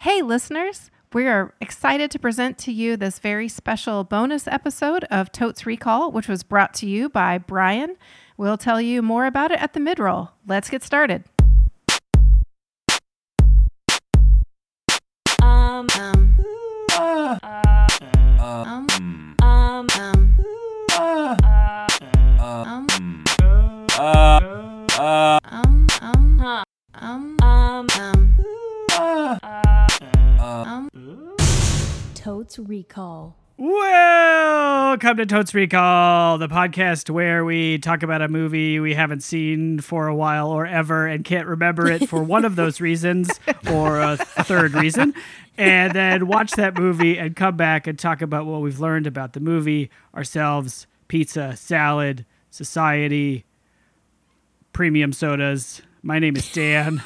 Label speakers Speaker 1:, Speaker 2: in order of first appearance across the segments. Speaker 1: Hey, listeners, we are excited to present to you this very special bonus episode of Totes Recall, which was brought to you by Brian. We'll tell you more about it at the mid roll. Let's get started.
Speaker 2: Um, Totes Recall.
Speaker 3: Welcome to Totes Recall, the podcast where we talk about a movie we haven't seen for a while or ever and can't remember it for one of those reasons or a third reason, and then watch that movie and come back and talk about what we've learned about the movie, ourselves, pizza, salad, society, premium sodas. My name is Dan.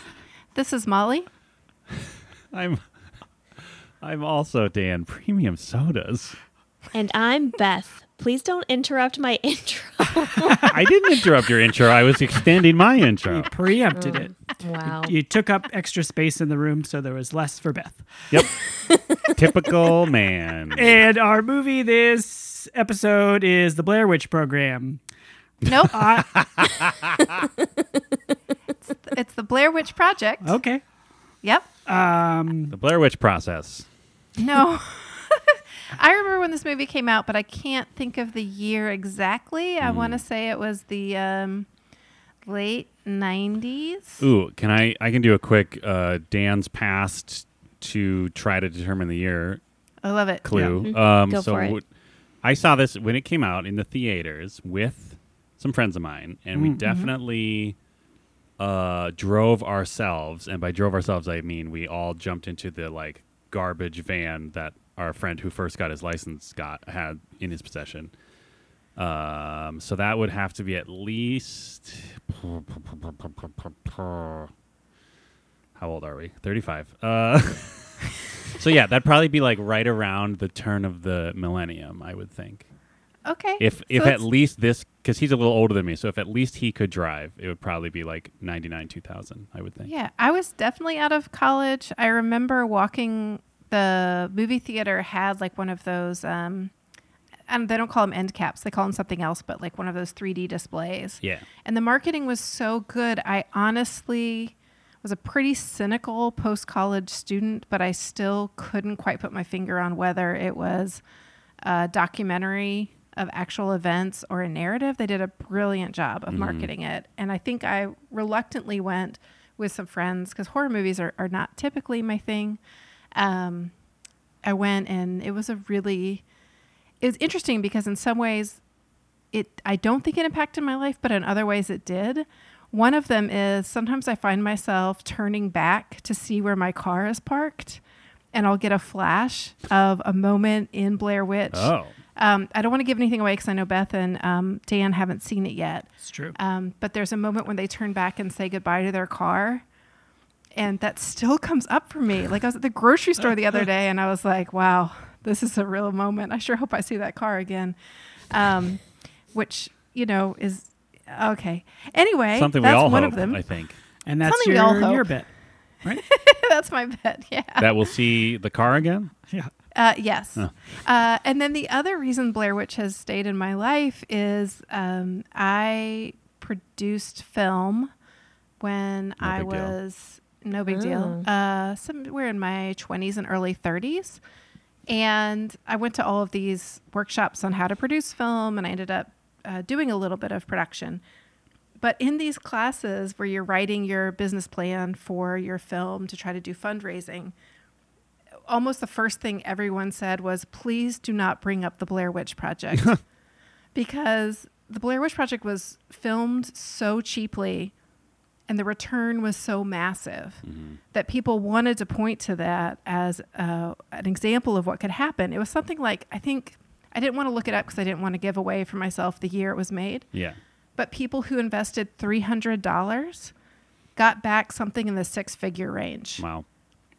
Speaker 1: This is Molly.
Speaker 4: I'm I'm also Dan. Premium sodas.
Speaker 2: And I'm Beth. Please don't interrupt my intro.
Speaker 4: I didn't interrupt your intro. I was extending my intro.
Speaker 3: Preempted it.
Speaker 2: Wow.
Speaker 3: You took up extra space in the room, so there was less for Beth.
Speaker 4: Yep. Typical man.
Speaker 3: And our movie this episode is the Blair Witch Program.
Speaker 1: Nope,
Speaker 3: I,
Speaker 1: it's the Blair Witch Project.
Speaker 3: okay.
Speaker 1: Yep.
Speaker 4: The Blair Witch process.
Speaker 1: No. I remember when this movie came out, but I can't think of the year exactly. I want to say it was the um, late 90s.
Speaker 4: Ooh, can I I can do a quick uh Dan's past to try to determine the year
Speaker 1: I love it.
Speaker 4: clue. Um
Speaker 2: Mm-hmm. Go
Speaker 4: so
Speaker 2: for it.
Speaker 4: w- I saw this when it came out in the theaters with some friends of mine and
Speaker 2: Mm-hmm.
Speaker 4: we definitely uh drove ourselves and by drove ourselves I mean we all jumped into the like garbage van that our friend who first got his license got had in his possession. Um so that would have to be at least how old are we? 35. Uh So yeah, that'd probably be like right around the turn of the millennium, I would think.
Speaker 1: Okay.
Speaker 4: If
Speaker 1: So
Speaker 4: if at
Speaker 1: it's-
Speaker 4: least this, because he's a little older than me, so if at least he could drive, it would probably be like ninety nine two thousand, I would think.
Speaker 1: Yeah, I was definitely out of college. I remember walking the movie theater had like one of those um and they don't call them end caps. They call them something else, but like one of those 3D displays.
Speaker 4: Yeah.
Speaker 1: And the marketing was so good. I honestly was a pretty cynical post college student, but I still couldn't quite put my finger on whether it was a documentary of actual events or a narrative. They did a brilliant job of marketing it. And I think I reluctantly went with some friends because horror movies are, are not typically my thing. Um, I went and it was a really it was interesting because in some ways it I don't think it impacted my life, but in other ways it did. One of them is sometimes I find myself turning back to see where my car is parked, and I'll get a flash of a moment in Blair Witch.
Speaker 4: Oh.
Speaker 1: Um, I don't want to give anything away because I know Beth and um, Dan haven't seen it yet.
Speaker 3: It's true.
Speaker 1: Um, but there's a moment when they turn back and say goodbye to their car. And that still comes up for me. Like I was at the grocery store the other day and I was like, wow, this is a real moment. I sure hope I see that car again. Um, which, you know, is okay. Anyway,
Speaker 4: Something we
Speaker 1: that's
Speaker 4: all
Speaker 1: one
Speaker 4: hope,
Speaker 1: of them.
Speaker 4: I think.
Speaker 3: And that's
Speaker 1: Something we all
Speaker 3: your,
Speaker 1: hope.
Speaker 3: your bit.
Speaker 1: that's my bet. Yeah.
Speaker 4: that we'll see the car again?
Speaker 3: Yeah.
Speaker 1: Uh, yes. Uh, and then the other reason Blair Witch has stayed in my life is um, I produced film when I
Speaker 4: big deal.
Speaker 1: was no big deal, uh, somewhere in my 20s and early 30s. And I went to all of these workshops on how to produce film, and I ended up uh, doing a little bit of production. But in these classes where you're writing your business plan for your film to try to do fundraising, almost the first thing everyone said was, please do not bring up the Blair Witch Project. because the Blair Witch Project was filmed so cheaply and the return was so massive
Speaker 4: Mm-hmm.
Speaker 1: that people wanted to point to that as uh, an example of what could happen. It was something like, I think, I didn't want to look it up because I didn't want to give away for myself the year it was made
Speaker 4: Yeah.
Speaker 1: but people who invested $300 got back something in the six figure range.
Speaker 4: Wow.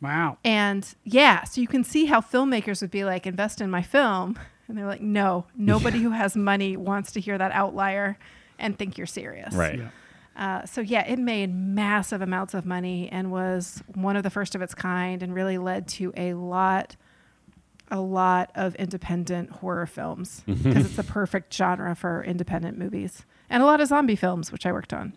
Speaker 3: Wow.
Speaker 1: And yeah, so you can see how filmmakers would be like, invest in my film. And they're like, no, nobody who has money wants to hear that outlier and think you're serious.
Speaker 4: Right.
Speaker 3: Yeah.
Speaker 1: Uh, so yeah, it made massive amounts of money and was one of the first of its kind, and really led to a lot, a lot of independent horror films because it's the perfect genre for independent movies, and a lot of zombie films, which I worked on.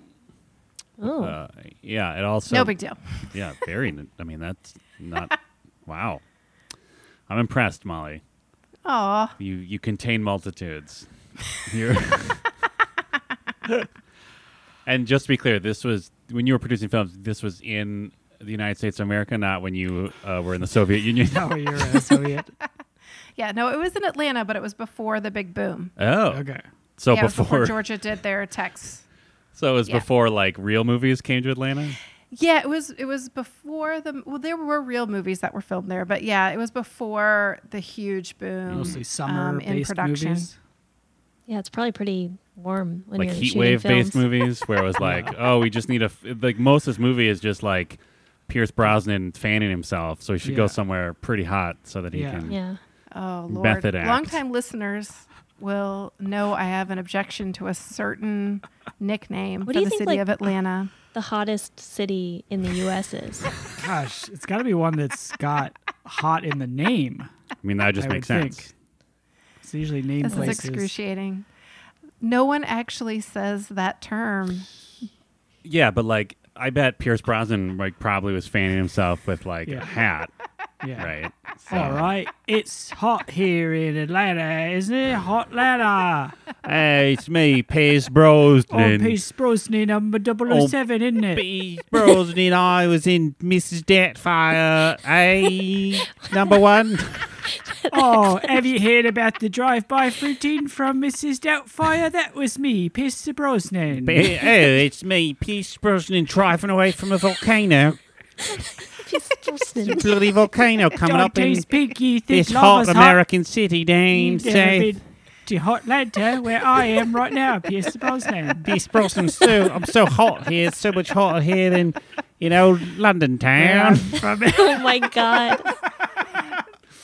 Speaker 2: Oh,
Speaker 4: Uh, yeah, it also
Speaker 1: no big deal.
Speaker 4: Yeah, very. n- I mean, that's not. wow, I'm impressed, Molly.
Speaker 1: Aw,
Speaker 4: You you contain multitudes. You're and just to be clear, this was when you were producing films. This was in the United States of America, not when you uh, were in the Soviet Union.
Speaker 3: Oh, you're a Soviet.
Speaker 1: yeah, no, it was in Atlanta, but it was before the big boom.
Speaker 4: oh,
Speaker 3: Okay.
Speaker 4: so
Speaker 1: yeah, it was
Speaker 4: before,
Speaker 1: before Georgia did their tax
Speaker 4: so it was
Speaker 1: yeah.
Speaker 4: before like real movies came to Atlanta.
Speaker 1: Yeah, it was it was before the well there were real movies that were filmed there, but yeah, it was before the huge boom um,
Speaker 3: Mostly summer-based movies.
Speaker 2: yeah, it's probably pretty warm when
Speaker 4: like
Speaker 2: you're
Speaker 4: heat
Speaker 2: shooting
Speaker 4: wave
Speaker 2: films.
Speaker 4: based movies where it was like, oh, we just need a f- like most of this movie is just like Pierce Brosnan fanning himself, so he should
Speaker 3: Yeah.
Speaker 4: go somewhere pretty hot so that he
Speaker 3: Yeah.
Speaker 4: can.
Speaker 2: Yeah.
Speaker 1: Oh lord.
Speaker 4: Method act.
Speaker 1: Longtime listeners will know I have an objection to a certain nickname
Speaker 2: What
Speaker 1: for
Speaker 2: do you
Speaker 1: the
Speaker 2: think,
Speaker 1: city
Speaker 2: like-
Speaker 1: of Atlanta.
Speaker 2: The hottest city in the U.S. is.
Speaker 3: Gosh, it's got to be one that's got hot in the name.
Speaker 4: I mean, that just
Speaker 3: I
Speaker 4: makes
Speaker 3: would
Speaker 4: sense.
Speaker 3: think. It's usually name
Speaker 1: This
Speaker 3: places.
Speaker 1: is excruciating. No one actually says that term.
Speaker 4: Yeah, but like I bet Pierce Brosnan like probably was fanning himself with like
Speaker 3: Yeah.
Speaker 4: a hat,
Speaker 3: Yeah.
Speaker 4: right? So,
Speaker 3: All right, it's hot here in Atlanta, isn't it? Hot Atlanta.
Speaker 4: Hey, it's me, Pierce
Speaker 3: On
Speaker 4: Brosnan.
Speaker 3: Oh, Pierce Brosnan, number 007, isn't it?
Speaker 4: Pierce Brosnan, I was in Mrs. Doubtfire. Hey, number one.
Speaker 3: Oh, have you heard about the drive-by routine from Mrs. Doubtfire? That was me, Pierce Brosnan.
Speaker 4: oh, it's me, Pierce Brosnan, driving away from a volcano. bloody volcano coming
Speaker 3: Don't
Speaker 4: up in
Speaker 3: taste pink, you think
Speaker 4: this hot
Speaker 3: lava's hot.
Speaker 4: American city down
Speaker 3: You've never
Speaker 4: south.
Speaker 3: been to hot Atlanta, where I am right now, Pierce Brosnan.
Speaker 4: Pierce Brosnan, so I'm so hot here. It's so much hotter here than you know London
Speaker 3: Yeah,
Speaker 4: town.
Speaker 3: from
Speaker 2: oh my God.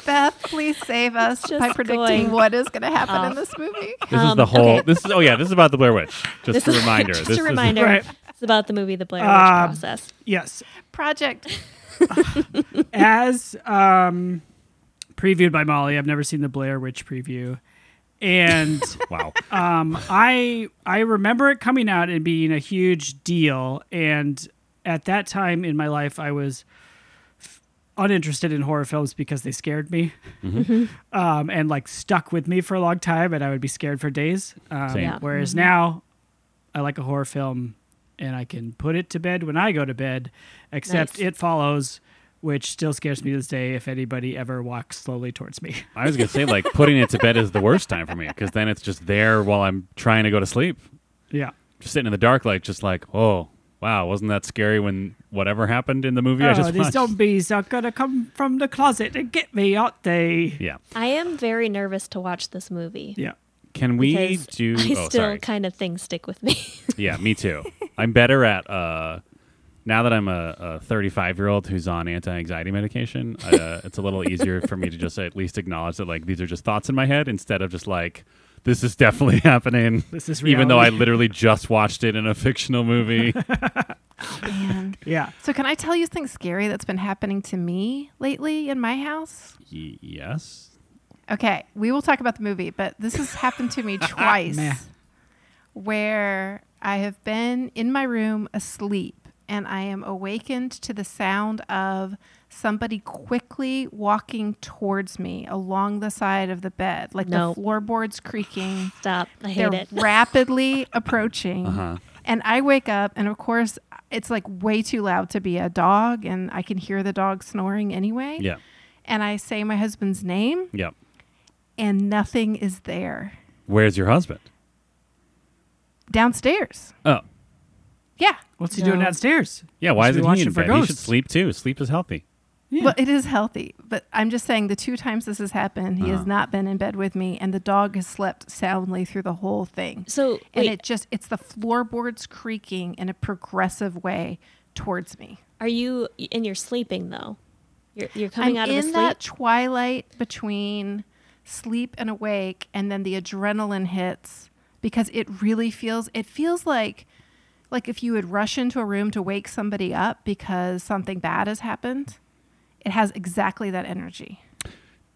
Speaker 1: Beth, please save us
Speaker 2: just
Speaker 1: by predicting
Speaker 2: going Oh.
Speaker 1: what is going to happen
Speaker 2: off.
Speaker 1: in this movie.
Speaker 4: This is
Speaker 2: Um,
Speaker 4: the whole.
Speaker 2: okay.
Speaker 4: This is oh yeah. This is about the Blair Witch. Just
Speaker 2: This
Speaker 4: a
Speaker 2: is-
Speaker 4: reminder.
Speaker 2: just
Speaker 4: this
Speaker 2: a
Speaker 4: is-
Speaker 2: reminder.
Speaker 3: Right.
Speaker 2: It's about the movie The Blair Witch
Speaker 3: Um,
Speaker 2: Process.
Speaker 3: Yes,
Speaker 1: Project
Speaker 3: as um, previewed by Molly, I've never seen the Blair Witch preview, and
Speaker 4: wow.
Speaker 3: um, I I remember it coming out and being a huge deal. And at that time in my life, I was f- uninterested in horror films because they scared me,
Speaker 4: Mm-hmm.
Speaker 3: um, and like stuck with me for a long time, and I would be scared for days. Um,
Speaker 4: Same.
Speaker 2: Yeah.
Speaker 3: Whereas now, I like a horror film, and I can put it to bed when I go to bed, except
Speaker 2: Nice.
Speaker 3: it follows. Which still scares me to this day if anybody ever walks slowly towards me.
Speaker 4: I was gonna say like putting it to bed is the worst time for me because then it's just there while I'm trying to go to sleep.
Speaker 3: yeah.
Speaker 4: Just sitting in the dark, like just like oh wow, wasn't that scary when whatever happened in the movie I
Speaker 3: Oh,
Speaker 4: just
Speaker 3: these
Speaker 4: watched?
Speaker 3: zombies are gonna come from the closet and get me, aren't they?
Speaker 4: Yeah.
Speaker 2: I am very nervous to watch this movie.
Speaker 3: Yeah.
Speaker 4: Can we
Speaker 2: because
Speaker 4: do?
Speaker 2: I
Speaker 4: oh,
Speaker 2: still
Speaker 4: sorry.
Speaker 2: kind of things stick with me.
Speaker 4: Yeah, me too. I'm better at uh, now that I'm a 35 year old who's on anti anxiety medication. Uh, it's a little easier for me to just at least acknowledge that like these are just thoughts in my head instead of just like this is definitely happening.
Speaker 3: This is
Speaker 4: even though I
Speaker 3: reality.
Speaker 4: literally just watched it in a fictional movie.
Speaker 1: man.
Speaker 3: Yeah.
Speaker 1: So can I tell you something scary that's been happening to me lately in my house?
Speaker 4: y- yes.
Speaker 1: Okay, we will talk about the movie, but this has happened to me twice
Speaker 3: Meh.
Speaker 1: where I have been in my room asleep and I am awakened to the sound of somebody quickly walking towards me along the side of the bed, like
Speaker 2: No.
Speaker 1: the floorboards creaking.
Speaker 2: Stop. I hate
Speaker 1: They're
Speaker 2: it.
Speaker 1: rapidly approaching. And I wake up, and of course, it's like way too loud to be a dog, and I can hear the dog snoring anyway.
Speaker 4: Yeah.
Speaker 1: And I say my husband's name,
Speaker 4: Yeah.
Speaker 1: and nothing is there
Speaker 4: Where's your husband?
Speaker 1: downstairs.
Speaker 4: Oh.
Speaker 1: Yeah.
Speaker 3: What's he doing
Speaker 2: No.
Speaker 3: downstairs?
Speaker 4: Yeah, why
Speaker 3: Should we
Speaker 4: isn't
Speaker 3: watch
Speaker 4: he in
Speaker 3: it for
Speaker 4: bed? He should
Speaker 3: ghosts?
Speaker 4: sleep too. Sleep is healthy.
Speaker 1: Well, it is healthy, but I'm just saying the two times this has happened, he has
Speaker 4: Uh-huh.
Speaker 1: not been in bed with me, and the dog has slept soundly through the whole thing.
Speaker 2: So
Speaker 1: and
Speaker 2: wait,
Speaker 1: it just, it's the floorboards creaking in a progressive way towards me.
Speaker 2: are you and you're sleeping though? You're, you're coming
Speaker 1: I'm
Speaker 2: out of
Speaker 1: in
Speaker 2: the sleep.
Speaker 1: that twilight between sleep and awake, and then the adrenaline hits because it really feels it feels like like if you would rush into a room to wake somebody up because something bad has happened, it has exactly that energy.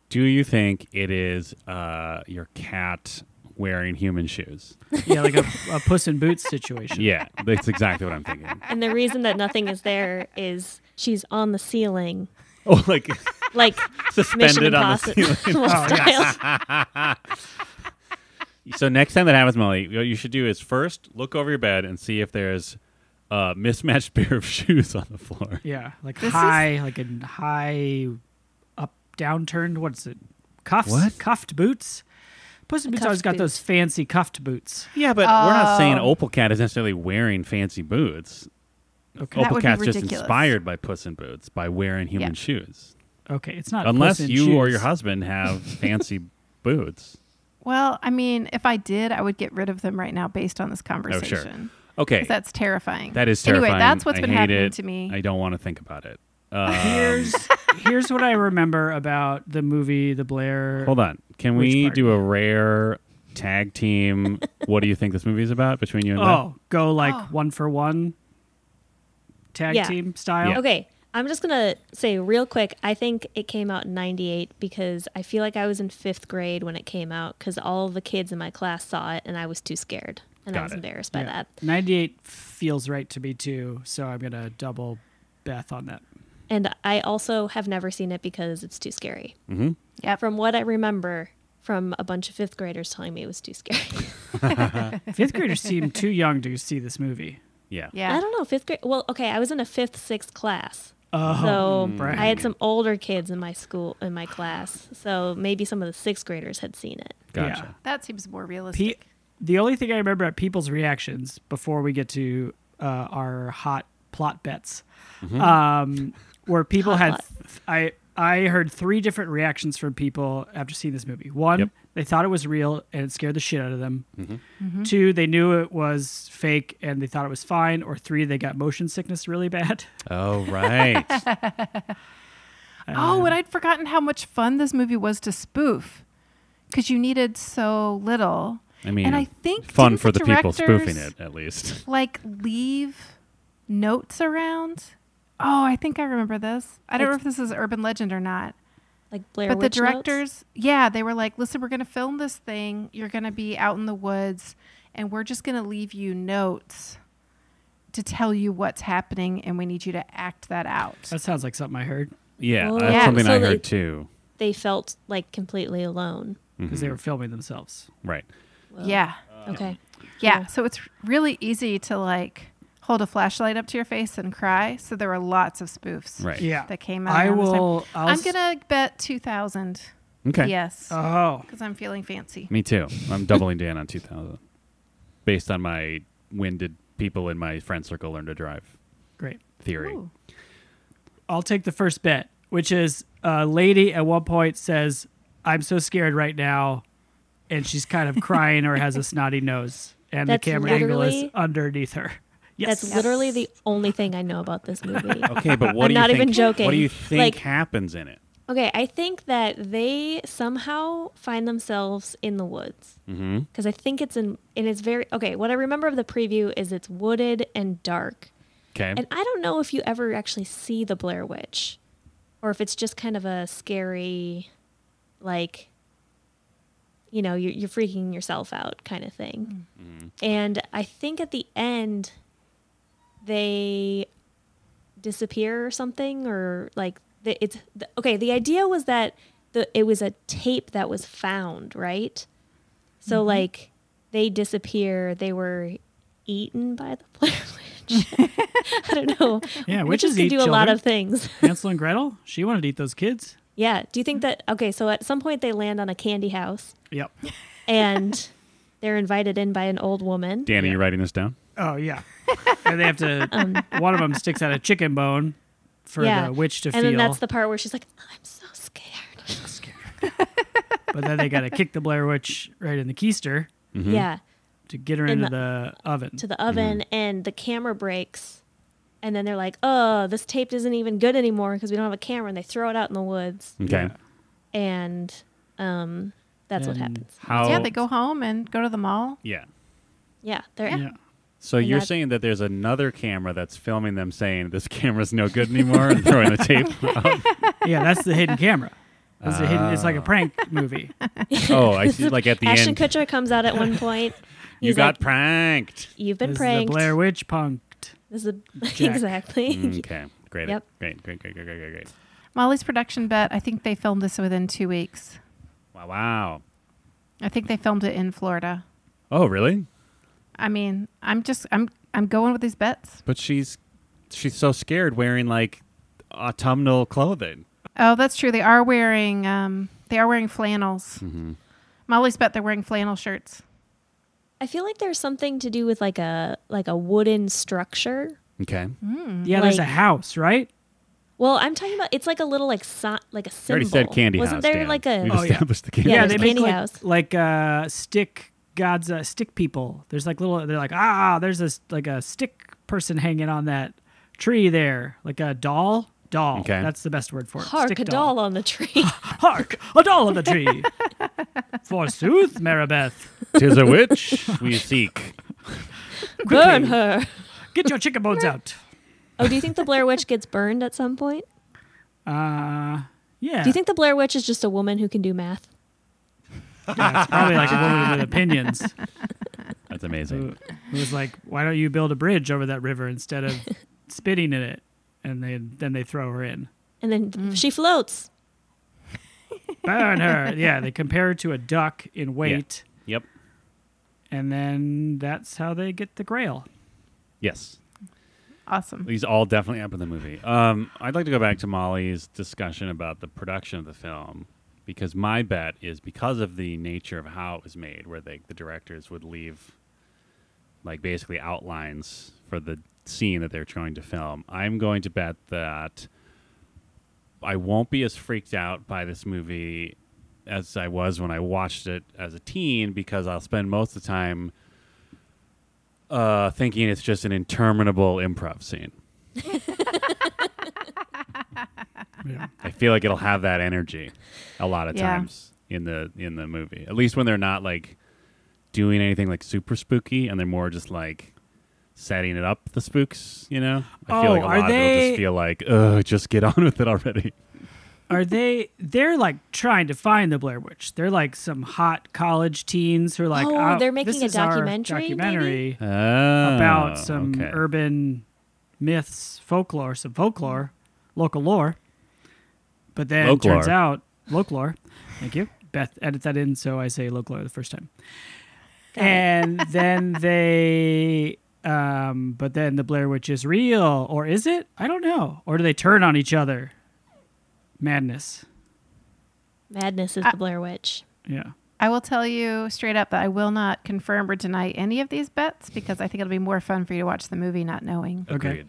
Speaker 4: Do you think it is uh, your cat wearing human shoes?
Speaker 3: Yeah, like a, a Puss in Boots situation.
Speaker 4: Yeah, that's exactly what I'm thinking.
Speaker 2: And the reason that nothing is there is she's on the ceiling,
Speaker 4: Oh, like
Speaker 2: like Mission
Speaker 4: suspended on the
Speaker 2: Impossible
Speaker 4: ceiling. Oh,
Speaker 2: style.
Speaker 4: So next time that happens, Molly, what you should do is first look over your bed and see if there's a mismatched pair of shoes on the floor.
Speaker 3: Yeah, like
Speaker 1: This is-
Speaker 3: high, like a high up downturned. What's it? Cuffs,
Speaker 4: What?
Speaker 3: cuffed boots. Puss in Boots always
Speaker 2: cuffed
Speaker 3: got those fancy cuffed boots.
Speaker 4: Yeah, but we're not
Speaker 1: Um,
Speaker 4: saying Opal Cat is necessarily wearing fancy boots.
Speaker 3: Okay.
Speaker 1: That
Speaker 4: Opal
Speaker 1: would be
Speaker 4: Cat's just
Speaker 1: ridiculous.
Speaker 4: inspired by Puss in Boots by wearing human
Speaker 1: Yeah. Uh,
Speaker 4: shoes.
Speaker 3: Okay, it's not
Speaker 4: Unless
Speaker 3: Puss in
Speaker 4: you or
Speaker 3: Shoes.
Speaker 4: your husband have fancy boots.
Speaker 1: Well, I mean, if I did, I would get rid of them right now based on this
Speaker 4: Oh, sure.
Speaker 1: conversation.
Speaker 4: Okay.
Speaker 1: 'Cause That's terrifying.
Speaker 4: that is terrifying.
Speaker 1: Anyway, that's what's
Speaker 4: I
Speaker 1: been
Speaker 4: hate
Speaker 1: happening
Speaker 4: it.
Speaker 1: to me.
Speaker 4: I don't want to think about it. Um,
Speaker 3: Here's here's what I remember about the movie The Blair.
Speaker 4: Hold on. Can
Speaker 3: Which
Speaker 4: we
Speaker 3: part?
Speaker 4: do a rare tag team? what do you think this movie is about between you and
Speaker 3: Oh, go like
Speaker 1: Oh.
Speaker 3: one for one. Tag
Speaker 2: Yeah.
Speaker 3: team style.
Speaker 4: Yeah.
Speaker 2: Okay, I'm just gonna say real quick. I think it came out in '98 because I feel like I was in fifth grade when it came out because all the kids in my class saw it and I was too scared and
Speaker 4: Got
Speaker 2: I was
Speaker 4: it.
Speaker 2: embarrassed by that.
Speaker 3: Ninety eight feels right to me too, so I'm gonna double Beth on that.
Speaker 2: And I also have never seen it because it's too scary.
Speaker 4: Mm-hmm.
Speaker 1: Yep.
Speaker 2: From what I remember from a bunch of fifth graders telling me it was too scary.
Speaker 3: Fifth graders seem too young to see this movie.
Speaker 4: Yeah.
Speaker 1: yeah.
Speaker 2: I don't know, fifth grade. Well, okay, I was in a fifth, sixth class.
Speaker 3: Oh,
Speaker 2: so
Speaker 4: Hmm,
Speaker 3: brag.
Speaker 2: I had some older kids in my school, in my class. So maybe some of the sixth graders had seen it.
Speaker 4: Gotcha.
Speaker 3: Yeah.
Speaker 1: that seems more realistic.
Speaker 3: Pe- the only thing I remember at people's reactions before we get to uh, our hot plot bets, um, where people
Speaker 2: Hot
Speaker 3: had,
Speaker 2: plot.
Speaker 3: I I heard three different reactions from people after seeing this movie. One,
Speaker 4: Yep.
Speaker 3: they thought it was real and it scared the shit out of them.
Speaker 1: Mm-hmm.
Speaker 3: Two, they knew it was fake and they thought it was fine. Or three, they got motion sickness really bad.
Speaker 4: Oh right.
Speaker 2: Uh,
Speaker 1: Oh, and I'd forgotten how much fun this movie was to spoof because you needed so little.
Speaker 4: I mean,
Speaker 1: and I think
Speaker 4: fun
Speaker 1: didn't
Speaker 4: for the people
Speaker 1: directors,
Speaker 4: spoofing it at least.
Speaker 1: Like leave notes around. Oh, I think I remember this. I don't know if this is urban legend or not,
Speaker 2: Like Blair
Speaker 1: but the
Speaker 2: Witch Notes?
Speaker 1: directors, yeah, they were like, "Listen, we're going to film this thing. You're going to be out in the woods, and we're just going to leave you notes." To tell you what's happening, and we need you to act that out.
Speaker 3: That sounds like something I heard
Speaker 4: Yeah,
Speaker 2: Oh,
Speaker 4: that's
Speaker 1: yeah.
Speaker 4: something
Speaker 2: So
Speaker 4: I
Speaker 2: they-
Speaker 4: heard too.
Speaker 2: They felt like completely alone.
Speaker 3: because they were filming themselves.
Speaker 4: Right.
Speaker 1: yeah.
Speaker 2: Okay.
Speaker 1: Yeah. So it's really easy to like hold a flashlight up to your face and cry. So there were lots of spoofs.
Speaker 4: Right.
Speaker 3: Yeah,
Speaker 1: That came out.
Speaker 3: I
Speaker 1: around this time.
Speaker 3: will. I'll
Speaker 1: I'm
Speaker 3: s-
Speaker 1: gonna bet two thousand.
Speaker 4: Okay.
Speaker 1: Yes.
Speaker 3: Oh,
Speaker 1: Because I'm feeling fancy.
Speaker 4: Me too. I'm doubling down on 2000, based on my when did people in my friend circle learn to drive
Speaker 3: great.
Speaker 4: theory.
Speaker 1: Ooh.
Speaker 3: I'll take the first bet, which is a lady at one point says, "I'm so scared right now," and she's kind of crying or has a snotty nose, and
Speaker 2: That's
Speaker 3: the camera angle is
Speaker 2: literally-
Speaker 3: underneath her. Yes,
Speaker 2: That's literally the only thing I know about this movie.
Speaker 4: Okay, but what
Speaker 2: I'm
Speaker 4: do you
Speaker 2: not
Speaker 4: think,
Speaker 2: even joking.
Speaker 4: What do you think
Speaker 2: Like-
Speaker 4: happens in it?
Speaker 2: Okay, I think that they somehow find themselves in the woods because I think it's in and it's very okay. What I remember of the preview is it's wooded and dark,
Speaker 4: Okay.
Speaker 2: and I don't know if you ever actually see the Blair Witch, or if it's just kind of a scary, like, you know, you're, you're freaking yourself out kind of thing. And I think at the end, they disappear or something or like the, it's the, okay the idea was that the it was a tape that was found right so like they disappear they were eaten by the Blair Witch I don't know
Speaker 3: Yeah,
Speaker 2: witches
Speaker 3: witches
Speaker 2: can
Speaker 3: eat
Speaker 2: do a lot
Speaker 3: children.
Speaker 2: of things
Speaker 3: Hansel and Gretel. She wanted to eat those kids.
Speaker 2: yeah do you think that okay so at some point they land on a candy house
Speaker 3: Yep.
Speaker 2: and they're invited in by an old woman
Speaker 4: Danny,
Speaker 3: Yeah.
Speaker 4: you writing this down?
Speaker 3: Oh yeah. and they have to.
Speaker 2: Um,
Speaker 3: one of them sticks out a chicken bone for the witch to
Speaker 2: and
Speaker 3: feel.
Speaker 2: then that's the part where she's like I'm so scared
Speaker 3: but then they got to kick the Blair Witch right in the keister
Speaker 4: Mm-hmm.
Speaker 2: yeah
Speaker 3: to get her
Speaker 2: In
Speaker 3: into the, oven.
Speaker 2: to the oven and the camera breaks and then they're like oh this tape isn't even good anymore because we don't have a camera and they throw it out in the woods
Speaker 3: Yeah.
Speaker 4: Okay.
Speaker 2: and um, that's what
Speaker 3: And-
Speaker 2: happens
Speaker 4: How?
Speaker 1: Yeah, they go home and go to the mall.
Speaker 4: Yeah.
Speaker 2: yeah they're
Speaker 3: yeah.
Speaker 4: So
Speaker 2: And
Speaker 4: you're
Speaker 2: that-
Speaker 4: saying that there's another camera that's filming them saying this camera's no good anymore and throwing the tape out?
Speaker 3: yeah, that's the hidden camera. That's the hidden, it's like a prank movie.
Speaker 4: Oh, I see. Like at the
Speaker 2: Ashton
Speaker 4: end,
Speaker 2: Kutcher comes out at one point.
Speaker 4: you
Speaker 2: He's
Speaker 4: got
Speaker 2: like,
Speaker 4: pranked.
Speaker 2: You've been
Speaker 3: this
Speaker 2: pranked.
Speaker 3: is the Blair Witch punked.
Speaker 2: This is the-
Speaker 3: Jack.
Speaker 2: exactly.
Speaker 4: Mm, Okay, great.
Speaker 2: Yep.
Speaker 4: great, great, great, great, great, great, great.
Speaker 1: Molly's production bet. I think they filmed this within two weeks.
Speaker 4: Wow, wow.
Speaker 1: I think they filmed it in Florida.
Speaker 4: Oh, really?
Speaker 1: I mean, I'm just I'm I'm going with these bets.
Speaker 4: But she's she's so scared wearing like autumnal clothing.
Speaker 1: Oh, that's true. They are wearing um they are wearing flannels.
Speaker 3: Mm-hmm.
Speaker 1: Molly's bet they're wearing flannel shirts.
Speaker 2: I feel like there's something to do with like a like a wooden structure.
Speaker 4: Okay.
Speaker 2: Mm-hmm.
Speaker 3: Yeah, there's a
Speaker 2: Like-
Speaker 3: house, right?
Speaker 2: Well, I'm talking about it's like a little like so, like a
Speaker 4: I
Speaker 2: symbol.
Speaker 4: already said candy
Speaker 2: Wasn't
Speaker 4: house.
Speaker 2: there
Speaker 4: Dan.
Speaker 2: like a
Speaker 4: We've
Speaker 3: Oh, yeah.
Speaker 4: established the candy
Speaker 2: Yeah,
Speaker 4: house.
Speaker 2: there's
Speaker 3: they make
Speaker 2: candy
Speaker 3: like,
Speaker 2: house.
Speaker 3: like uh, stick gods, uh, stick people. There's like little. They're like ah, there's this like a stick person hanging on that tree there, like a doll. Doll.
Speaker 4: Okay.
Speaker 3: That's the best word for it.
Speaker 2: hark
Speaker 3: stick
Speaker 2: a doll on the tree?
Speaker 3: Hark, a doll on the tree. Forsooth, Maribeth,
Speaker 4: Tis a witch we seek.
Speaker 2: Burn her.
Speaker 3: get your chicken bones out.
Speaker 2: Oh, do you think the Blair Witch gets burned at some point?
Speaker 3: Uh, yeah.
Speaker 2: Do you think the Blair Witch is just a woman who can do math?
Speaker 3: Yeah, it's probably like a woman with opinions
Speaker 4: That's
Speaker 3: who,
Speaker 4: amazing.
Speaker 3: who was like, "Why don't you build a bridge over that river instead of spitting in it?" And they then they throw her in,
Speaker 2: And then she floats.
Speaker 3: burn her. Yeah, they compare her to a duck in weight,
Speaker 4: Yep.
Speaker 3: and then that's how they get the Grail.
Speaker 4: Yes.
Speaker 1: Awesome.
Speaker 4: These all definitely happen in the movie. Um, I'd like to go back to Molly's discussion about the production of the film because my bet is because of the nature of how it was made, where they, the directors would leave like basically outlines for the scene that they're trying to film. I'm going to bet that I won't be as freaked out by this movie as I was when I watched it as a teen because I'll spend most of the time uh, thinking it's just an interminable improv scene.
Speaker 3: Yeah.
Speaker 4: I feel like it'll have that energy a lot of
Speaker 1: Yeah.
Speaker 4: times in the in the movie. At least when they're not like doing anything like super spooky and they're more just like setting it up the spooks, you know? I feel
Speaker 3: Oh,
Speaker 4: like a
Speaker 3: are
Speaker 4: lot of it'll
Speaker 3: they-
Speaker 4: just feel like, ugh, just get on with it already.
Speaker 3: Are they? They're like trying to find the Blair Witch. They're like some hot college teens who are like,
Speaker 2: Oh,
Speaker 3: "Ah,
Speaker 2: they're making
Speaker 3: this
Speaker 2: a
Speaker 3: is our
Speaker 2: documentary, maybe?
Speaker 3: documentary
Speaker 4: About
Speaker 3: about some urban myths, folklore, some folklore, local lore." But then
Speaker 4: Folklore.
Speaker 3: turns out, folklore. Thank you, Beth. Edit that in so I say folklore the first time.
Speaker 2: Got it.
Speaker 3: and then they um but then the blair witch is real or is it i don't know or do they turn on each other madness
Speaker 2: Madness is
Speaker 1: I-
Speaker 2: the Blair Witch.
Speaker 3: yeah
Speaker 1: I will tell you straight up that I will not confirm or deny any of these bets because I think it'll be more fun for you to watch the movie not knowing.
Speaker 3: Okay.
Speaker 4: Agreed.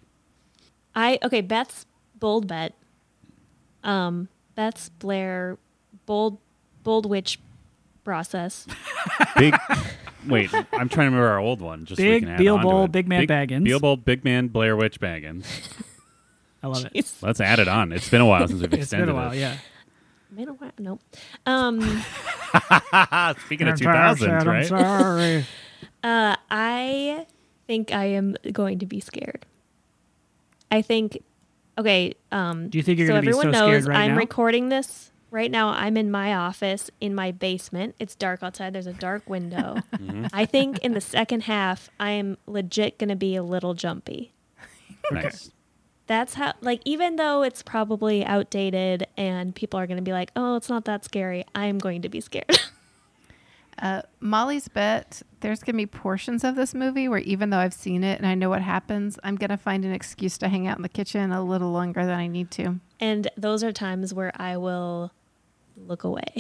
Speaker 2: I okay, Beth's bold bet. Um, Beth's Blair bold bold witch process.
Speaker 4: Big Wait, I'm trying to remember our old one. Just so we
Speaker 3: Big
Speaker 4: can add
Speaker 3: Beal
Speaker 4: on to
Speaker 3: Bowl,
Speaker 4: it.
Speaker 3: Big Man Baggins.
Speaker 4: Beal Bowl, Big Man, Blair Witch Baggins.
Speaker 3: i love it
Speaker 2: It's
Speaker 4: Let's add it on. It's been a while since we've
Speaker 3: it's
Speaker 4: extended
Speaker 3: been a while
Speaker 4: it.
Speaker 3: yeah
Speaker 2: been a while. Nope. Um,
Speaker 4: Ah, speaking of 2000s,
Speaker 3: i'm
Speaker 4: right?
Speaker 3: sorry
Speaker 2: uh, I think I am going to be scared. I think. Okay. Um,
Speaker 3: Do you think you're
Speaker 2: so
Speaker 3: gonna be so
Speaker 2: everyone
Speaker 3: scared
Speaker 2: knows
Speaker 3: right
Speaker 2: I'm
Speaker 3: now?
Speaker 2: recording this right now. I'm in my office in my basement. It's dark outside. There's a dark window.
Speaker 3: Mm-hmm.
Speaker 2: I think in the second half, I'm legit going to be a little jumpy.
Speaker 4: Nice.
Speaker 2: that's how like even though it's probably outdated and people are going to be like oh it's not that scary i'm going to be scared
Speaker 1: Uh, Molly's bet there's going to be portions of this movie where even though I've seen it and I know what happens, I'm going to find an excuse to hang out in the kitchen a little longer than I need to.
Speaker 2: and those are times where i will look away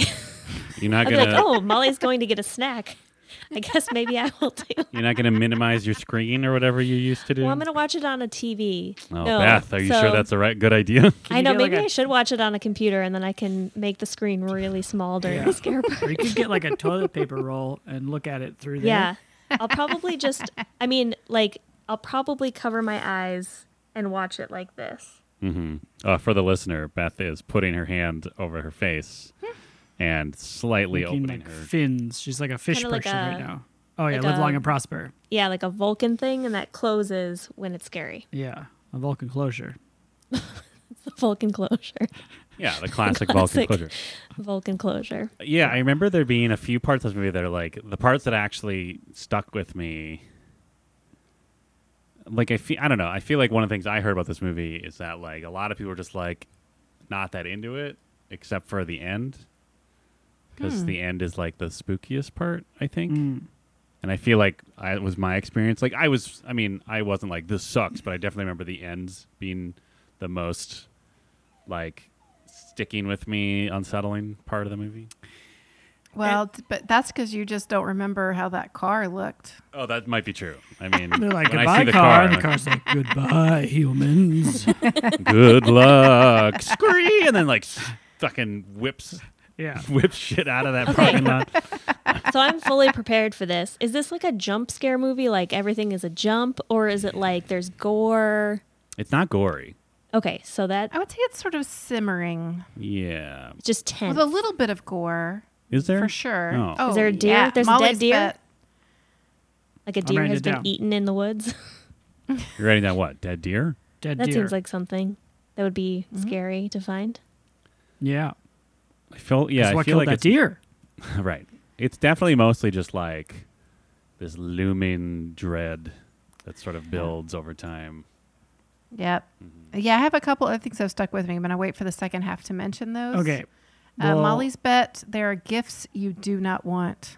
Speaker 4: You're not
Speaker 2: i'll be
Speaker 4: going
Speaker 2: like
Speaker 4: to
Speaker 2: oh molly's going to get a snack i guess maybe i will too
Speaker 4: You're not going to minimize your screen or whatever you used to do.
Speaker 2: well i'm going to watch it on a tv
Speaker 4: oh,
Speaker 2: no
Speaker 4: Beth, are you
Speaker 2: so-
Speaker 4: sure that's a right good idea?
Speaker 2: I know.
Speaker 3: get, like,
Speaker 2: Maybe I
Speaker 3: a-
Speaker 2: should watch it on a computer, and then I can make the screen really small during
Speaker 3: Yeah.
Speaker 2: the scare part.
Speaker 3: or you could get like a toilet paper roll and look at it through there
Speaker 2: Yeah. I'll probably just, I mean, like, I'll probably cover my eyes and watch it like this.
Speaker 4: hmm uh, for the listener, Beth is putting her hand over her
Speaker 2: Hmm.
Speaker 4: face and slightly
Speaker 3: Looking
Speaker 4: opening
Speaker 3: like
Speaker 4: her.
Speaker 3: fins she's like a fish
Speaker 2: Kinda like
Speaker 3: person
Speaker 2: a-
Speaker 3: right now Oh yeah,
Speaker 2: Like
Speaker 3: live long
Speaker 2: a-
Speaker 3: and prosper.
Speaker 2: Yeah, like a Vulcan thing, and that closes when it's scary.
Speaker 3: Yeah, a Vulcan closure.
Speaker 2: The Vulcan closure.
Speaker 4: Yeah, the classic Vulcan
Speaker 2: Classic.
Speaker 4: closure.
Speaker 2: Vulcan closure.
Speaker 4: Yeah, I remember there being a few parts of this movie that are like the parts that actually stuck with me. Like I feel, I don't know. I feel like one of the things I heard about this movie is that like a lot of people are just like not that into it, except for the end, because the end is like the spookiest part, I think.
Speaker 3: Hmm. Mm.
Speaker 4: And I feel like I, it was my experience. Like I was, I mean, I wasn't like this sucks, but I definitely remember the ends being the most like sticking with me, unsettling part of the movie.
Speaker 1: Well, t- but that's because you just don't remember how that car looked.
Speaker 4: Oh, that might be true. I mean,
Speaker 3: They're like
Speaker 4: when I
Speaker 3: goodbye
Speaker 4: see the
Speaker 3: car,
Speaker 4: car,
Speaker 3: and the car's like goodbye humans.
Speaker 4: I'm like, good luck, scree, and then like s- fucking whips
Speaker 3: yeah, uh,
Speaker 4: whips shit out of that
Speaker 2: Okay.
Speaker 4: parking lot.
Speaker 2: So I'm fully prepared for this. Is this like a jump scare movie? Like everything is a jump, or is it like there's gore?
Speaker 4: It's not gory.
Speaker 2: Okay, so that
Speaker 1: I would say it's sort of simmering
Speaker 4: Yeah,
Speaker 2: it's just tense.
Speaker 1: with a little bit of gore
Speaker 4: is Hmm. there
Speaker 1: for sure.
Speaker 4: No.
Speaker 1: Oh,
Speaker 2: Is there a deer?
Speaker 1: Yeah.
Speaker 2: There's a dead
Speaker 1: Molly's
Speaker 2: deer?
Speaker 1: bet.
Speaker 2: like a deer
Speaker 3: writing
Speaker 2: has
Speaker 3: it
Speaker 2: been
Speaker 3: down.
Speaker 2: eaten in the woods.
Speaker 4: You're writing down what? Dead deer?
Speaker 3: dead
Speaker 2: that
Speaker 3: deer.
Speaker 2: seems like something that would be
Speaker 1: Mm-hmm.
Speaker 2: scary to find.
Speaker 3: yeah,
Speaker 4: I feel yeah.
Speaker 3: That's
Speaker 4: I
Speaker 3: what
Speaker 4: feel
Speaker 3: killed
Speaker 4: like
Speaker 3: that
Speaker 4: it's
Speaker 3: deer.
Speaker 4: right. It's definitely mostly just like this looming dread that sort of builds over time.
Speaker 1: Yep.
Speaker 3: Mm-hmm.
Speaker 1: Yeah, I have a couple other things that have stuck with me. I'm going to wait for the second half to mention those.
Speaker 3: Okay,
Speaker 1: Uh,
Speaker 3: well,
Speaker 1: Molly's bet. There are gifts you do not want.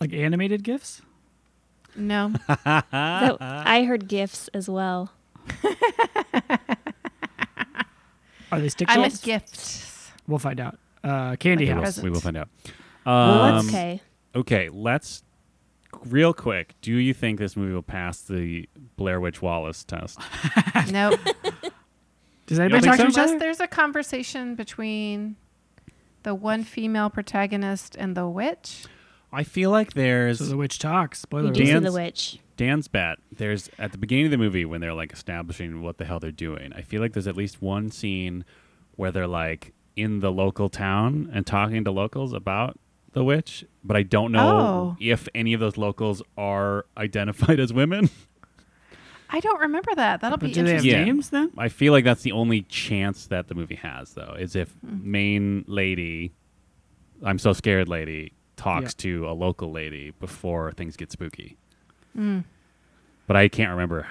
Speaker 3: like animated gifs.
Speaker 1: No.
Speaker 4: Ah,
Speaker 2: So I heard gifts as well.
Speaker 3: Are they stick
Speaker 1: I meant
Speaker 3: dolls?
Speaker 1: gifts.
Speaker 3: We'll find out. Uh, Candy
Speaker 1: Okay,
Speaker 4: We will-
Speaker 3: House.
Speaker 1: present.
Speaker 4: we will find out.
Speaker 2: Well,
Speaker 4: Um,
Speaker 2: that's okay.
Speaker 4: Okay, let's real quick. Do you think this movie will pass the Blair Witch Wallace test?
Speaker 1: Nope.
Speaker 3: Does anybody
Speaker 4: think
Speaker 3: talk to each
Speaker 4: so?
Speaker 3: other?
Speaker 1: Unless there's a conversation between the one female protagonist and the witch.
Speaker 4: I feel like
Speaker 3: So
Speaker 4: there's
Speaker 3: the witch talks. Spoiler
Speaker 2: You do see
Speaker 3: alert.
Speaker 4: Dan-
Speaker 2: the
Speaker 4: Dan's-
Speaker 2: witch.
Speaker 4: Dan's bet. There's at the beginning of the movie when they're like establishing what the hell they're doing. I feel like there's at least one scene where they're like in the local town and talking to locals about the witch, but I don't know
Speaker 1: Oh.
Speaker 4: if any of those locals are identified as women.
Speaker 1: I don't remember that. That'll
Speaker 3: But
Speaker 1: be
Speaker 3: do they have
Speaker 1: interesting.
Speaker 4: Yeah.
Speaker 3: names then?
Speaker 4: I feel like that's the only chance that the movie has, though, is if main lady, I'm so scared lady, talks to a local lady before things get spooky. But I can't remember.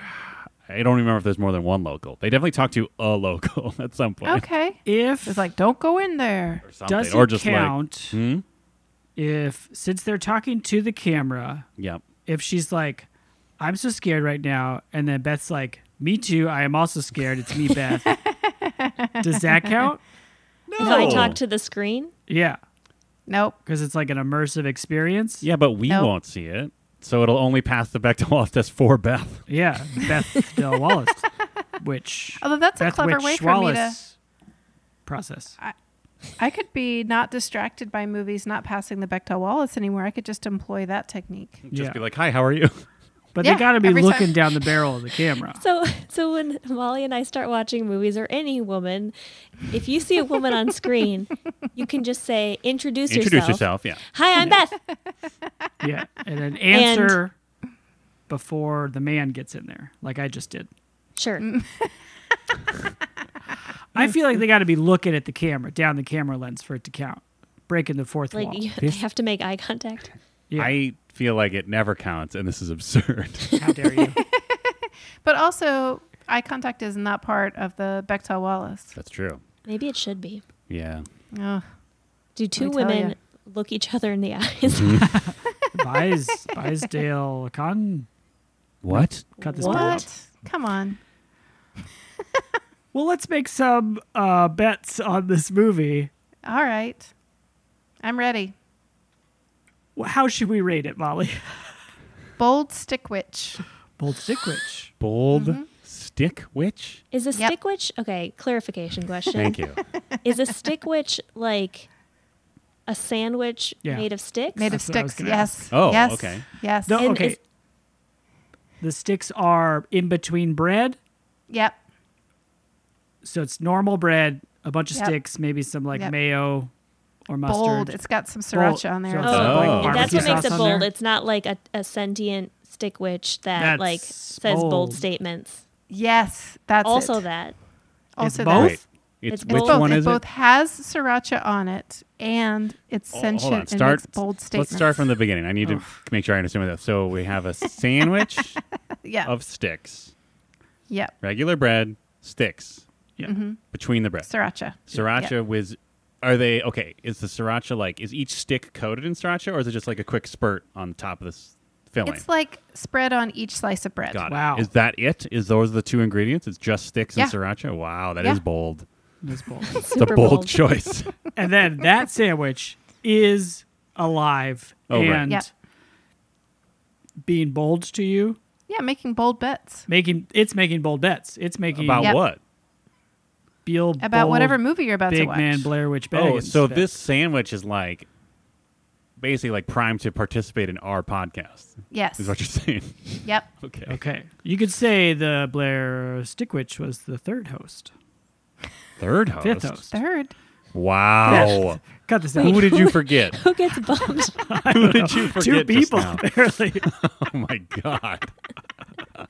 Speaker 4: I don't remember if there's more than one local. They definitely talk to a local at some point.
Speaker 1: Okay.
Speaker 3: If
Speaker 1: It's like, don't go in there.
Speaker 4: Or something.
Speaker 3: does
Speaker 4: or
Speaker 3: it
Speaker 4: just
Speaker 3: count
Speaker 4: like, hmm?
Speaker 3: if since they're talking to the camera,
Speaker 4: Yep.
Speaker 3: if she's like, "I'm so scared right now," and then Beth's like, "Me too. I am also scared. It's me, Beth." Does that count?
Speaker 2: If I talk to the screen,
Speaker 3: Yeah,
Speaker 1: Nope.
Speaker 3: because it's like an immersive experience.
Speaker 4: Yeah, but we
Speaker 1: Nope.
Speaker 4: won't see it. So it'll only pass the Bechdel Wallace test for Beth.
Speaker 3: yeah. Beth Del Wallace, which
Speaker 1: Although that's a
Speaker 3: Beth
Speaker 1: clever
Speaker 3: Witch
Speaker 1: way for me to.
Speaker 3: Wallace process.
Speaker 1: I could be not distracted by movies not passing the Bechdel Wallace anymore. I could just employ that technique.
Speaker 4: Just
Speaker 3: Yeah.
Speaker 4: be like, hi, how are you?
Speaker 3: But
Speaker 1: Yeah,
Speaker 3: they got to be
Speaker 1: every time.
Speaker 3: looking down the barrel of the camera.
Speaker 2: so so when Molly and I start watching movies or any woman, if you see a woman on screen, you can just say introduce,
Speaker 4: Introduce yourself. Yeah.
Speaker 2: Hi, I'm Beth.
Speaker 3: yeah, and then answer before the man gets in there, like I just did.
Speaker 2: Sure.
Speaker 3: I feel
Speaker 1: Mm.
Speaker 3: like they got to be looking at the camera, down the camera lens for it to count, breaking the fourth
Speaker 2: Like
Speaker 3: wall.
Speaker 2: you, they have to make eye contact.
Speaker 3: yeah,
Speaker 4: I feel like it never counts, and this is absurd.
Speaker 3: how dare you?
Speaker 1: But also, eye contact is not part of the Bechdel Wallace.
Speaker 4: That's true.
Speaker 2: Maybe it should be.
Speaker 4: Yeah.
Speaker 1: Ugh.
Speaker 2: Do two
Speaker 1: me tell
Speaker 2: women
Speaker 1: ya.
Speaker 2: look each other in the eyes?
Speaker 3: Buys Buysdale Con.
Speaker 4: What?
Speaker 3: Cut this part out.
Speaker 1: What? Come on.
Speaker 3: Well, let's make some uh, bets on this movie.
Speaker 1: All right. I'm ready.
Speaker 3: Wh- How should we rate it, Molly?
Speaker 1: Bold stick witch.
Speaker 3: Bold Sickwitch.
Speaker 4: Bold
Speaker 1: Mm-hmm.
Speaker 4: stick witch?
Speaker 2: Is a
Speaker 1: Yep.
Speaker 2: stick witch okay? Clarification question.
Speaker 4: Thank you.
Speaker 2: Is a stick witch like a sandwich
Speaker 3: Yeah.
Speaker 2: made of sticks?
Speaker 1: Made
Speaker 3: That's
Speaker 1: of
Speaker 3: what I was
Speaker 1: sticks.
Speaker 3: gonna
Speaker 1: Yes.
Speaker 4: Oh,
Speaker 1: yes.
Speaker 4: okay.
Speaker 1: Yes.
Speaker 3: No,
Speaker 2: And
Speaker 3: okay.
Speaker 2: is-
Speaker 3: The sticks are in between bread,
Speaker 1: Yep.
Speaker 3: so it's normal bread, a bunch of
Speaker 1: Yep.
Speaker 3: sticks, maybe some like
Speaker 1: Yep.
Speaker 3: mayo or mustard.
Speaker 1: bold. It's got some sriracha on there.
Speaker 3: sriracha.
Speaker 1: It's
Speaker 2: Oh,
Speaker 4: like
Speaker 2: and that's what
Speaker 4: barbecue
Speaker 2: makes it
Speaker 3: sauce on there?
Speaker 2: bold. It's not like a, a sentient stick witch that
Speaker 3: That's
Speaker 2: like says bold,
Speaker 3: bold.
Speaker 2: statements.
Speaker 1: Yes, that's
Speaker 2: also
Speaker 1: it.
Speaker 2: that.
Speaker 1: Also
Speaker 3: both?
Speaker 1: that.
Speaker 4: Wait, it's,
Speaker 2: It's
Speaker 4: which
Speaker 2: both.
Speaker 4: one
Speaker 1: it
Speaker 4: is
Speaker 1: both
Speaker 4: it?
Speaker 1: has sriracha on it and it's
Speaker 4: Oh,
Speaker 1: sentient
Speaker 4: hold on.
Speaker 1: and
Speaker 4: Start.
Speaker 1: makes bold statements.
Speaker 4: Let's start from the beginning. I need to make sure I understand what that. So we have a sandwich
Speaker 1: yeah.
Speaker 4: of sticks,
Speaker 1: yeah.
Speaker 4: regular bread, sticks
Speaker 3: Yeah.
Speaker 1: mm-hmm.
Speaker 4: between the bread.
Speaker 1: Sriracha.
Speaker 4: Sriracha
Speaker 1: Yeah.
Speaker 4: with are they okay? Is the sriracha like is each stick coated in sriracha or is it just like a quick spurt on top of this filling?
Speaker 1: It's like spread on each slice of bread.
Speaker 4: Got
Speaker 3: Wow.
Speaker 4: it. Is that it? Is those the two ingredients? It's just sticks
Speaker 1: Yeah.
Speaker 4: and sriracha. Wow, that is
Speaker 1: Yeah.
Speaker 4: bold.
Speaker 3: It's bold.
Speaker 4: It's a
Speaker 2: Super
Speaker 4: bold,
Speaker 2: bold.
Speaker 4: choice.
Speaker 3: and then that sandwich is alive
Speaker 4: Oh, right.
Speaker 3: and
Speaker 1: Yeah.
Speaker 3: being bold to you
Speaker 1: Yeah, making bold bets
Speaker 3: making it's making bold bets it's making
Speaker 4: About
Speaker 1: Yep.
Speaker 4: what?
Speaker 3: Beal
Speaker 1: about
Speaker 3: bold,
Speaker 1: whatever movie you're about to
Speaker 3: big
Speaker 1: watch.
Speaker 3: man blair witch Baggins
Speaker 4: Oh, so
Speaker 3: bets.
Speaker 4: this sandwich is like basically like primed to participate in our podcast.
Speaker 1: yes.
Speaker 4: Is what you're saying.
Speaker 1: Yep.
Speaker 4: okay.
Speaker 3: okay you could say the blair stickwitch was the third host
Speaker 4: Third host.
Speaker 3: Fifth host.
Speaker 1: Third.
Speaker 4: Wow.
Speaker 3: cut this out
Speaker 4: Who did you forget?
Speaker 2: Who gets bumped?
Speaker 4: Who did you forget?
Speaker 3: two
Speaker 4: just
Speaker 3: people
Speaker 4: now?
Speaker 3: barely
Speaker 4: Oh my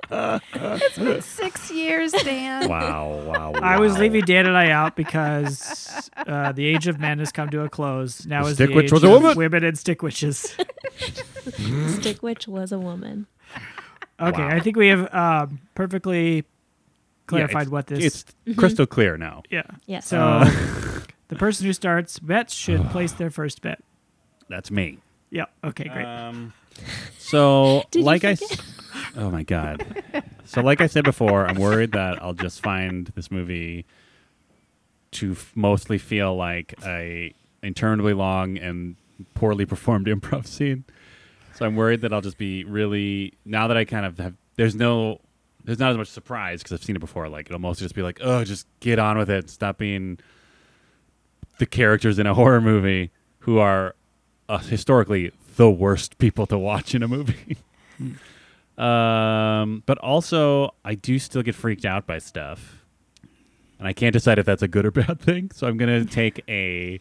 Speaker 4: god.
Speaker 1: Six years, Dan.
Speaker 4: Wow, wow,
Speaker 3: I was
Speaker 4: wow.
Speaker 3: leaving Dan and I out because uh, the age of men has come to a close. Now
Speaker 4: The
Speaker 3: is the
Speaker 4: stick witch
Speaker 3: age
Speaker 4: was a
Speaker 3: of
Speaker 4: woman.
Speaker 3: women and stick witches.
Speaker 2: stick witch was a woman.
Speaker 3: Okay,
Speaker 4: Oh, Wow.
Speaker 3: I think we have um, perfectly
Speaker 4: Yeah,
Speaker 3: clarified
Speaker 4: it's-
Speaker 3: what this.
Speaker 4: It's Uh. crystal clear now.
Speaker 3: yeah.
Speaker 2: Yes.
Speaker 3: So the person who starts bets should place their first bet.
Speaker 4: That's me.
Speaker 3: Yeah. Okay. Great.
Speaker 4: Um, so,
Speaker 2: Did you
Speaker 4: like I, s- oh my god. So, like I said before, I'm worried that I'll just find this movie to f- mostly feel like a interminably long and poorly performed improv scene. So I'm worried that I'll just be really now that I kind of have. There's no, there's not as much surprise because I've seen it before. Like it'll mostly just be like, oh, just get on with it. Stop being the characters in a horror movie who are uh, historically the worst people to watch in a movie. um, but also, I do still get freaked out by stuff, and I can't decide if that's a good or bad thing. So I'm gonna take a.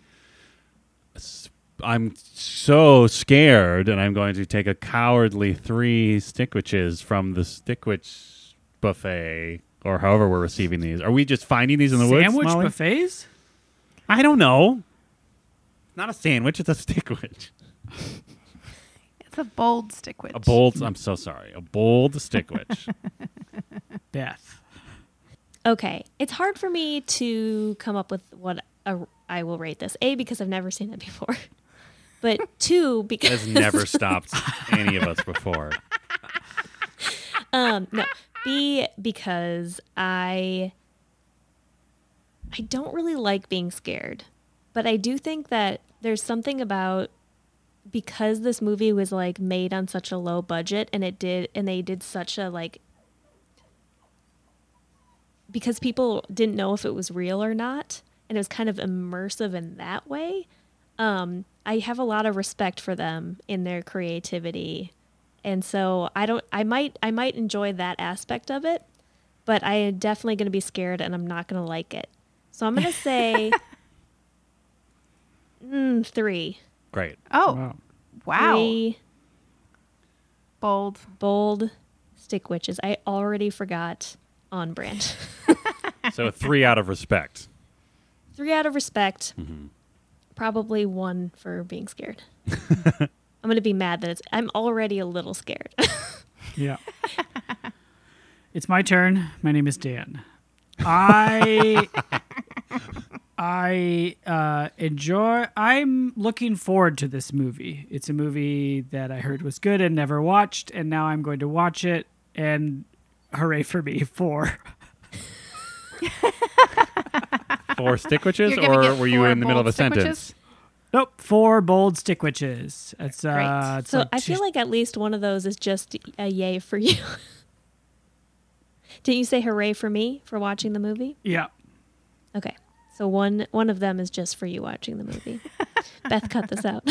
Speaker 4: s- I'm so scared, and I'm going to take a cowardly three stickwitches from the stickwitch buffet, or however we're receiving these. Are we just finding these in the woods?
Speaker 3: Sandwich
Speaker 4: Molly?
Speaker 3: buffets.
Speaker 4: I don't know. Not a sandwich, it's a stickwitch.
Speaker 1: It's a bold stickwitch.
Speaker 4: A bold, I'm so sorry. A bold stickwitch.
Speaker 3: Beth.
Speaker 2: Okay. It's hard for me to come up with what a, I will rate this. A, because I've never seen that before. But two, because
Speaker 4: has never stopped any of us before.
Speaker 2: um no. B because I I don't really like being scared. But I do think that there's something about because this movie was like made on such a low budget and it did and they did such a like because people didn't know if it was real or not and it was kind of immersive in that way um i have a lot of respect for them in their creativity and so i don't i might i might enjoy that aspect of it but i am definitely going to be scared and i'm not going to like it so i'm going to say mm, three
Speaker 4: Great.
Speaker 1: Oh, wow.
Speaker 3: Wow.
Speaker 2: three
Speaker 1: Bold.
Speaker 2: bold stick witches. I already forgot on brand.
Speaker 4: So three out of respect.
Speaker 2: Three out of respect, probably one for being scared. I'm gonna be mad that it's. I'm already a little scared.
Speaker 3: Yeah. it's my turn. My name is Dan. I I uh, enjoy. I'm looking forward to this movie. It's a movie that I heard was good and never watched, and now I'm going to watch it. And hooray for me! Four.
Speaker 4: Four stickwitches,
Speaker 1: You're gonna
Speaker 4: or
Speaker 1: get
Speaker 4: were you
Speaker 1: four
Speaker 4: in the middle of
Speaker 1: bold
Speaker 4: a sentence?
Speaker 1: stickwitches?
Speaker 3: Nope, four bold stick witches. It's uh,
Speaker 1: Great.
Speaker 3: it's
Speaker 2: so
Speaker 3: like
Speaker 2: I
Speaker 3: two-
Speaker 2: feel like at least one of those is just a yay for you. Didn't you say hooray for me for watching the movie?
Speaker 3: yeah.
Speaker 2: Okay, so one one of them is just for you watching the movie. Beth, cut this out.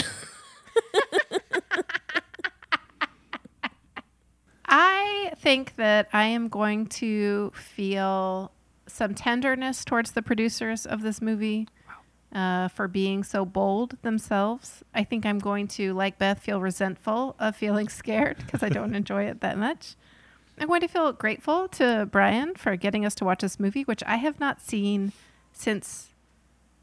Speaker 1: I think that I am going to feel some tenderness towards the producers of this movie uh, for being so bold themselves. I think I'm going to, like Beth, feel resentful of feeling scared because I don't enjoy it that much. I'm going to feel grateful to Brian for getting us to watch this movie, which I have not seen since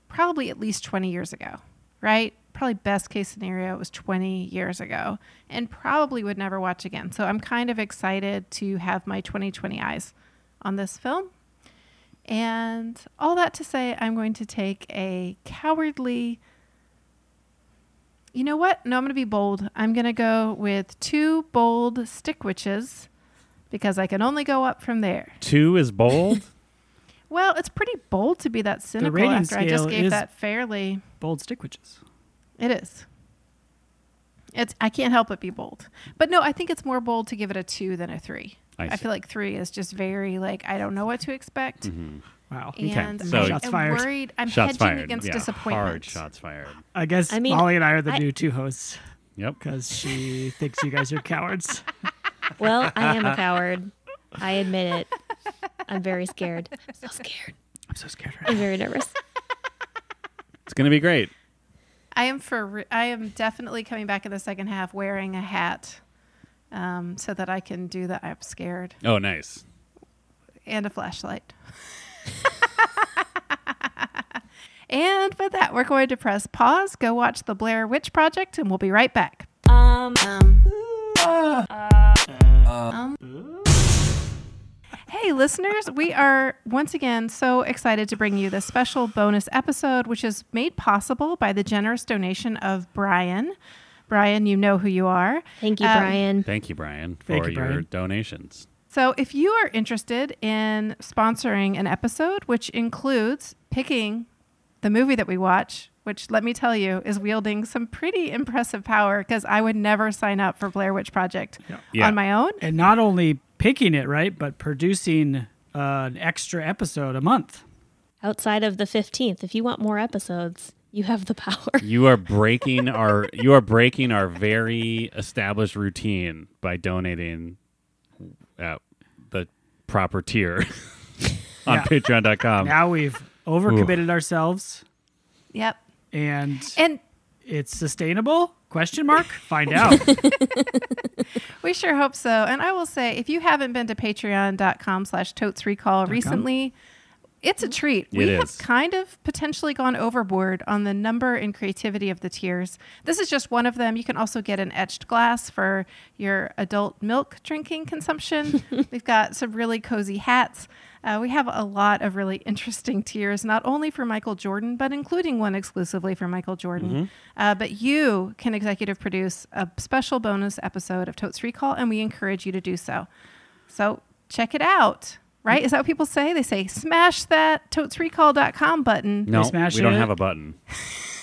Speaker 1: probably at least 20 years ago, right? Probably best case scenario, it was 20 years ago, and probably would never watch again. So I'm kind of excited to have my 2020 eyes on this film. And all that to say, I'm going to take a cowardly. You know what? No, I'm going to be bold. I'm going to go with two bold stick witches because I can only go up from there.
Speaker 4: Two is bold.
Speaker 1: Well, it's pretty bold to be that cynical
Speaker 3: rating
Speaker 1: after I just
Speaker 3: scale
Speaker 1: gave
Speaker 3: is-
Speaker 1: that fairly.
Speaker 3: Bold stick witches.
Speaker 1: It is. It's I can't help but be bold. But no, I think it's more bold to give it a 2 than a 3.
Speaker 4: I see.
Speaker 1: feel like 3 is just very like I don't know what to expect.
Speaker 3: Wow.
Speaker 1: And
Speaker 4: Okay, Mm-hmm. so-
Speaker 1: I
Speaker 3: Shots
Speaker 1: am
Speaker 3: fired.
Speaker 1: worried. I'm
Speaker 4: shots
Speaker 1: hedging
Speaker 4: fired.
Speaker 1: against
Speaker 4: yeah,
Speaker 1: disappointment.
Speaker 4: Hard shots fired.
Speaker 3: I guess
Speaker 2: I mean,
Speaker 3: Molly and I are the
Speaker 2: I-
Speaker 3: new two hosts
Speaker 4: Yep.
Speaker 3: because she thinks you guys are cowards.
Speaker 2: Well, I am a coward. I admit it. I'm very scared. I'm so scared.
Speaker 3: I'm so scared.
Speaker 2: I'm very nervous.
Speaker 4: It's gonna be great.
Speaker 1: I am for re- I am definitely coming back in the second half wearing a hat. Um, so that I can do that. I'm scared.
Speaker 4: Oh, nice.
Speaker 1: and a flashlight. and with that, we're going to press pause, go watch the Blair Witch Project, and we'll be right back. Hey, listeners, we are once again so excited to bring you this special bonus episode, which is made possible by the generous donation of Brian. Brian, you know who you are.
Speaker 2: Thank you,
Speaker 1: Um,
Speaker 2: Brian.
Speaker 4: Thank you, Brian, for
Speaker 3: Thank you,
Speaker 4: your
Speaker 3: Brian.
Speaker 4: donations.
Speaker 1: So, if you are interested in sponsoring an episode, which includes picking the movie that we watch, which let me tell you is wielding some pretty impressive power because I would never sign up for Blair Witch Project
Speaker 4: Yeah.
Speaker 1: on my own.
Speaker 3: and not only picking it right, but producing uh, an extra episode a month.
Speaker 2: Outside of the 15th, if you want more episodes, you have the power.
Speaker 4: You are breaking our you are breaking our very established routine by donating at the proper tier on
Speaker 3: Yeah.
Speaker 4: patreon.com.
Speaker 3: Now we've overcommitted ourselves,
Speaker 1: Yep.
Speaker 3: and
Speaker 1: And
Speaker 3: it's sustainable? Question mark. Find out.
Speaker 1: we sure hope so. And I will say, if you haven't been to patreon.com slash totes recall recently, it's a treat. we
Speaker 4: It is.
Speaker 1: have kind of potentially gone overboard on the number and creativity of the tiers. This is just one of them. You can also get an etched glass for your adult milk drinking consumption. We've got some really cozy hats. Uh, we have a lot of really interesting tiers, not only for Michael Jordan, but including one exclusively for Michael Jordan.
Speaker 4: Mm-hmm.
Speaker 1: Uh, but you can executive produce a special bonus episode of Totes Recall, and we encourage you to do so. So check it out. Right? Is that what people say? They say smash that totesrecall.com button.
Speaker 4: no,
Speaker 3: We're smashing
Speaker 4: we don't
Speaker 3: it.
Speaker 4: have a button.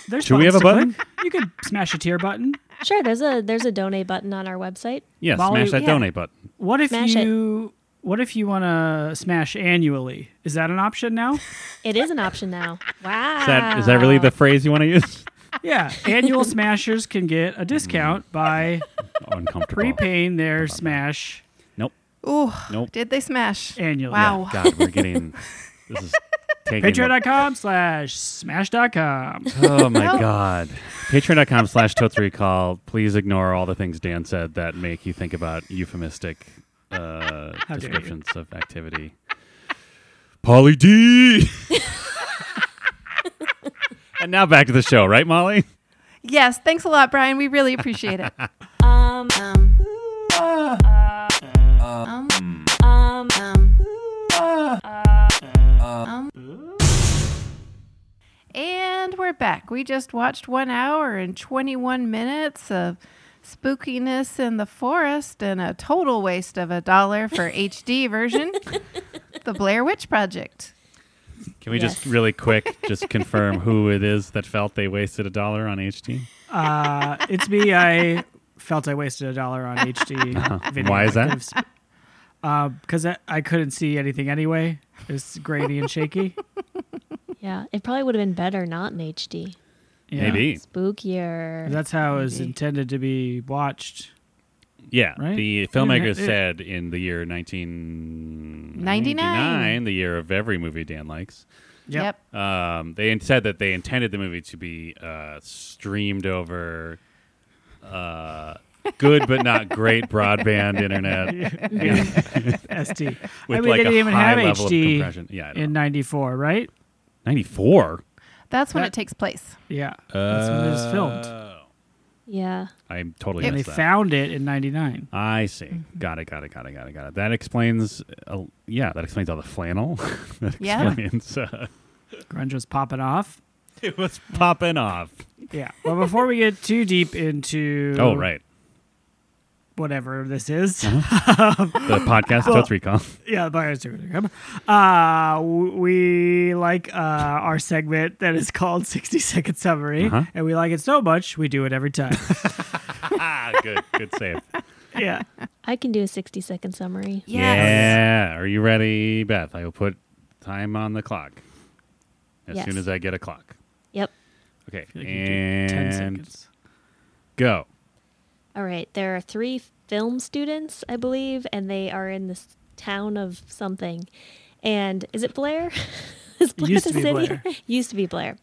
Speaker 3: There's
Speaker 4: Should we have a
Speaker 3: buttons to click. You could smash a tier button.
Speaker 2: Sure, there's a there's a donate button on our website.
Speaker 4: Yeah,
Speaker 3: Molly-
Speaker 4: smash that
Speaker 1: Yeah.
Speaker 4: donate button.
Speaker 3: What if
Speaker 2: Smash it.
Speaker 3: you What if you want to smash annually? Is that an option now?
Speaker 2: It is an option now. Wow.
Speaker 4: Is that is that really the phrase you want to use?
Speaker 3: yeah, annual smashers can get a discount by
Speaker 4: Uncomfortable.
Speaker 3: prepaying their smash
Speaker 4: Nope.
Speaker 1: Ooh,
Speaker 4: Nope.
Speaker 1: did they smash?
Speaker 3: annually.
Speaker 1: Wow.
Speaker 4: Yeah, God, we're getting this is taking the-
Speaker 3: Patreon.com slash smash.com.
Speaker 4: Oh my god. Patreon.com slash totes recall. Please ignore all the things Dan said that make you think about euphemistic uh,
Speaker 3: How dare you.
Speaker 4: descriptions of activity. Polly D. and now back to the show, right, Molly?
Speaker 1: Yes, thanks a lot, Brian. We really appreciate it. And we're back. We just watched one hour and 21 minutes of spookiness in the forest and a total waste of a dollar for HD version. the Blair Witch Project.
Speaker 4: Can we just really quick just confirm who it is that felt they wasted a dollar on HT?
Speaker 3: Uh, it's me. I felt I wasted a dollar on HD video.
Speaker 4: Uh-huh. Why is that?
Speaker 3: Because I, I couldn't see anything anyway. It's grainy and shaky.
Speaker 2: Yeah, it probably would have been better not in HD.
Speaker 3: Yeah.
Speaker 4: Maybe.
Speaker 2: Spookier.
Speaker 3: That's how it was
Speaker 2: Maybe.
Speaker 3: intended to be watched.
Speaker 4: Yeah,
Speaker 3: Right?
Speaker 4: the filmmaker
Speaker 3: Yeah, it-
Speaker 4: said in the year 1999, the year of every movie Dan likes,
Speaker 3: Yep.
Speaker 1: Yep.
Speaker 4: Um, they in- said that they intended the movie to be uh, streamed over uh, good but not great broadband internet
Speaker 3: SD.
Speaker 4: with
Speaker 3: I mean,
Speaker 4: like
Speaker 3: they didn't
Speaker 4: a
Speaker 3: even
Speaker 4: high
Speaker 3: have
Speaker 4: level of
Speaker 3: HD
Speaker 4: compression. Yeah, I don't
Speaker 3: in
Speaker 4: know.
Speaker 3: '94, right?
Speaker 4: 94.
Speaker 1: That's when
Speaker 3: That-
Speaker 1: it takes place.
Speaker 3: Yeah, that's when it was filmed.
Speaker 4: Oh.
Speaker 2: Yeah.
Speaker 4: I totally
Speaker 3: And they
Speaker 4: missed that.
Speaker 3: found it in '99.
Speaker 4: I see.
Speaker 3: Mm-hmm.
Speaker 4: Got it. Got it. Got it. Got it. Got it. That explains. Uh, yeah, that explains all the flannel. that
Speaker 1: Yeah.
Speaker 4: explains. Uh,
Speaker 3: Grunge was popping off.
Speaker 4: it was popping off.
Speaker 3: Yeah. Well, before we get too deep into
Speaker 4: Oh right, Uh-huh.
Speaker 3: whatever this is,
Speaker 4: the podcast
Speaker 3: Well-
Speaker 4: Totes Recall.
Speaker 3: yeah, the buyers are gonna come. Uh, w- we like uh, our segment that is called 60 Second Summary,
Speaker 4: Uh-huh.
Speaker 3: and we like it so much we do it every time.
Speaker 4: ah, good. Good save.
Speaker 3: yeah.
Speaker 2: I can do a 60 second summary.
Speaker 1: Yes.
Speaker 4: Yeah. Are you ready, Beth? I will put time on the clock as
Speaker 2: Yes.
Speaker 4: soon as I get a clock.
Speaker 2: Yep.
Speaker 4: Okay.
Speaker 3: Like you do
Speaker 4: and
Speaker 3: 10 seconds.
Speaker 4: go.
Speaker 2: All right. There are three f- film students, I believe, and they are in this town of something. And is it Blair? is
Speaker 3: used to be Blair.
Speaker 2: used to be Blair.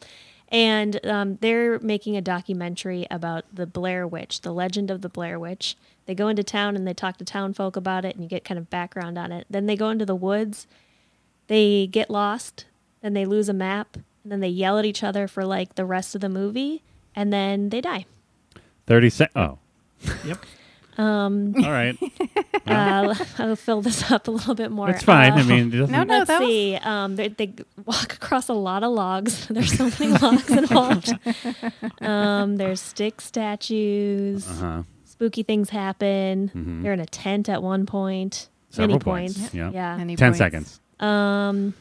Speaker 2: And um, they're making a documentary about the Blair Witch, the legend of the Blair Witch. They go into town and they talk to town folk about it, and you get kind of background on it. Then they go into the woods. They get lost, then they lose a map, and then they yell at each other for like the rest of the movie, and then they die.
Speaker 4: 30 sec. Oh.
Speaker 3: Yep.
Speaker 2: Um,
Speaker 4: All right.
Speaker 2: uh, I'll fill this up a little bit more.
Speaker 4: That's fine. I
Speaker 2: Uh,
Speaker 4: mean, it doesn't,
Speaker 1: No, no,
Speaker 2: Let's
Speaker 1: that was
Speaker 2: see. Um, they, they walk across a lot of logs. There's so many logs involved. Um, there's stick statues.
Speaker 4: Uh-huh.
Speaker 2: Spooky things happen.
Speaker 4: Mhm.
Speaker 2: They're in a tent at one point.
Speaker 4: Several
Speaker 2: many
Speaker 4: points.
Speaker 2: points.
Speaker 4: Yeah.
Speaker 2: Yeah.
Speaker 1: 10
Speaker 4: 10 seconds.
Speaker 2: Um,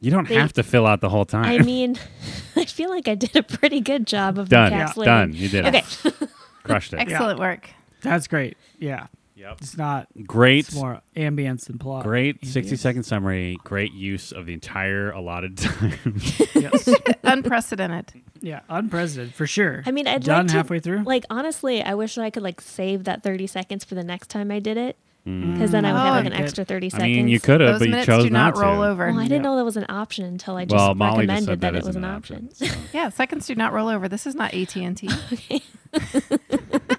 Speaker 4: You don't
Speaker 2: They-
Speaker 4: have to fill out the whole time.
Speaker 2: I mean, I feel like I did a pretty good job of
Speaker 4: done.
Speaker 2: encapsulating.
Speaker 4: Done. You did
Speaker 2: Okay.
Speaker 4: it. Crushed it.
Speaker 1: Excellent work.
Speaker 3: That's great. Yeah.
Speaker 4: Yep.
Speaker 3: It's not.
Speaker 4: Great.
Speaker 3: It's more ambience than plot.
Speaker 4: Great
Speaker 3: Ambience.
Speaker 4: 60 second summary. Great use of the entire allotted time.
Speaker 3: Yes.
Speaker 1: Unprecedented.
Speaker 3: yeah. Unprecedented for sure.
Speaker 2: I mean, I'd
Speaker 3: done
Speaker 2: like to-
Speaker 3: halfway through.
Speaker 2: Like honestly, I wish I could like save that 30 seconds for the next time I did it, because then I would
Speaker 1: Mm.
Speaker 2: have
Speaker 1: Oh,
Speaker 2: like an
Speaker 3: okay.
Speaker 2: extra 30
Speaker 4: I
Speaker 2: seconds.
Speaker 4: mean, you could have,
Speaker 1: Those
Speaker 4: but you
Speaker 1: minutes
Speaker 4: chose
Speaker 1: do not,
Speaker 4: to.
Speaker 1: roll over.
Speaker 2: Well, I
Speaker 3: Yeah.
Speaker 2: didn't know that was an option until I just
Speaker 4: Well, Molly
Speaker 2: recommended
Speaker 4: just said
Speaker 2: that,
Speaker 4: that
Speaker 2: it was
Speaker 4: isn't
Speaker 2: an
Speaker 4: an
Speaker 2: option.
Speaker 1: Yeah, seconds do not roll over. This is not AT and T.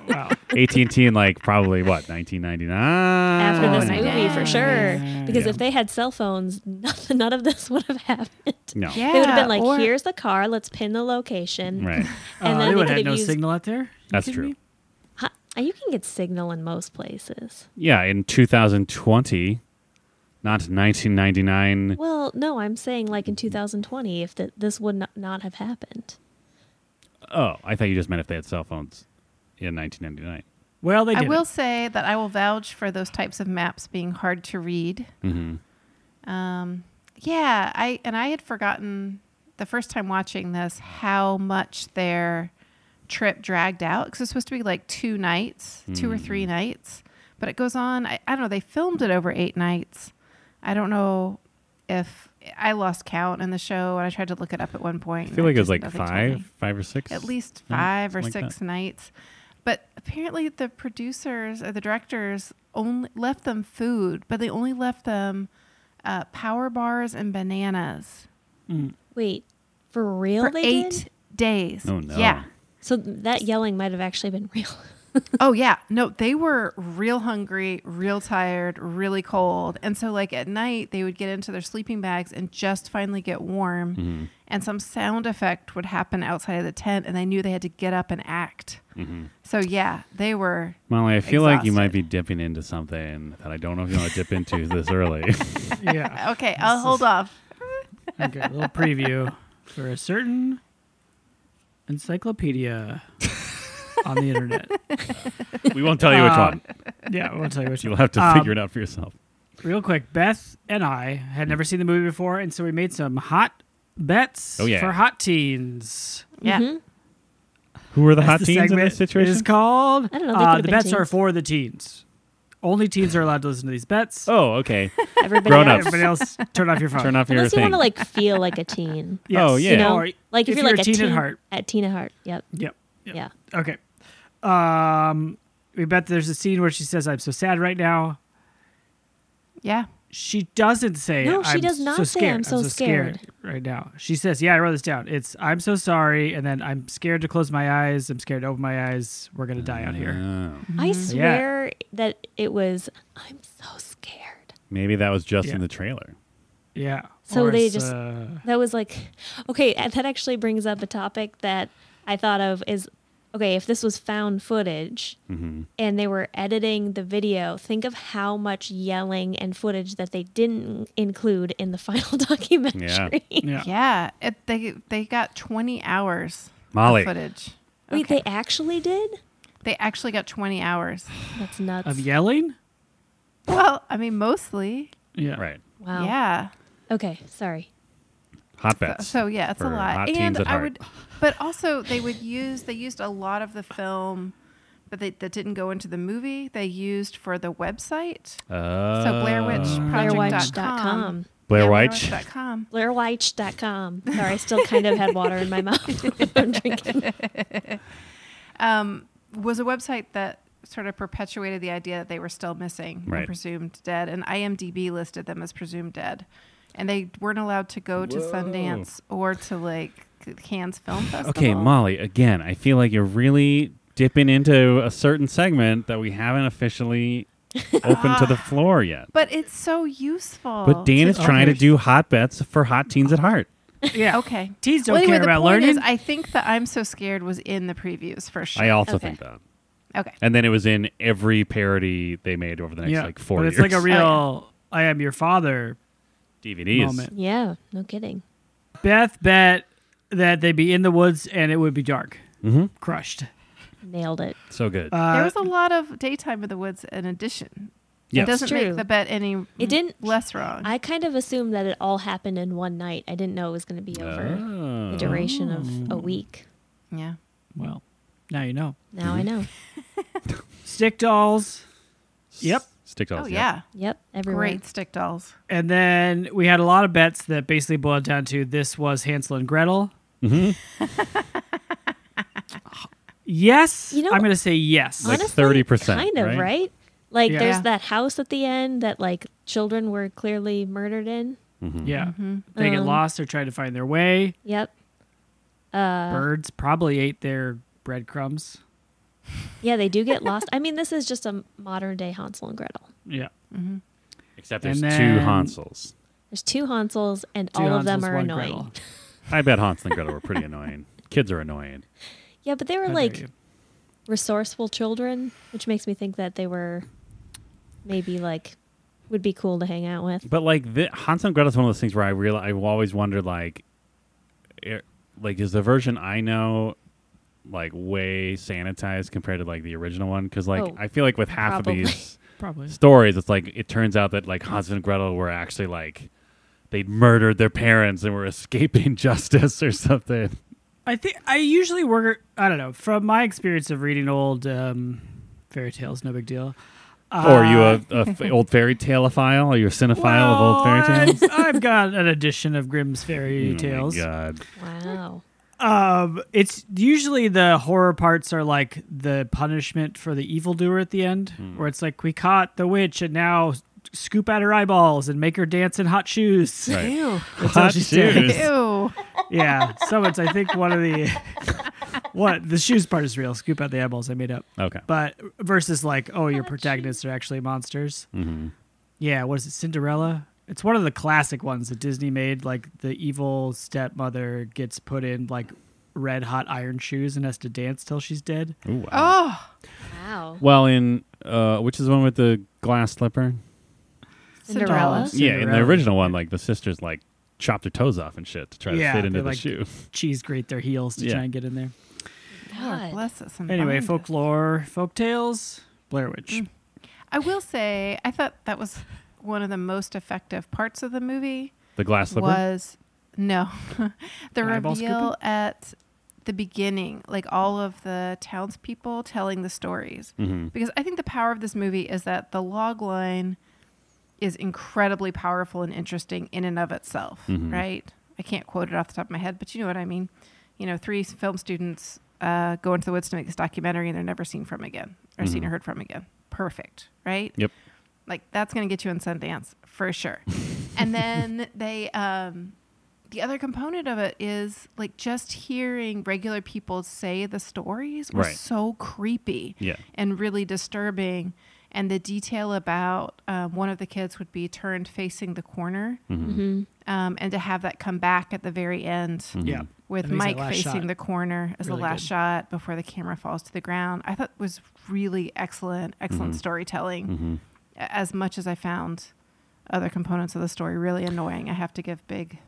Speaker 3: wow. Uh,
Speaker 4: AT and T in like probably what 1999
Speaker 2: After
Speaker 1: Oh,
Speaker 2: this
Speaker 1: nice.
Speaker 2: movie, for sure. Because
Speaker 4: Yeah.
Speaker 2: if they had cell phones, nothing, none of this would have happened.
Speaker 4: No.
Speaker 1: Yeah,
Speaker 2: They would have been like,
Speaker 1: or-
Speaker 2: "Here's the car. Let's pin the location."
Speaker 4: Right.
Speaker 2: And then
Speaker 3: Uh, they
Speaker 2: they
Speaker 3: would
Speaker 2: could
Speaker 3: have
Speaker 2: have
Speaker 3: no
Speaker 2: used-
Speaker 3: signal out there. You
Speaker 4: That's
Speaker 3: kidding
Speaker 4: true.
Speaker 3: me?
Speaker 2: Huh, You can get signal in most places.
Speaker 4: Yeah, in 2020, not 1999.
Speaker 2: Well, no, I'm saying like
Speaker 4: Mm-hmm.
Speaker 2: in 2020, if th this would not, not have happened.
Speaker 4: Oh, I thought you just meant if they had cell phones in 1999.
Speaker 3: Well, they
Speaker 1: I
Speaker 3: did.
Speaker 1: will say that I will vouch for those types of maps being hard to read.
Speaker 4: Mm-hmm.
Speaker 1: Um, yeah, I and I had forgotten the first time watching this how much their trip dragged out because it's supposed to be like two nights, two or three
Speaker 4: Mm.
Speaker 1: nights, but it goes on. I, I don't know. They filmed it over eight nights. I don't know if I lost count in the show, and I tried to look it up at one point.
Speaker 4: I
Speaker 1: and
Speaker 4: feel like it was
Speaker 1: just-
Speaker 4: like
Speaker 1: nothing told
Speaker 4: five,
Speaker 1: me
Speaker 4: five or six.
Speaker 1: at least
Speaker 4: Yeah,
Speaker 1: five or
Speaker 4: something Mm-hmm. like
Speaker 1: six nights. But apparently, the producers or the directors only left them food, but they only left them uh, power bars and bananas
Speaker 2: Wait, for real?
Speaker 1: for
Speaker 2: they
Speaker 1: eight
Speaker 2: did?
Speaker 1: days.
Speaker 4: Oh, no.
Speaker 1: Yeah.
Speaker 2: So that yelling might have actually been real.
Speaker 1: oh yeah. No, they were real hungry, real tired, really cold, and so like at night they would get into their sleeping bags and just finally get warm,
Speaker 4: Mm-hmm.
Speaker 1: and some sound effect would happen outside of the tent, and they knew they had to get up and act. So yeah, they were
Speaker 4: Mm-hmm. Molly, I feel like you might be
Speaker 1: Exhausted.
Speaker 4: dipping into something that I don't know if you want to dip into this early.
Speaker 3: Yeah.
Speaker 1: Okay, I'll hold off.
Speaker 3: Okay, a little preview for a certain encyclopedia on the internet.
Speaker 4: we won't tell you which
Speaker 3: Um,
Speaker 4: one.
Speaker 3: Yeah, we'll tell you what
Speaker 4: You'll have to
Speaker 3: um,
Speaker 4: figure it out for yourself.
Speaker 3: Real quick, Beth and I had never seen the movie before, and so we made some hot bets
Speaker 4: Oh, yeah.
Speaker 3: for hot teens.
Speaker 2: Mm-hmm.
Speaker 1: Yeah.
Speaker 4: Who were the
Speaker 3: That's
Speaker 4: hot teens in
Speaker 3: segment
Speaker 4: this situation?
Speaker 3: Is called.
Speaker 2: I don't know, they
Speaker 3: Uh,
Speaker 2: could've
Speaker 3: the
Speaker 2: been
Speaker 3: bets are
Speaker 2: teens.
Speaker 3: for the teens. Only teens are allowed to listen to these bets.
Speaker 4: oh, okay.
Speaker 2: Everybody
Speaker 4: Grown
Speaker 2: else.
Speaker 4: ups,
Speaker 3: Everybody else, turn off your phone.
Speaker 4: turn off your
Speaker 2: Unless you
Speaker 4: thing.
Speaker 2: want to like feel like a teen.
Speaker 3: Yes.
Speaker 4: Oh, yeah.
Speaker 2: you know,
Speaker 3: Or-
Speaker 2: like if,
Speaker 3: if
Speaker 2: you're,
Speaker 3: you're
Speaker 2: like
Speaker 3: a
Speaker 2: a
Speaker 3: teen
Speaker 2: teen
Speaker 3: at heart.
Speaker 2: At teen at heart. Yep.
Speaker 3: Yep.
Speaker 2: Yeah.
Speaker 3: Okay. Um, we bet there's a scene where she says, "I'm so sad right now."
Speaker 1: Yeah.
Speaker 3: She doesn't say.
Speaker 2: No, she
Speaker 3: "I'm
Speaker 2: does not
Speaker 3: so
Speaker 2: say,
Speaker 3: scared.
Speaker 2: "I'm so scared."
Speaker 3: right now. She says, "Yeah, I wrote this down. It's I'm so sorry," and then I'm scared to close my eyes. I'm scared to open my eyes. We're gonna die out here.
Speaker 4: Oh.
Speaker 2: I swear that it was. I'm so scared.
Speaker 4: Maybe that was just
Speaker 3: Yeah.
Speaker 4: in the trailer.
Speaker 3: Yeah.
Speaker 2: So
Speaker 3: Or
Speaker 2: they
Speaker 3: it's,
Speaker 2: just-
Speaker 3: uh,
Speaker 2: That was like, okay, and that actually brings up a topic that I thought of is okay, if this was found footage
Speaker 4: Hmm.
Speaker 3: Mm-hmm.
Speaker 2: and they were editing the video, think of how much yelling and footage that they didn't include in the final documentary.
Speaker 3: yeah.
Speaker 1: Yeah, it, they they got 20 hours
Speaker 4: Molly.
Speaker 1: of footage.
Speaker 2: Wait, they actually did?
Speaker 1: They actually got 20 hours.
Speaker 2: That's nuts.
Speaker 3: Of yelling.
Speaker 1: Well, I mean, mostly.
Speaker 3: Yeah.
Speaker 4: Right.
Speaker 2: Wow.
Speaker 1: Yeah.
Speaker 2: Okay, sorry.
Speaker 4: Hot
Speaker 1: So,
Speaker 4: bets.
Speaker 1: so, yeah, it's a
Speaker 4: for
Speaker 1: lot.
Speaker 4: hot
Speaker 1: and
Speaker 4: teams at
Speaker 1: I
Speaker 4: heart.
Speaker 1: would, but also they would use they used a lot of the film, but they, that didn't go into the movie. They used for the website.
Speaker 4: Oh.
Speaker 1: So Blair Witch Project dot com.
Speaker 2: BlairWitch.com.
Speaker 4: Blair
Speaker 1: Yeah,
Speaker 4: Witch.
Speaker 1: BlairWitch.com.
Speaker 2: BlairWitch.com. Sorry, I still kind of had water in my mouth. I'm drinking.
Speaker 1: was a website that sort of perpetuated the idea that they were still missing or
Speaker 4: Right.
Speaker 1: presumed dead and imdb listed them as presumed dead and they weren't allowed to go to
Speaker 4: Whoa.
Speaker 1: sundance or to like cannes film festival
Speaker 4: Okay, Molly, again, I feel like you're really dipping into a certain segment that we haven't officially opened to the
Speaker 1: Ah.
Speaker 4: floor yet.
Speaker 1: but it's so useful
Speaker 4: But Dan is trying to do hot bets for hot teens at heart.
Speaker 3: Yeah.
Speaker 1: okay
Speaker 3: Teens don't
Speaker 1: well, anyway,
Speaker 3: care about
Speaker 1: the point
Speaker 3: learning.
Speaker 1: is, i think that i'm so scared was in the previews for sure
Speaker 4: I also
Speaker 2: Okay.
Speaker 4: think that.
Speaker 1: okay
Speaker 4: And then it was in every parody they made over the next
Speaker 3: yeah.
Speaker 4: like four
Speaker 3: but
Speaker 4: years.
Speaker 3: it's like a
Speaker 1: yeah.
Speaker 3: real "I am your father"
Speaker 4: DVDs.
Speaker 3: moment.
Speaker 2: Yeah, no kidding.
Speaker 3: Beth bet that they'd be in the woods and it would be dark. Mm-hmm. Crushed.
Speaker 2: Nailed it.
Speaker 4: So good.
Speaker 3: Uh,
Speaker 1: there was a lot of daytime in the woods in addition
Speaker 4: Uh, Yes.
Speaker 1: it doesn't
Speaker 2: True.
Speaker 1: make the bet any
Speaker 2: It didn't-
Speaker 1: less wrong
Speaker 2: I kind of assumed that it all happened in one night. I didn't know it was going to be over the
Speaker 4: Oh.
Speaker 2: duration of a week.
Speaker 1: yeah
Speaker 3: Well, now you know.
Speaker 2: Now I know.
Speaker 3: Stick dolls. Yep.
Speaker 4: Stick to
Speaker 1: oh
Speaker 4: us,
Speaker 1: yeah
Speaker 2: Yep, everywhere.
Speaker 1: great stick dolls
Speaker 3: And then we had a lot of bets that basically boiled down to this was Hansel and Gretel. Mm-hmm. yes.
Speaker 2: You know-
Speaker 3: I'm going to say yes.
Speaker 4: Like 30%,
Speaker 2: Kind of,
Speaker 4: right?
Speaker 2: right? Like
Speaker 3: Yeah.
Speaker 2: there's
Speaker 1: Yeah.
Speaker 2: that house at the end that like children were clearly murdered in.
Speaker 3: yeah.
Speaker 2: mm-hmm.
Speaker 3: They
Speaker 2: Um,
Speaker 3: get lost. They're trying to find their way.
Speaker 2: Yep. uh,
Speaker 3: Birds probably ate their breadcrumbs.
Speaker 2: Yeah, they do get lost. I mean, this is just a modern day Hansel and Gretel.
Speaker 3: Yeah.
Speaker 4: Except there's
Speaker 3: And
Speaker 4: two
Speaker 3: then-
Speaker 4: Hansels.
Speaker 2: There's two Hansels and
Speaker 3: Two
Speaker 2: all of them
Speaker 3: Hansels,
Speaker 2: are
Speaker 3: one
Speaker 2: annoying.
Speaker 3: Gretel.
Speaker 4: I bet Hansel and Gretel were pretty annoying. Kids are annoying.
Speaker 2: Yeah, but they were
Speaker 3: How dare
Speaker 2: like
Speaker 3: you.
Speaker 2: resourceful children, which makes me think that they were maybe like would be cool to hang out with.
Speaker 4: But like the, Hansel and Gretel is one of those things where I real I've always wondered like, it, like is the version I know like way sanitized compared to like the original one? Because like
Speaker 2: Oh,
Speaker 4: I feel like with half
Speaker 2: probably.
Speaker 4: of these
Speaker 3: probably.
Speaker 4: stories, it's like it turns out that like Hansel and Gretel were actually like they'd murdered their parents and were escaping justice or something.
Speaker 3: I think I usually work. I don't know. From my experience of reading old um, fairy tales, no big deal. Uh,
Speaker 4: or are you a, a f- old fairy taleophile? Are you a cinephile of old fairy
Speaker 3: Well,
Speaker 4: tales?
Speaker 3: I've, I've got an edition of Grimm's fairy tales.
Speaker 4: Oh my God.
Speaker 2: Wow.
Speaker 3: Um, it's usually the horror parts are like the punishment for the evildoer at the end,
Speaker 4: Hmm.
Speaker 3: where it's like we caught the witch and now scoop out her eyeballs and make her dance in hot shoes.
Speaker 4: Right.
Speaker 2: Ew.
Speaker 3: That's all
Speaker 4: Hot
Speaker 3: she said.
Speaker 4: shoes.
Speaker 1: Ew.
Speaker 3: Yeah. So it's I think one of the what the shoes part is real. Scoop out the eyeballs I made up.
Speaker 4: Okay.
Speaker 3: but versus like oh your protagonists are actually monsters
Speaker 4: Mm-hmm.
Speaker 3: yeah what is it cinderella it's one of the classic ones that disney made like the evil stepmother gets put in like red hot iron shoes and has to dance till she's dead
Speaker 4: Ooh, wow.
Speaker 1: oh
Speaker 2: Wow.
Speaker 4: Well, in uh, which is the one with the glass slipper?
Speaker 2: Cinderella.
Speaker 1: Cinderella.
Speaker 4: Yeah, in the
Speaker 3: Cinderella.
Speaker 4: original one, like the sisters like chopped their toes off and shit to try to
Speaker 3: Yeah,
Speaker 4: fit into
Speaker 3: they,
Speaker 4: the
Speaker 3: like,
Speaker 4: shoe.
Speaker 3: cheese grate their heels to
Speaker 4: Yeah.
Speaker 3: try and get in there
Speaker 1: God bless us. and
Speaker 3: anyway
Speaker 1: bind us.
Speaker 3: folklore folk tales blair witch
Speaker 1: I will say, I thought that was one of the most effective parts of the movie.
Speaker 4: The glass slipper.
Speaker 1: Was no, the
Speaker 3: An eyeball
Speaker 1: reveal
Speaker 3: scooping?
Speaker 1: at the beginning, like all of the townspeople telling the stories,
Speaker 4: Mm-hmm.
Speaker 1: because I think the power of this movie is that the log line is incredibly powerful and interesting in and of itself, right? I can't quote it off the top of my head, but you know what I mean. You know, three film students uh, go into the woods to make this documentary and they're never seen from again or seen or heard from again. Perfect, right?
Speaker 4: Yep.
Speaker 1: Like that's going to get you in Sundance for sure. and then they, um, the other component of it is like just hearing regular people say the stories was
Speaker 4: Right.
Speaker 1: so creepy
Speaker 4: Yeah.
Speaker 1: and really disturbing. And the detail about um, one of the kids would be turned facing the corner,
Speaker 4: Mm-hmm.
Speaker 2: Mm-hmm.
Speaker 1: um, and to have that come back at the very end
Speaker 4: Hmm. Mm-hmm.
Speaker 3: Yeah.
Speaker 1: with
Speaker 3: That makes that
Speaker 1: Mike
Speaker 3: last
Speaker 1: facing
Speaker 3: shot
Speaker 1: the corner as
Speaker 3: really
Speaker 1: the last
Speaker 3: good.
Speaker 1: shot before the camera falls to the ground. I thought was really excellent, excellent
Speaker 4: Mm-hmm.
Speaker 1: storytelling. A- As much as I found other components of the story really annoying, I have to give big.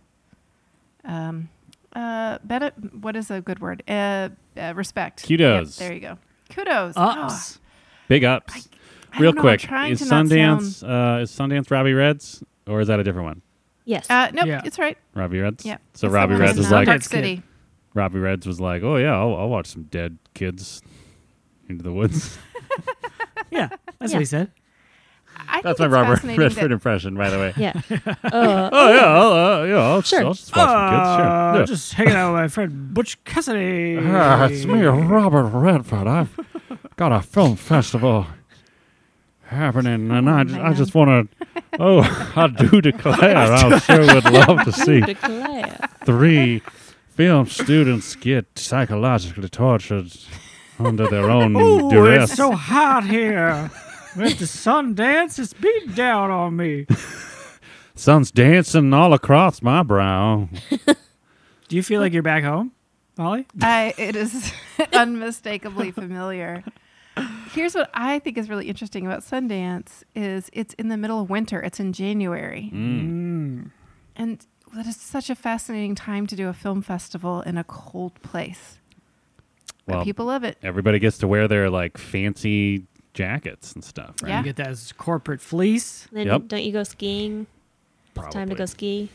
Speaker 1: Um, uh, bene- what is a good word? Uh, uh, respect. Yep,
Speaker 4: Kudos.
Speaker 1: there you go. Kudos.
Speaker 3: Ups.
Speaker 4: Big ups.
Speaker 1: Oh, I
Speaker 4: Real
Speaker 1: don't know, I'm
Speaker 4: quick,
Speaker 1: trying
Speaker 4: is
Speaker 1: to not
Speaker 4: Sundance uh, is Sundance Robbie Reds or is that a different one?
Speaker 2: Yes.
Speaker 1: Sound, uh, nope,
Speaker 3: Yeah.
Speaker 1: it's right.
Speaker 4: Robbie Reds.
Speaker 1: Yeah.
Speaker 4: So
Speaker 1: It's the
Speaker 4: Robbie
Speaker 1: one
Speaker 4: Reds
Speaker 1: in,
Speaker 4: was
Speaker 1: uh,
Speaker 4: like
Speaker 1: Park
Speaker 3: Sundance Kid.
Speaker 1: City.
Speaker 4: Robbie Reds was like, oh yeah, I'll, I'll watch some dead kids into the woods.
Speaker 3: Yeah, that's
Speaker 2: Yeah.
Speaker 3: what he said.
Speaker 1: I think
Speaker 4: That's my
Speaker 1: it's
Speaker 4: Robert
Speaker 1: fascinating
Speaker 4: Redford
Speaker 1: that-
Speaker 4: impression, by the way.
Speaker 2: yeah. Uh,
Speaker 4: Oh yeah, I'll, uh, yeah, I'll,
Speaker 2: Sure.
Speaker 4: just, I'll just watch
Speaker 3: Uh,
Speaker 4: some kids. Sure. Yeah.
Speaker 3: Just hanging out with my friend Butch Cassidy.
Speaker 4: Ah, it's me, Robert Redford. I've got a film festival happening, and I just, I
Speaker 1: man.
Speaker 4: just want to. Oh, I do declare, I sure would love to see
Speaker 2: Declare.
Speaker 4: three film students get psychologically tortured under their own
Speaker 3: Ooh,
Speaker 4: duress.
Speaker 3: it's so hot here. With the sun dance, it's beating down on me.
Speaker 4: Sun's dancing all across my brow.
Speaker 3: Do you feel like you're back home, Molly?
Speaker 1: I, it is unmistakably familiar. Here's what I think is really interesting about Sundance is it's in the middle of winter. It's in January.
Speaker 4: Hmm.
Speaker 1: And that is such a fascinating time to do a film festival in a cold place. But
Speaker 4: Well,
Speaker 1: people love it.
Speaker 4: everybody gets to wear their like fancy jackets and stuff, right?
Speaker 1: Yeah.
Speaker 3: You get that as corporate fleece.
Speaker 2: Then
Speaker 4: Yep.
Speaker 2: don't you go skiing? It's time to go
Speaker 4: Probably.
Speaker 2: ski.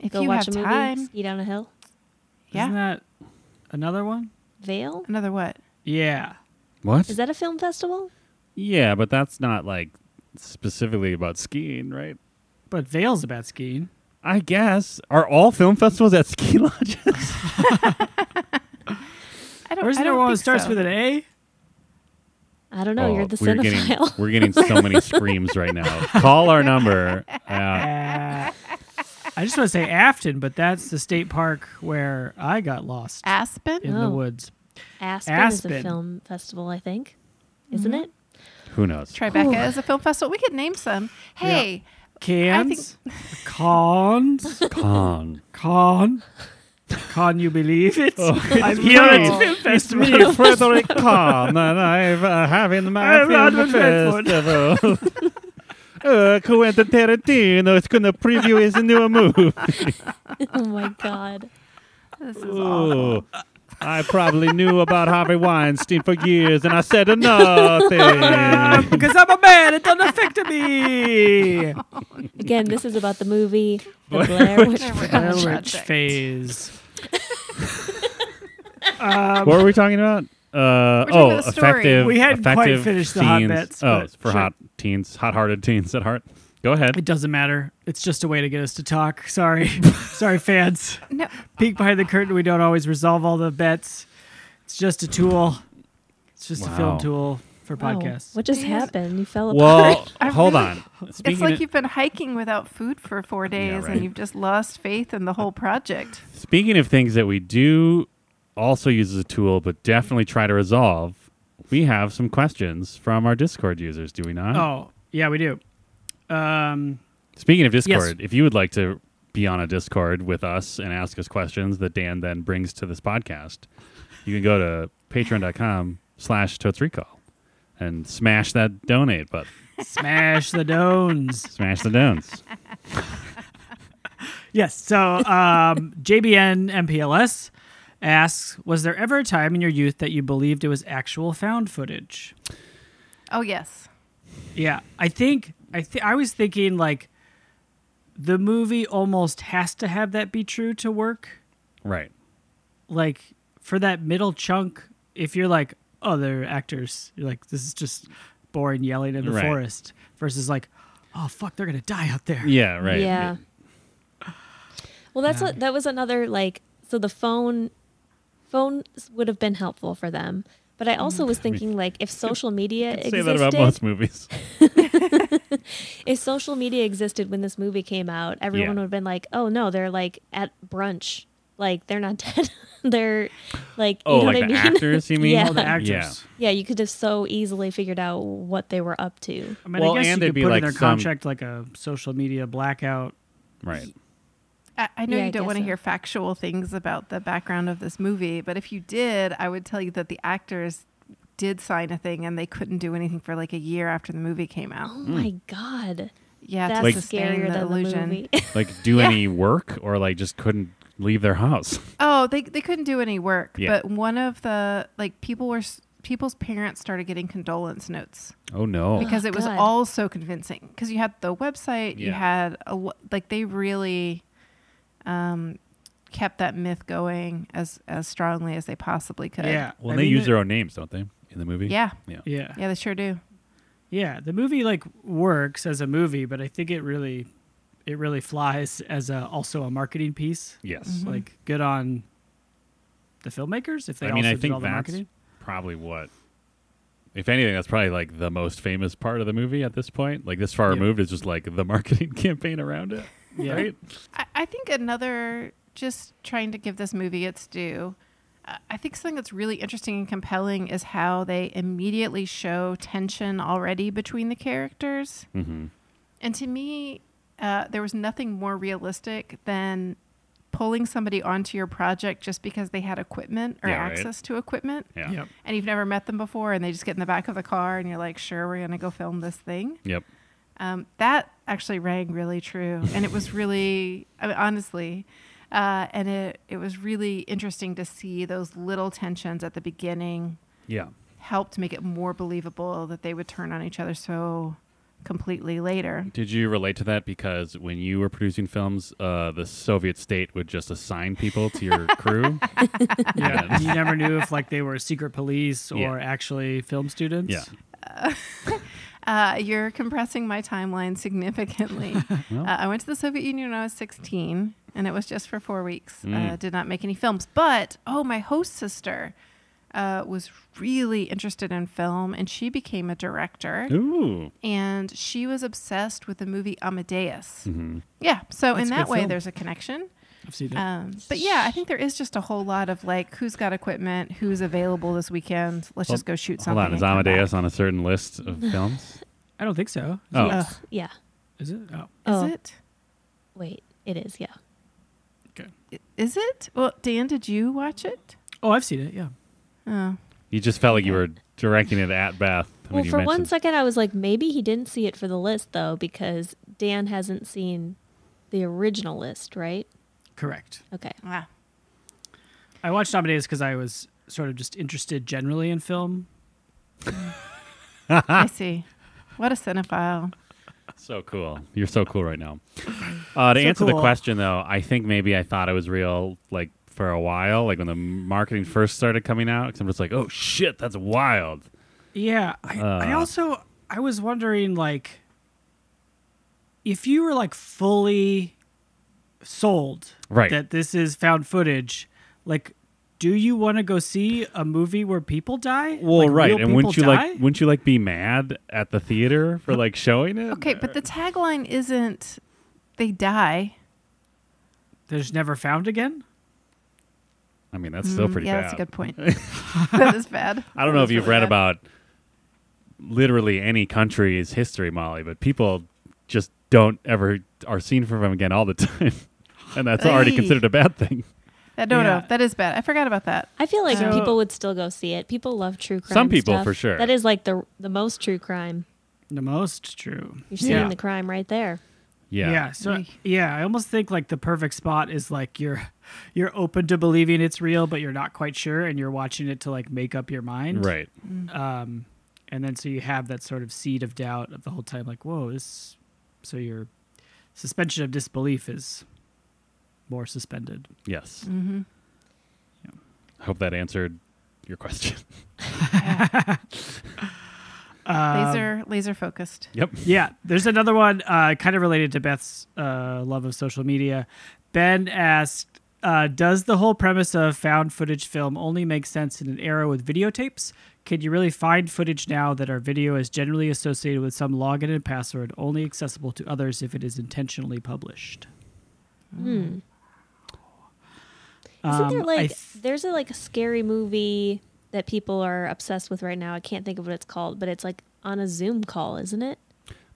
Speaker 1: If
Speaker 2: go
Speaker 1: you
Speaker 2: watch
Speaker 1: have
Speaker 2: a movie.
Speaker 1: time.
Speaker 2: Ski down a hill.
Speaker 1: Yeah.
Speaker 3: Isn't that another one?
Speaker 2: Vale?
Speaker 1: Another what?
Speaker 3: Yeah.
Speaker 4: What?
Speaker 2: Is that a film festival?
Speaker 4: yeah, but that's not like specifically about skiing, right?
Speaker 3: But Vale's about skiing.
Speaker 4: I guess. Are all film festivals at ski lodges?
Speaker 1: I don't,
Speaker 3: Or isn't
Speaker 1: I
Speaker 3: there
Speaker 1: don't
Speaker 3: one that
Speaker 1: think
Speaker 3: starts
Speaker 1: so.
Speaker 3: with an A?
Speaker 2: I don't know.
Speaker 4: Oh,
Speaker 2: You're the
Speaker 4: we're getting,
Speaker 2: cinephile.
Speaker 4: we're getting so many screams right now. Call our number. Uh,
Speaker 3: Uh, I just want to say Afton, but that's the state park where I got lost
Speaker 1: Aspen?
Speaker 3: in the
Speaker 2: Oh.
Speaker 3: woods.
Speaker 2: Aspen, is
Speaker 3: Aspen.
Speaker 2: a film festival, I think. Isn't it?
Speaker 4: who knows?
Speaker 1: Tribeca is a film festival. We could name some. Hey,
Speaker 3: Cans, cons,
Speaker 4: Con.
Speaker 3: con, con. You believe it? I'm
Speaker 4: me.
Speaker 3: here at film
Speaker 4: It's
Speaker 3: festival.
Speaker 4: me, Frederick Kahn, and I'm uh, having my
Speaker 3: I'm
Speaker 4: film
Speaker 3: Rodman Redford.
Speaker 4: festival. uh, Quentin Tarantino is going to preview his new movie.
Speaker 2: Oh my god.
Speaker 1: this is awful.
Speaker 4: Ooh, I probably knew about Harvey Weinstein for years, and I said nothing.
Speaker 3: Um, because I'm a man, it doesn't affect me.
Speaker 2: Again, this is about the movie The Blair Witch
Speaker 1: There we go.
Speaker 2: Project.
Speaker 3: Rich phase.
Speaker 4: what were we talking about? Uh,
Speaker 1: talking
Speaker 4: oh,
Speaker 1: about the story.
Speaker 4: effective.
Speaker 3: We hadn't quite
Speaker 4: effective
Speaker 3: finished the
Speaker 4: teens.
Speaker 3: hot bits,
Speaker 4: Oh,
Speaker 3: but
Speaker 4: for
Speaker 3: sure.
Speaker 4: hot teens, hot-hearted teens at heart. Go ahead.
Speaker 3: It doesn't matter. It's just a way to get us to talk. Sorry, sorry, fans.
Speaker 1: No,
Speaker 3: Peek behind the curtain. We don't always resolve all the bets. It's just a tool. It's just a
Speaker 4: Wow.
Speaker 3: film tool for
Speaker 2: Wow,
Speaker 3: podcasts.
Speaker 2: Oh, What just happened? You fell apart.
Speaker 4: Well,
Speaker 1: I
Speaker 4: hold
Speaker 1: really-
Speaker 4: on.
Speaker 1: it's
Speaker 4: Speaking
Speaker 1: like
Speaker 4: of-
Speaker 1: you've been hiking without food for four days
Speaker 4: right.
Speaker 1: and you've just lost faith in the whole project.
Speaker 4: Speaking of things that we do also use as a tool, but definitely try to resolve, we have some questions from our Discord users, do we not?
Speaker 3: Oh, yeah, we do. Um,
Speaker 4: Speaking of Discord, if you would like to be on a Discord with us and ask us questions that Dan then brings to this podcast, you can go to patreon.com slash totes recall and smash that donate button.
Speaker 3: smash the dones.
Speaker 4: Smash the dons.
Speaker 3: Yes. So um, JBN MPLS asks, was there ever a time in your youth that you believed it was actual found footage?
Speaker 1: Oh, yes.
Speaker 3: Yeah, I think I th- I was thinking like the movie almost has to have that be true to work.
Speaker 4: Right.
Speaker 3: Like for that middle chunk, if you're like other actors, you're like this is just boring yelling in the
Speaker 4: Right.
Speaker 3: forest versus like oh fuck they're gonna die out there.
Speaker 4: Yeah, right.
Speaker 2: Yeah. Well, that's what that was another like. So the phone, phones would have been helpful for them. But I also was thinking like if social media
Speaker 4: Say
Speaker 2: existed,
Speaker 4: that about most movies.
Speaker 2: if social media existed when this movie came out, everyone
Speaker 4: Yeah.
Speaker 2: would have been like, "Oh no, they're like at brunch. Like they're not dead. they're like
Speaker 4: Oh,
Speaker 2: you know
Speaker 4: like
Speaker 2: what
Speaker 4: the
Speaker 2: I mean?
Speaker 4: actors, you mean?
Speaker 2: Yeah.
Speaker 3: All Oh, the
Speaker 2: Yeah.
Speaker 3: actors.
Speaker 2: yeah,
Speaker 4: Yeah.
Speaker 2: you could have so easily figured out what they were up to.
Speaker 3: I mean,
Speaker 4: Well,
Speaker 3: I guess
Speaker 4: and
Speaker 3: you
Speaker 4: there'd
Speaker 3: could
Speaker 4: be,
Speaker 3: put
Speaker 4: like,
Speaker 3: in their
Speaker 4: some-
Speaker 3: contract like a social media blackout.
Speaker 4: Right.
Speaker 1: I, I know
Speaker 2: Yeah, I
Speaker 1: you don't
Speaker 2: guess
Speaker 1: want to
Speaker 2: so.
Speaker 1: hear factual things about the background of this movie, but if you did, I would tell you that the actors did sign a thing and they couldn't do anything for like a year after the movie came out.
Speaker 4: Hmm.
Speaker 2: Oh my god,
Speaker 1: Yeah,
Speaker 2: that's
Speaker 1: to sustain
Speaker 2: scarier
Speaker 1: the
Speaker 2: than
Speaker 1: illusion.
Speaker 2: the movie.
Speaker 4: Like do any work or like just couldn't leave their house.
Speaker 1: Oh, they they couldn't do any work,
Speaker 4: Yeah.
Speaker 1: but one of the like people were s- people's parents started getting condolence notes
Speaker 4: Oh no.
Speaker 1: because it was
Speaker 2: God.
Speaker 1: all so convincing. Because you had the website, you
Speaker 4: Yeah.
Speaker 1: had a, lo- like they really um, kept that myth going as as strongly as they possibly could.
Speaker 3: Yeah.
Speaker 4: well,
Speaker 3: I
Speaker 4: they
Speaker 3: mean,
Speaker 4: use
Speaker 3: it-
Speaker 4: their own names, don't they? In the movie?
Speaker 1: yeah,
Speaker 4: Yeah.
Speaker 3: Yeah.
Speaker 1: yeah, they sure do.
Speaker 3: Yeah, the movie like works as a movie, but I think it really it really flies as a also a marketing piece.
Speaker 4: Yes.
Speaker 3: Like good on the filmmakers if they
Speaker 4: I mean,
Speaker 3: also
Speaker 4: I
Speaker 3: did
Speaker 4: think
Speaker 3: all the
Speaker 4: that's
Speaker 3: marketing.
Speaker 4: probably what, if anything, that's probably like the most famous part of the movie at this point. Like this far
Speaker 3: Yeah.
Speaker 4: removed is just like the marketing campaign around it,
Speaker 3: Yeah.
Speaker 4: right?
Speaker 1: I, I think another, just trying to give this movie its due, I- I think something that's really interesting and compelling is how they immediately show tension already between the characters.
Speaker 4: Mm-hmm.
Speaker 1: And to me, uh, there was nothing more realistic than pulling somebody onto your project just because they had equipment or
Speaker 4: Yeah, right.
Speaker 1: access to equipment
Speaker 4: Yeah.
Speaker 3: Yep.
Speaker 1: and you've never met them before and they just get in the back of the car and you're like, sure, we're going to go film this thing
Speaker 4: Yep.
Speaker 1: um, that actually rang really true and it was really I mean, honestly uh, and it, it was really interesting to see those little tensions at the beginning
Speaker 4: Yeah.
Speaker 1: helped make it more believable that they would turn on each other so completely later
Speaker 4: Did you relate to that? Because when you were producing films, uh, the Soviet state would just assign people to your crew.
Speaker 3: Yeah. and you never knew if like they were secret police or
Speaker 4: Yeah.
Speaker 3: actually film students.
Speaker 4: Yeah.
Speaker 1: uh, you're compressing my timeline significantly
Speaker 4: Well.
Speaker 1: uh, i went to the soviet union when i was 16 and it was just for four weeks
Speaker 4: Mm.
Speaker 1: uh, did not make any films but oh my host sister uh, was really interested in film and she became a director
Speaker 4: Ooh.
Speaker 1: and she was obsessed with the movie Amadeus.
Speaker 4: hmm
Speaker 1: Yeah, so
Speaker 3: That's
Speaker 1: in
Speaker 3: a
Speaker 1: that
Speaker 3: good
Speaker 1: way,
Speaker 3: film.
Speaker 1: there's a connection.
Speaker 3: I've seen it.
Speaker 1: Um, but yeah, I think there is just a whole lot of like, who's got equipment, who's available this weekend. Let's
Speaker 4: Well,
Speaker 1: just go shoot something.
Speaker 4: Hold on. Is
Speaker 1: and come back.
Speaker 4: Amadeus on a certain list of films?
Speaker 3: I don't think so.
Speaker 4: Oh.
Speaker 2: Yes. yeah.
Speaker 3: Is it? Oh.
Speaker 2: Oh,
Speaker 1: Is it?
Speaker 2: wait, it is. Yeah.
Speaker 3: Okay.
Speaker 1: I- Is it? Well, Dan, did you watch it?
Speaker 3: Oh, I've seen it. Yeah.
Speaker 1: Oh,
Speaker 4: You just felt like you were directing it at Beth. when
Speaker 2: Well,
Speaker 4: you
Speaker 2: for one
Speaker 4: mentioned-
Speaker 2: second, I was like, maybe he didn't see it for the list though, because Dan hasn't seen the original list, right?
Speaker 3: Correct.
Speaker 2: Okay.
Speaker 1: wow.
Speaker 3: I watched Amadeus because I was sort of just interested generally in film.
Speaker 4: Ah.
Speaker 1: I see. What a cinephile.
Speaker 4: So cool. You're so cool right now. Uh, to
Speaker 3: So
Speaker 4: answer the
Speaker 3: cool.
Speaker 4: question, though, I think maybe I thought it was real, like for a while, like when the marketing first started coming out. Cause I'm just like, oh shit, that's wild.
Speaker 3: Yeah, I, I
Speaker 4: Uh,
Speaker 3: also I was wondering like if you were like fully sold
Speaker 4: Right.
Speaker 3: that this is found footage, like do you want to go see a movie where people die?
Speaker 4: Well,
Speaker 3: Like,
Speaker 4: right.
Speaker 3: real
Speaker 4: And wouldn't you
Speaker 3: people die?
Speaker 4: like, wouldn't you like be mad at the theater for like showing it?
Speaker 1: Okay, but the tagline isn't they die.
Speaker 3: They're just never found again.
Speaker 4: I mean, that's still
Speaker 1: Mm,
Speaker 4: pretty
Speaker 1: yeah,
Speaker 4: bad.
Speaker 1: that's a good point. that is bad.
Speaker 4: I don't
Speaker 1: That
Speaker 4: know
Speaker 1: is
Speaker 4: if you've
Speaker 1: really
Speaker 4: read
Speaker 1: bad.
Speaker 4: about literally any country's history, Molly, but people just don't ever are seen from them again all the time. And that's already
Speaker 1: Aye.
Speaker 4: considered a bad thing.
Speaker 1: That, no,
Speaker 3: Yeah.
Speaker 1: no, that is bad. I forgot about that.
Speaker 2: I feel like
Speaker 3: So-
Speaker 2: people would still go see it. People love true crime.
Speaker 4: Some people,
Speaker 2: stuff.
Speaker 4: for sure.
Speaker 2: That is like the the most true crime.
Speaker 3: The most true.
Speaker 2: You're seeing
Speaker 4: Yeah.
Speaker 2: the crime right there.
Speaker 4: Yeah.
Speaker 3: So
Speaker 1: Eek.
Speaker 3: yeah, I almost think like the perfect spot is like you're you're open to believing it's real, but you're not quite sure, and you're watching it to like make up your mind.
Speaker 4: Right. Uh,
Speaker 3: um, and then so you have that sort of seed of doubt of the whole time like whoa this so your suspension of disbelief is more suspended
Speaker 4: Yes.
Speaker 1: Mhm.
Speaker 4: I hope that answered your question.
Speaker 1: Laser, laser focused.
Speaker 4: yep.
Speaker 3: yeah there's another one uh, kind of related to beth's uh, love of social media ben asked Uh, does the whole premise of found footage film only make sense in an era with videotapes? Can you really find footage now that our video is generally associated with some login and password, only accessible to others if it is intentionally published?
Speaker 2: Hmm. Isn't there
Speaker 3: Um, I
Speaker 2: like
Speaker 3: th-
Speaker 2: there's a like a scary movie that people are obsessed with right now. I can't think of what it's called, but it's like on a Zoom call, isn't it?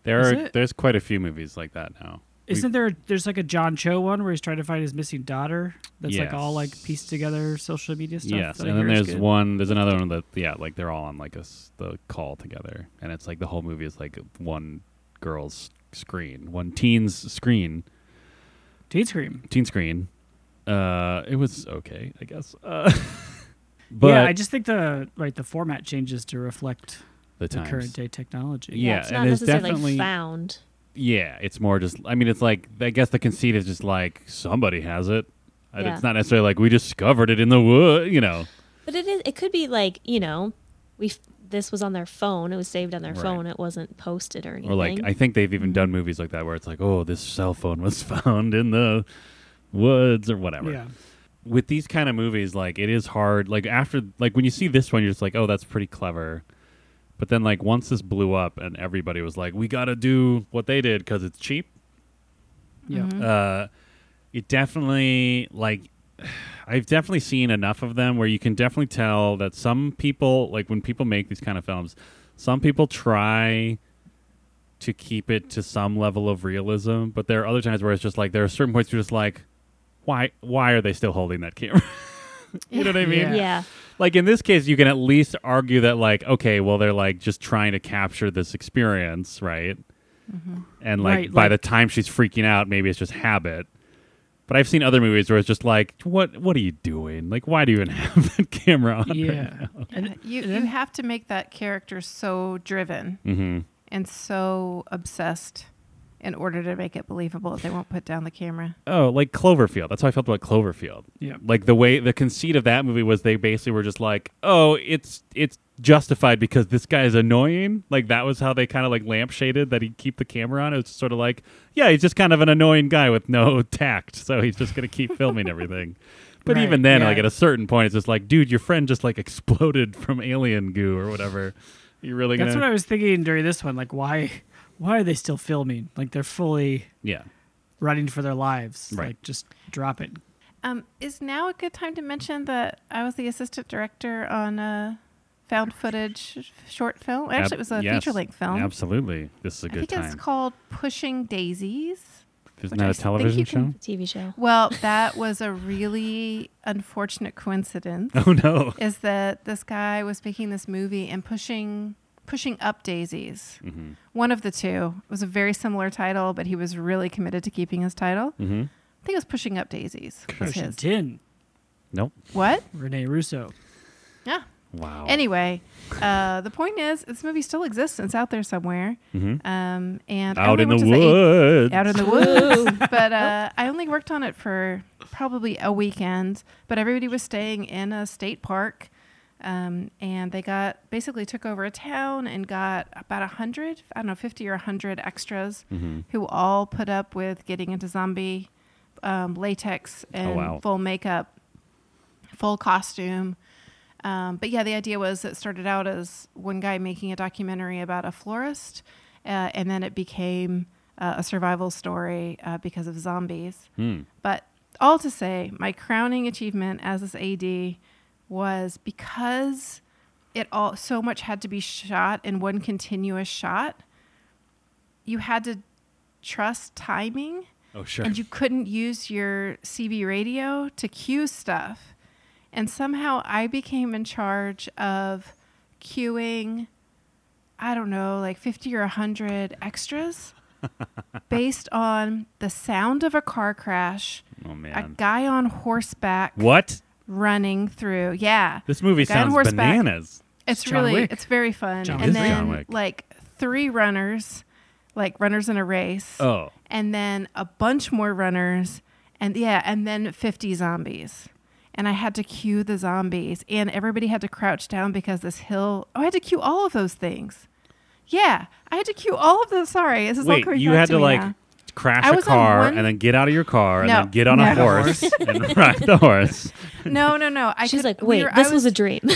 Speaker 4: There
Speaker 3: Is
Speaker 4: are
Speaker 3: it?
Speaker 4: there's quite a few movies like that now. We-
Speaker 3: Isn't there? There's like a John Cho one where he's trying to find his missing daughter. That's like all like
Speaker 4: Yes.
Speaker 3: pieced together social media stuff.
Speaker 4: Yes,
Speaker 3: that I
Speaker 4: and then
Speaker 3: hear is
Speaker 4: there's
Speaker 3: good.
Speaker 4: one. There's another one that yeah, like they're all on like a s- the call together, and it's like the whole movie is like one girl's screen, one teen's screen,
Speaker 3: Teen Scream.
Speaker 4: teen screen. Uh, it was okay, I guess. Uh, but
Speaker 3: yeah, I just think the right the format changes to reflect the
Speaker 4: the times.
Speaker 3: current day technology.
Speaker 4: Yeah,
Speaker 2: it's
Speaker 4: and
Speaker 2: not
Speaker 4: there's
Speaker 2: necessarily
Speaker 4: definitely-
Speaker 2: found.
Speaker 4: Yeah, it's more just. I mean, it's like I guess the conceit is just like somebody has it. And
Speaker 2: Yeah.
Speaker 4: It's not necessarily like we discovered it in the wood, you know.
Speaker 2: But it is. It could be like you know, we f- this was on their phone. It was saved on their
Speaker 4: Right.
Speaker 2: phone. It wasn't posted or anything.
Speaker 4: Or like I think they've even done movies like that where it's like, oh, this cell phone was found in the woods or whatever.
Speaker 3: Yeah.
Speaker 4: With these kind of movies, like it is hard. Like after, like when you see this one, you're just like, oh, that's pretty clever. But then, like once this blew up and everybody was like, we got to do what they did because it's cheap.
Speaker 3: Yeah.
Speaker 1: Mm-hmm.
Speaker 4: Uh, it definitely like I've definitely seen enough of them where you can definitely tell that some people like when people make these kind of films, some people try to keep it to some level of realism, but there are other times where it's just like there are certain points you're just like, why why are they still holding that camera? you know what I mean?
Speaker 3: Yeah.
Speaker 2: yeah.
Speaker 4: like in this case you can at least argue that like okay well they're like just trying to capture this experience right and like
Speaker 3: Mm-hmm. Right,
Speaker 4: by
Speaker 3: like-
Speaker 4: the time she's freaking out maybe it's just habit but i've seen other movies where it's just like what what are you doing like why do you even have that camera on
Speaker 3: Yeah.
Speaker 1: Yeah, you you have to make that character so driven
Speaker 4: mm-hmm.
Speaker 1: and so obsessed in order to make it believable that they won't put down the camera.
Speaker 4: oh like cloverfield that's how i felt about cloverfield
Speaker 3: Yeah.
Speaker 4: like the way the conceit of that movie was they basically were just like oh it's it's justified because this guy is annoying like that was how they kind of like lampshaded that he'd keep the camera on it was sort of like yeah he's just kind of an annoying guy with no tact so he's just gonna keep filming everything but
Speaker 3: Right,
Speaker 4: even then
Speaker 3: yeah.
Speaker 4: like at a certain point it's just like dude your friend just like exploded from alien goo or whatever you really
Speaker 3: That's
Speaker 4: gonna
Speaker 3: what I was thinking during this one. Like, why, why are they still filming? Like, they're fully
Speaker 4: yeah
Speaker 3: running for their lives.
Speaker 4: Right.
Speaker 3: Like, just drop it.
Speaker 1: Um, is now a good time to mention that I was the assistant director on a found footage short film? Actually,
Speaker 4: Ab-
Speaker 1: it was a
Speaker 4: yes.
Speaker 1: feature length film.
Speaker 4: absolutely this is a
Speaker 1: I
Speaker 4: good
Speaker 1: think
Speaker 4: time
Speaker 1: it's called Pushing Daisies.
Speaker 4: isn't
Speaker 1: which
Speaker 4: that
Speaker 1: I
Speaker 4: a
Speaker 1: s- think
Speaker 4: television
Speaker 1: you
Speaker 4: show
Speaker 1: can-
Speaker 2: TV show.
Speaker 1: Well, that was a really unfortunate coincidence.
Speaker 4: oh no
Speaker 1: Is that this guy was making this movie and pushing pushing up daisies?
Speaker 4: mm-hmm.
Speaker 1: One of the two it was a very similar title, but he was really committed to keeping his title.
Speaker 4: Mm-hmm.
Speaker 1: I think it was Pushing Up Daisies. Was
Speaker 3: Ocean
Speaker 1: his.
Speaker 3: Tin,
Speaker 4: nope
Speaker 1: What?
Speaker 3: Rene Russo.
Speaker 1: Yeah.
Speaker 4: wow
Speaker 1: Anyway, uh, the point is, this movie still exists. It's out there somewhere.
Speaker 4: mm-hmm.
Speaker 1: Um, and I
Speaker 4: out
Speaker 1: only
Speaker 4: in the
Speaker 1: worked as a-
Speaker 4: woods.
Speaker 1: Out in the woods. but uh, I only worked on it for probably a weekend. But everybody was staying in a state park. Um, and they got basically took over a town and got about a hundred, I don't know, 50 or a hundred extras
Speaker 4: Mhm.
Speaker 1: who all put up with getting into zombie um, latex and
Speaker 4: wow.
Speaker 1: full makeup, full costume. Um, but yeah, the idea was it started out as one guy making a documentary about a florist, uh, and then it became uh, a survival story uh, because of zombies.
Speaker 4: Hmm.
Speaker 1: But all to say, my crowning achievement as this AD was because it all so much had to be shot in one continuous shot. You had to trust timing,
Speaker 4: Oh sure.
Speaker 1: and you couldn't use your CB radio to cue stuff. And somehow I became in charge of cueing, I don't know, like 50 or 100 extras based on the sound of a car crash,
Speaker 4: oh
Speaker 1: a
Speaker 4: man.
Speaker 1: guy on horseback
Speaker 4: what?
Speaker 1: running through. Yeah.
Speaker 4: This movie
Speaker 1: guy on
Speaker 4: sounds
Speaker 1: horseback.
Speaker 4: bananas.
Speaker 1: It's
Speaker 3: John
Speaker 1: really
Speaker 3: Wick.
Speaker 1: it's very fun.
Speaker 3: John
Speaker 1: and
Speaker 4: Wick. John
Speaker 1: then
Speaker 4: Wick.
Speaker 1: like three runners, like runners in a race,
Speaker 4: Oh.
Speaker 1: and then a bunch more runners, and yeah, and then fifty zombies. And I had to cue the zombies, and everybody had to crouch down because this hill. Oh, I had to cue all of those things. Yeah, I had to cue all of those. Sorry, this is all
Speaker 4: Wait,
Speaker 1: coming
Speaker 4: you
Speaker 1: back
Speaker 4: had
Speaker 1: to,
Speaker 4: to
Speaker 1: me
Speaker 4: like
Speaker 1: now.
Speaker 4: crash
Speaker 1: I
Speaker 4: a
Speaker 1: was on
Speaker 4: car
Speaker 1: one-
Speaker 4: and then get out of your car
Speaker 1: No.
Speaker 4: and then get on a
Speaker 3: No.
Speaker 4: horse and ride the horse.
Speaker 1: No, no, no. I
Speaker 2: She's
Speaker 1: could-
Speaker 2: like,
Speaker 1: we
Speaker 2: wait,
Speaker 1: were- I
Speaker 2: this was, a dream.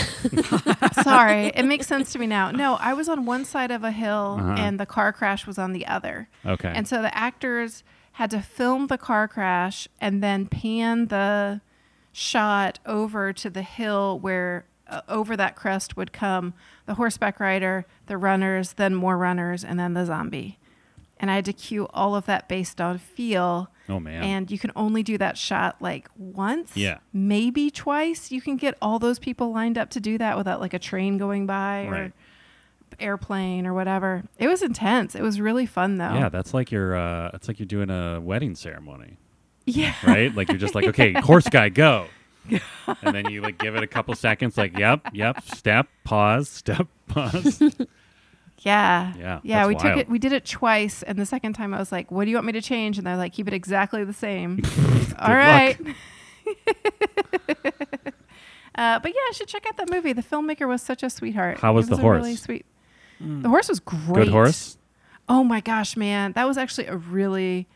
Speaker 1: Sorry, it makes sense to me now. No, I was on one side of a hill
Speaker 4: Uh-huh.
Speaker 1: and the car crash was on the other.
Speaker 4: Okay.
Speaker 1: And so the actors had to film the car crash and then pan the shot over to the hill where uh, over that crest would come the horseback rider, the runners, then more runners, and then the zombie. And I had to cue all of that based on feel.
Speaker 4: oh man.
Speaker 1: And you can only do that shot like once,
Speaker 4: Yeah.
Speaker 1: maybe twice. You can get all those people lined up to do that without like a train going by
Speaker 4: Right.
Speaker 1: or airplane or whatever. It was intense. It was really fun though.
Speaker 4: yeah, that's like you're uh it's like you're doing a wedding ceremony,
Speaker 1: Yeah.
Speaker 4: right? like you're just like, okay, horse guy, go. and then you like give it a couple seconds, like, yep, yep, step, pause, step, pause.
Speaker 1: Yeah.
Speaker 4: Yeah,
Speaker 1: Yeah.
Speaker 4: that's
Speaker 1: We
Speaker 4: wild.
Speaker 1: took it. We did it twice, and the second time I was like, "What do you want me to change?" And they're like, "Keep it exactly the same." All
Speaker 4: luck.
Speaker 1: right. uh, but yeah, I should check out that movie. The filmmaker was such a sweetheart.
Speaker 4: How was
Speaker 1: It
Speaker 4: the
Speaker 1: a
Speaker 4: horse?
Speaker 1: Really sweet. The horse was great.
Speaker 4: Good horse.
Speaker 1: Oh my gosh, man, that was actually a really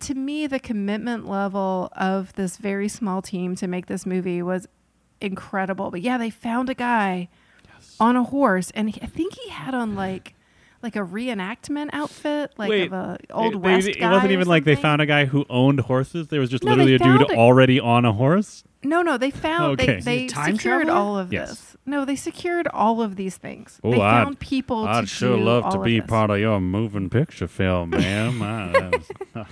Speaker 1: to me the commitment level of this very small team to make this movie was incredible. But yeah, they found a guy on a horse, and he, I think he had on like like a reenactment outfit, like
Speaker 4: Wait,
Speaker 1: of a old
Speaker 4: They- they-
Speaker 1: west.
Speaker 4: It
Speaker 1: guy
Speaker 4: wasn't
Speaker 1: or
Speaker 4: even like they
Speaker 1: something.
Speaker 4: found a guy who owned horses. There was just
Speaker 1: No, they
Speaker 4: literally a dude
Speaker 1: found it.
Speaker 4: already on a horse.
Speaker 1: No, no, they found
Speaker 4: Okay. Is
Speaker 1: they,
Speaker 3: he
Speaker 1: they
Speaker 3: a time
Speaker 1: secured
Speaker 3: traveler?
Speaker 1: all of
Speaker 4: Yes.
Speaker 1: this. No, they secured all of these things.
Speaker 4: Oh,
Speaker 1: they
Speaker 4: I'd-
Speaker 1: found people. to do all of this.
Speaker 4: of your moving picture film, ma'am. I- that was-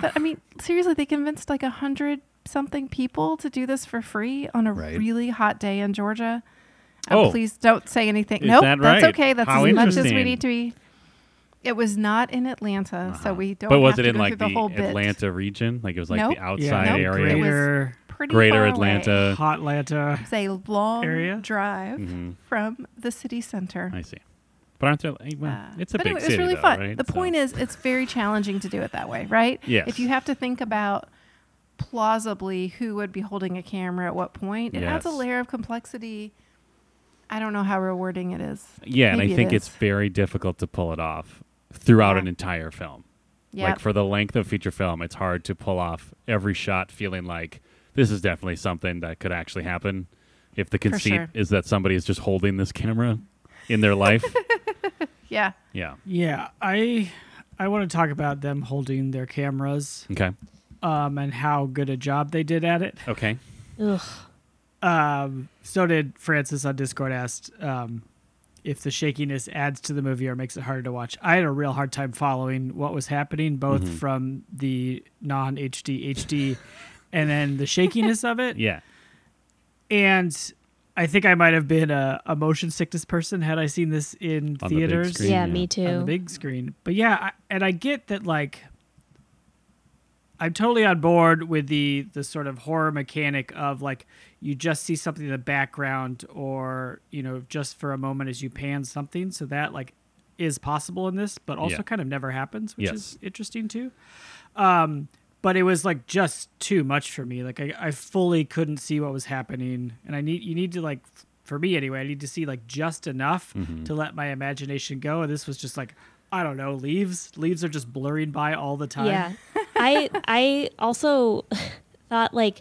Speaker 1: But I mean, seriously, they convinced like a hundred something people to do this for free on a
Speaker 4: Right.
Speaker 1: really hot day in Georgia. Um,
Speaker 4: Oh.
Speaker 1: please don't say anything.
Speaker 4: Is
Speaker 1: nope,
Speaker 4: that
Speaker 1: that's
Speaker 4: right?
Speaker 1: okay. That's
Speaker 4: How
Speaker 1: as much as we
Speaker 4: interesting.
Speaker 1: need to be. It was not in Atlanta,
Speaker 4: Uh-huh.
Speaker 1: so we don't.
Speaker 4: but was
Speaker 1: have
Speaker 4: it
Speaker 1: to
Speaker 4: in
Speaker 1: go
Speaker 4: like
Speaker 1: through
Speaker 4: the,
Speaker 1: the, whole bit.
Speaker 4: Atlanta region? Like it was like
Speaker 1: Nope.
Speaker 4: the
Speaker 3: Yeah,
Speaker 4: outside
Speaker 3: no,
Speaker 1: Nope.
Speaker 4: area,
Speaker 1: It was
Speaker 3: Greater,
Speaker 1: Pretty
Speaker 4: greater
Speaker 1: far Away.
Speaker 4: Atlanta.
Speaker 3: hot Atlanta.
Speaker 1: It's a long
Speaker 3: area?
Speaker 1: drive
Speaker 4: Mhm.
Speaker 1: from the city center.
Speaker 4: I see. But aren't there? Like, well,
Speaker 1: Uh,
Speaker 4: it's a
Speaker 1: but
Speaker 4: big
Speaker 1: anyway,
Speaker 4: city,
Speaker 1: It's really
Speaker 4: though,
Speaker 1: fun.
Speaker 4: right?
Speaker 1: The point is, it's very challenging to do it that way, right?
Speaker 4: Yes.
Speaker 1: If you have to think about plausibly who would be holding a camera at what point, it adds a
Speaker 4: Yes.
Speaker 1: layer of complexity. I don't know how rewarding it is.
Speaker 4: yeah, and I
Speaker 1: maybe it
Speaker 4: think it's
Speaker 1: is.
Speaker 4: very difficult to pull it off throughout
Speaker 1: Yeah.
Speaker 4: an entire film.
Speaker 1: Yep.
Speaker 4: Like for the length of feature film, it's hard to pull off every shot feeling like this is definitely something that could actually happen. If the conceit
Speaker 1: sure.
Speaker 4: is that somebody is just holding this camera in their life,
Speaker 1: yeah.
Speaker 4: yeah.
Speaker 3: Yeah, I I want to talk about them holding their cameras
Speaker 4: Okay.
Speaker 3: um, and how good a job they did at it.
Speaker 4: Okay.
Speaker 2: Ugh.
Speaker 3: Um, so did Francis on Discord asked um, if the shakiness adds to the movie or makes it harder to watch. I had a real hard time following what was happening, both
Speaker 4: Mm-hmm.
Speaker 3: from the non HD HD and then the shakiness of it.
Speaker 4: Yeah.
Speaker 3: And I think I might have been a, a motion sickness person had I seen this in
Speaker 4: On the big
Speaker 3: theaters
Speaker 4: Green,
Speaker 2: yeah,
Speaker 4: yeah.
Speaker 2: me
Speaker 4: On
Speaker 2: too.
Speaker 3: on the big screen. But yeah, I, and I get that like I'm totally on board with the the sort of horror mechanic of like you just see something in the background or you know just for a moment as you pan something so that like is possible in this but also
Speaker 4: Yeah.
Speaker 3: kind of never happens which
Speaker 4: Yes.
Speaker 3: is interesting too. Um but it was like just too much for me. Like I, I fully couldn't see what was happening and I need you need to like f- for me anyway, I need to see like just enough to let my imagination go and this was just like I don't know, leaves leaves are just blurring by all the time.
Speaker 2: Yeah. I I also thought like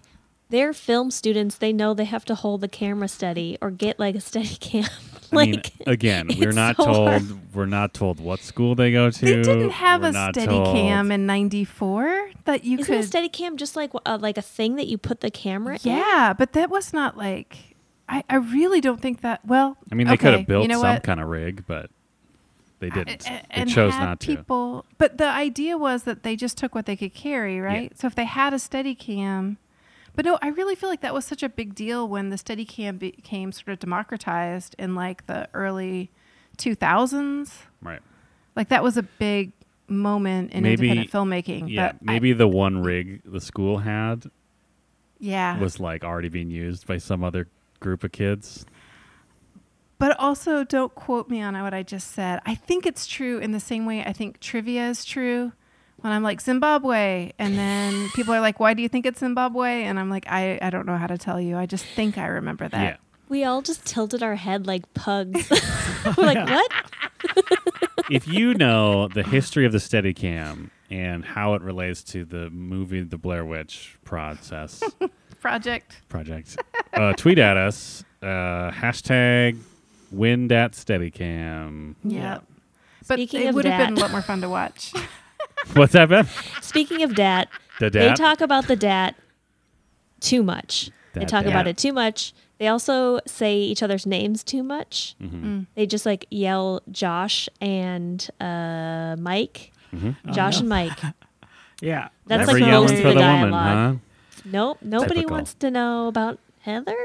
Speaker 2: they're film students, they know they have to hold the camera steady or get like a steady cam. like
Speaker 4: I mean, again, we're
Speaker 2: it's
Speaker 4: not
Speaker 2: so
Speaker 4: told
Speaker 2: hard.
Speaker 4: we're not told what school they go to.
Speaker 1: They didn't have
Speaker 4: We're
Speaker 1: a
Speaker 4: not
Speaker 1: steady
Speaker 4: told-
Speaker 1: cam in 94 that you
Speaker 2: Isn't
Speaker 1: could.
Speaker 2: a steady cam just like uh, like a thing that you put the camera in?
Speaker 1: yeah, but that was not like. I, I really don't think that. Well,
Speaker 4: I mean, they could
Speaker 1: okay,
Speaker 4: have built
Speaker 1: you know
Speaker 4: some
Speaker 1: what? Uh,
Speaker 4: kind of rig, but they didn't.
Speaker 1: A- a-
Speaker 4: they
Speaker 1: and
Speaker 4: chose
Speaker 1: had
Speaker 4: not to.
Speaker 1: people, But the idea was that they just took what they could carry, right? So if they had a steady cam, but no, I really feel like that was such a big deal when the steady cam became sort of democratized in like the early 2000s.
Speaker 4: Right.
Speaker 1: Like that was a big moment in
Speaker 4: Maybe-
Speaker 1: independent filmmaking.
Speaker 4: Yeah.
Speaker 1: but I-
Speaker 4: Maybe the one rig the school had
Speaker 2: Uh-huh.
Speaker 1: yeah.
Speaker 4: was like already being used by some other group of kids.
Speaker 1: But also, don't quote me on what I just said. I think it's true in the same way I think trivia is true. When I'm like Zimbabwe, and then people are like, "Why do you think it's Zimbabwe?" and I'm like, "I, I don't know how to tell you. I just think I remember
Speaker 4: Yeah.
Speaker 1: that."
Speaker 2: We all just tilted our head like pugs. We're like, what?
Speaker 4: if you know the history of the Steadicam and how it relates to the movie The Blair Witch process
Speaker 1: Project.
Speaker 4: project. Uh, tweet at us uh, hashtag wind at Steadicam.
Speaker 1: Yep.
Speaker 3: Yeah.
Speaker 1: But
Speaker 2: Speaking
Speaker 1: it
Speaker 2: of
Speaker 1: would have been a
Speaker 2: that-
Speaker 1: lot more fun to watch.
Speaker 4: What's that, Ben?
Speaker 2: Speaking of dat,
Speaker 4: The
Speaker 2: they
Speaker 4: dad.
Speaker 2: talk about the dat too much. they
Speaker 4: Dat,
Speaker 2: talk
Speaker 4: dat.
Speaker 2: about it too much. They also say each other's names too much.
Speaker 4: Mm-hmm.
Speaker 2: They just like yell Josh and uh, Mike.
Speaker 4: Mm-hmm.
Speaker 2: Josh and Mike.
Speaker 3: Yeah.
Speaker 2: That's
Speaker 4: Never
Speaker 2: like
Speaker 4: yelling
Speaker 2: most of
Speaker 4: for
Speaker 2: the
Speaker 4: the woman, huh?
Speaker 2: dialogue. Nope. Nobody
Speaker 4: Typical.
Speaker 2: wants to know about Heather.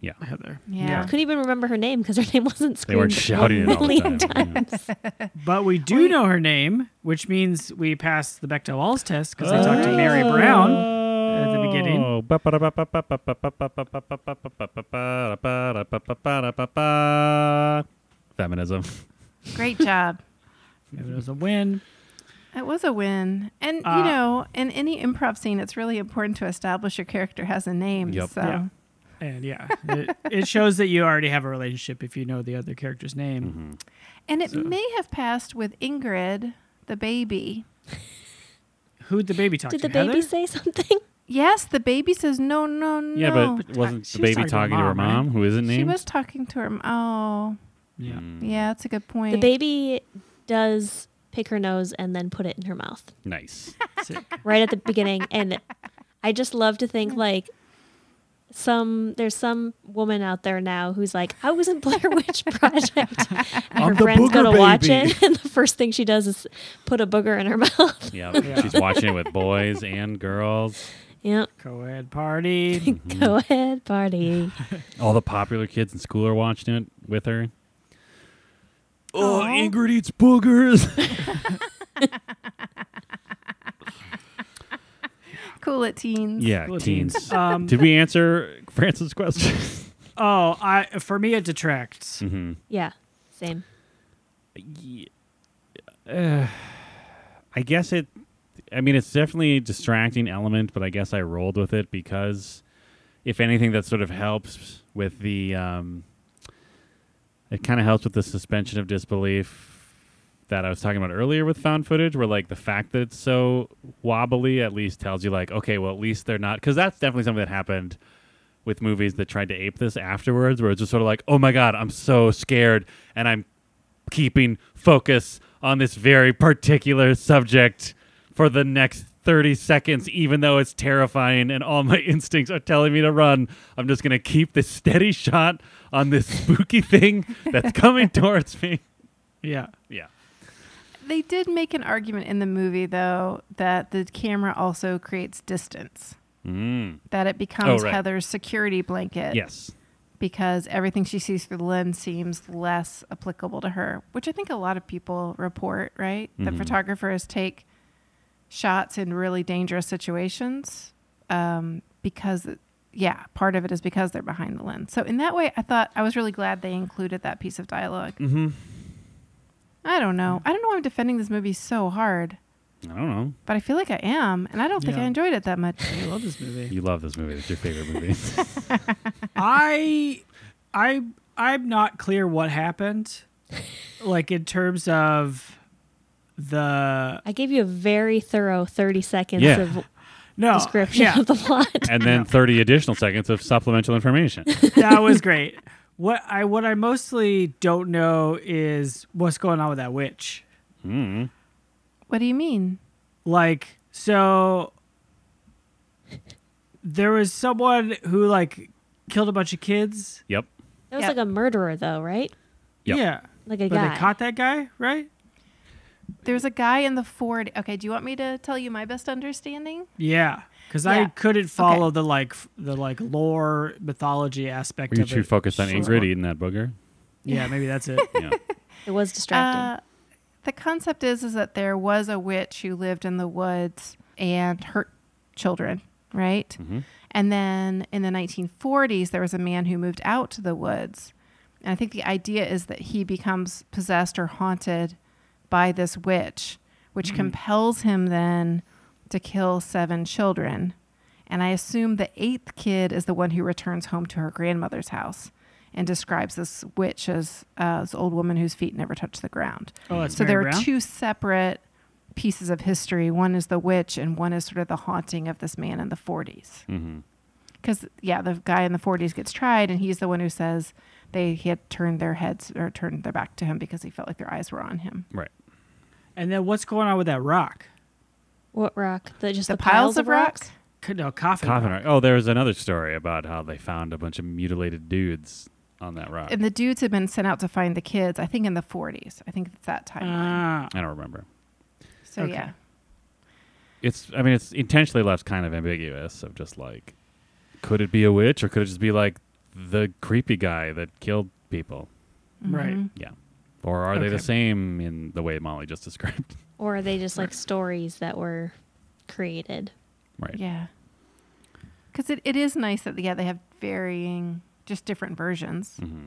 Speaker 4: Yeah.
Speaker 3: Heather.
Speaker 1: Yeah.
Speaker 2: Couldn't even remember her name because her name wasn't
Speaker 4: They
Speaker 2: screamed
Speaker 4: weren't shouting it
Speaker 2: a
Speaker 4: all the
Speaker 2: million
Speaker 4: time. Mm-hmm.
Speaker 2: times.
Speaker 3: But we do know her name, which means we passed the Bechdel Walls test because I talked to
Speaker 2: Oh.
Speaker 3: Mary Brown. at the beginning.
Speaker 4: beginning. Feminism.
Speaker 1: Great job.
Speaker 3: Maybe it was a win.
Speaker 1: It was a win. And,
Speaker 3: Uh,
Speaker 1: you know, in any improv scene, it's really important to establish your character has a name.
Speaker 4: Yep.
Speaker 1: So,
Speaker 3: Yeah. And yeah, it, it shows that you already have a relationship if you know the other character's name.
Speaker 4: Mm-hmm.
Speaker 1: And it may have passed with Ingrid, the baby.
Speaker 3: Who'd the baby talk
Speaker 2: Did
Speaker 3: to?
Speaker 2: the baby
Speaker 3: Heather?
Speaker 2: say something?
Speaker 1: Yes, the baby says, no, no, no.
Speaker 4: Yeah, but wasn't
Speaker 3: She
Speaker 4: the
Speaker 3: was
Speaker 4: baby talking to her mom,
Speaker 3: right?
Speaker 4: who isn't named?
Speaker 1: she was talking to her. m- Oh,
Speaker 3: Yeah.
Speaker 1: yeah, that's a good point.
Speaker 2: The baby does pick her nose and then put it in her mouth
Speaker 4: Nice.
Speaker 3: Sick.
Speaker 2: right at the beginning. And I just love to
Speaker 1: Mm.
Speaker 2: think like some there's some woman out there now who's like, I was in Blair Witch Project. And her
Speaker 3: the
Speaker 2: friends go to
Speaker 3: booger
Speaker 2: watch
Speaker 3: baby.
Speaker 2: it, and the first thing she does is put a booger in her mouth.
Speaker 4: Yeah, she's watching it with boys and girls.
Speaker 2: yep.
Speaker 3: Co-ed party.
Speaker 2: Go ahead, party.
Speaker 4: All the popular kids in school are watching it with her. Oh, Ingrid eats boogers.
Speaker 1: cool at teens.
Speaker 4: yeah,
Speaker 3: Cool
Speaker 4: teens.
Speaker 3: Um,
Speaker 4: Did we answer Francis' question?
Speaker 3: oh, I for me it detracts.
Speaker 4: mm-hmm.
Speaker 2: Yeah. Same.
Speaker 4: uh, I guess it. I mean, it's definitely a distracting element, but I guess I rolled with it because, if anything, that sort of helps with the. Um, it kind of helps with the suspension of disbelief that I was talking about earlier with found footage, where like the fact that it's so wobbly at least tells you like, okay, well at least they're not because that's definitely something that happened with movies that tried to ape this afterwards, where it's just sort of like, oh my god, I'm so scared and I'm keeping focus on this very particular subject for the next 30 seconds, even though it's terrifying and all my instincts are telling me to run. I'm just going to keep this steady shot on this spooky thing that's coming towards me.
Speaker 3: Yeah.
Speaker 4: Yeah.
Speaker 1: They did make an argument in the movie, though, that the camera also creates distance,
Speaker 4: Mm.
Speaker 1: that it becomes
Speaker 4: right.
Speaker 1: Heather's security blanket
Speaker 4: Yes.
Speaker 1: because everything she sees through the lens seems less applicable to her, which I think a lot of people report, right? That
Speaker 4: Mhm.
Speaker 1: photographers take shots in really dangerous situations um, because, yeah, part of it is because they're behind the lens. So, in that way, I thought I was really glad they included that piece of dialog
Speaker 4: Mm-hmm.
Speaker 1: I don't know. I don't know why I'm defending this movie so hard,
Speaker 4: I don't know.
Speaker 1: but I feel like I am, and I don't think
Speaker 3: Yeah.
Speaker 1: I enjoyed it that much.
Speaker 3: I love this movie.
Speaker 4: You love this movie. It's your favorite movie.
Speaker 3: I I I'm not clear what happened. Like in terms of the
Speaker 2: I gave you a very thorough 30 seconds
Speaker 4: Yeah.
Speaker 2: of
Speaker 3: no
Speaker 2: description
Speaker 3: Oh, yeah.
Speaker 2: of the plot.
Speaker 4: and then 30 additional seconds of supplemental information.
Speaker 3: that was great. What I what I mostly don't know is what's going on with that witch.
Speaker 4: Mm.
Speaker 1: What do you mean?
Speaker 3: Like so there was someone who like killed a bunch of kids.
Speaker 4: Yep.
Speaker 2: That was
Speaker 1: Yeah.
Speaker 2: like a murderer, though, right?
Speaker 4: Yep.
Speaker 3: Yeah.
Speaker 2: Like a
Speaker 3: But
Speaker 2: guy.
Speaker 3: they caught that guy, right?
Speaker 1: There's a guy in the Ford. Okay, do you want me to tell you my best understanding?
Speaker 3: Yeah. Cuz I
Speaker 1: Yeah.
Speaker 3: couldn't follow the like f- the like lore mythology aspect
Speaker 4: Were you
Speaker 3: of
Speaker 4: too
Speaker 3: it.
Speaker 4: focused on
Speaker 3: Sure.
Speaker 4: Ingrid eating that booger?
Speaker 3: Yeah, maybe that's it.
Speaker 4: Yeah.
Speaker 2: It was distracting.
Speaker 1: Uh, the concept is is that there was a witch who lived in the woods and hurt children, right? And then in the 1940s, there was a man who moved out to the woods, and I think the idea is that he becomes possessed or haunted by this witch, which
Speaker 3: Mm-hmm.
Speaker 1: compels him then to kill seven children. And I assume the eighth kid is the one who returns home to her grandmother's house and describes this witch as uh, this old woman whose feet never touch the ground.
Speaker 3: Oh, that's
Speaker 1: so
Speaker 3: Mary
Speaker 1: there are
Speaker 3: Brown?
Speaker 1: two separate pieces of history. One is the witch, and one is sort of the haunting of this man in the 40s. Because, yeah, the guy in the 40s gets tried, and he's the one who says they he had turned their heads or turned their back to him because he felt like their eyes were on him.
Speaker 4: Right.
Speaker 3: And then what's going on with that rock?
Speaker 2: What rock? The, just
Speaker 1: The, piles, of rock?
Speaker 2: rocks?
Speaker 3: Co- No, coffin.
Speaker 4: Coffin
Speaker 3: rock.
Speaker 4: rock. Oh, there was another story about how they found a bunch of mutilated dudes on that rock.
Speaker 1: And the dudes had been sent out to find the kids, I think in the 40s. I think it's that timeline.
Speaker 3: Ah.
Speaker 4: I don't remember.
Speaker 1: so,
Speaker 3: okay.
Speaker 1: yeah.
Speaker 4: It's. I mean, it's intentionally left kind of ambiguous. Of just like, could it be a witch, or could it just be like the creepy guy that killed people?
Speaker 1: Mm-hmm.
Speaker 3: Right.
Speaker 4: Yeah. Or are they the
Speaker 3: Okay.
Speaker 4: same in the way Molly just described?
Speaker 2: Or are they just like stories that were created?
Speaker 4: right.
Speaker 1: Yeah. Because it, it is nice that, yeah, they have varying, just different versions,
Speaker 4: hmm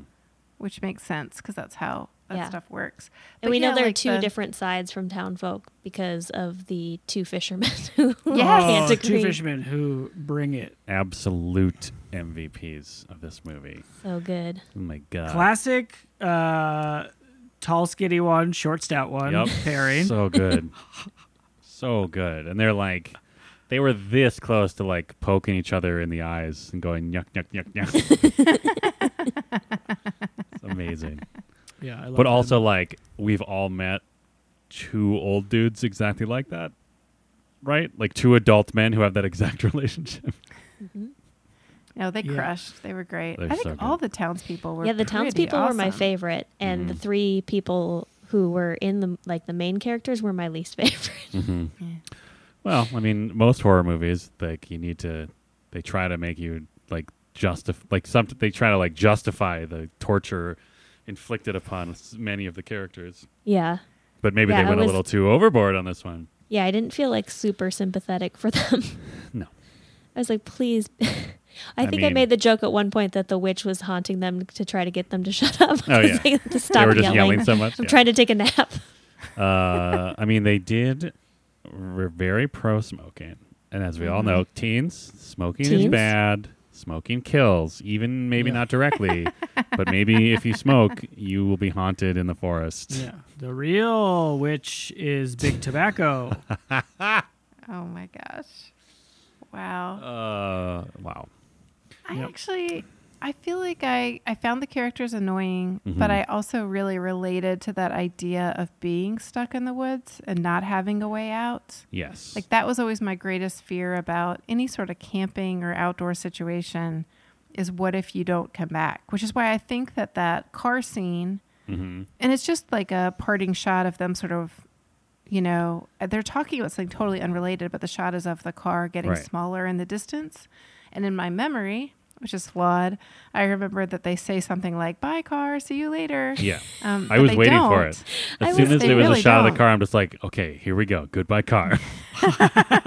Speaker 1: which makes sense because that's how that
Speaker 2: Mm. Yeah.
Speaker 1: stuff works.
Speaker 2: And
Speaker 1: But
Speaker 2: we know
Speaker 1: yeah,
Speaker 2: there are
Speaker 1: like
Speaker 2: two
Speaker 1: the-
Speaker 2: different sides from town folk because of the two fishermen who
Speaker 1: Yes.
Speaker 2: can't
Speaker 3: Oh, two
Speaker 2: agree.
Speaker 3: fishermen who bring it.
Speaker 4: Absolute MVPs of this movie.
Speaker 2: So good.
Speaker 4: Oh my god.
Speaker 3: Classic uh, tall, skinny one, short, stout one
Speaker 4: Yup.
Speaker 3: pairing.
Speaker 4: So good. so good. And they're like they were this close to like poking each other in the eyes and going yuck yuck yuck yuck. it's amazing.
Speaker 3: yeah, I love
Speaker 4: But
Speaker 3: them.
Speaker 4: also like we've all met two old dudes exactly like that. Right? Like two adult men who have that exact relationship. Mm-hmm.
Speaker 1: No, they
Speaker 3: Yeah.
Speaker 1: crushed. They were great.
Speaker 4: They're
Speaker 1: I think
Speaker 4: so good.
Speaker 1: all the townspeople were.
Speaker 2: yeah, the
Speaker 1: pretty
Speaker 2: townspeople were my
Speaker 1: awesome.
Speaker 2: favorite, and the
Speaker 4: Mhm.
Speaker 2: three people who were in the like the main characters were my least favorite.
Speaker 4: Mm-hmm.
Speaker 1: Yeah.
Speaker 4: Well, I mean, most horror movies, like you need to, they try to make you like justify, like something. They try to like justify the torture inflicted upon s- many of the characters.
Speaker 2: yeah,
Speaker 4: But maybe
Speaker 2: Yeah,
Speaker 4: they
Speaker 2: I
Speaker 4: went a
Speaker 2: was-
Speaker 4: little too overboard on this one.
Speaker 2: yeah, I didn't feel like super sympathetic for them.
Speaker 4: No,
Speaker 2: I was like, please. I,
Speaker 4: I
Speaker 2: think I
Speaker 4: mean-
Speaker 2: made the joke at one point that the witch was haunting them to try to get them to shut up.
Speaker 4: Oh, yeah.
Speaker 2: They- to stop
Speaker 4: they were just yelling,
Speaker 2: yelling.
Speaker 4: so much.
Speaker 2: I'm trying to take a nap.
Speaker 4: uh, I mean, they did. We're very pro smoking, and as we all know, teens smoking is
Speaker 2: Mm-hmm. Teens?
Speaker 4: bad. Smoking kills, even maybe
Speaker 3: Yeah.
Speaker 4: not directly, but maybe if you smoke, you will be haunted in the forest.
Speaker 3: Yeah. The real witch is Big Tobacco.
Speaker 1: Oh my gosh! Wow.
Speaker 4: Uh, wow.
Speaker 1: I
Speaker 3: Yep.
Speaker 1: actually, I feel like I I found the characters annoying,
Speaker 4: Mhm.
Speaker 1: but I also really related to that idea of being stuck in the woods and not having a way out.
Speaker 4: Yes.
Speaker 1: Like that was always my greatest fear about any sort of camping or outdoor situation is what if you don't come back? Which is why I think that that car scene
Speaker 4: mm-hmm.
Speaker 1: and it's just like a parting shot of them sort of you know they're talking about something totally unrelated but the shot is of the car getting
Speaker 4: Right.
Speaker 1: smaller in the distance and in my memory which is flawed i remember that they say something like bye car see you later
Speaker 4: Yeah.
Speaker 1: um,
Speaker 4: I
Speaker 1: but
Speaker 4: was
Speaker 1: they
Speaker 4: waiting for
Speaker 1: don't.
Speaker 4: it.
Speaker 2: I
Speaker 4: As soon
Speaker 2: was-
Speaker 4: as
Speaker 1: they
Speaker 4: there was a
Speaker 1: really
Speaker 4: shot of the
Speaker 1: don't.
Speaker 4: car, I'm just like, okay, here we go. Goodbye, car.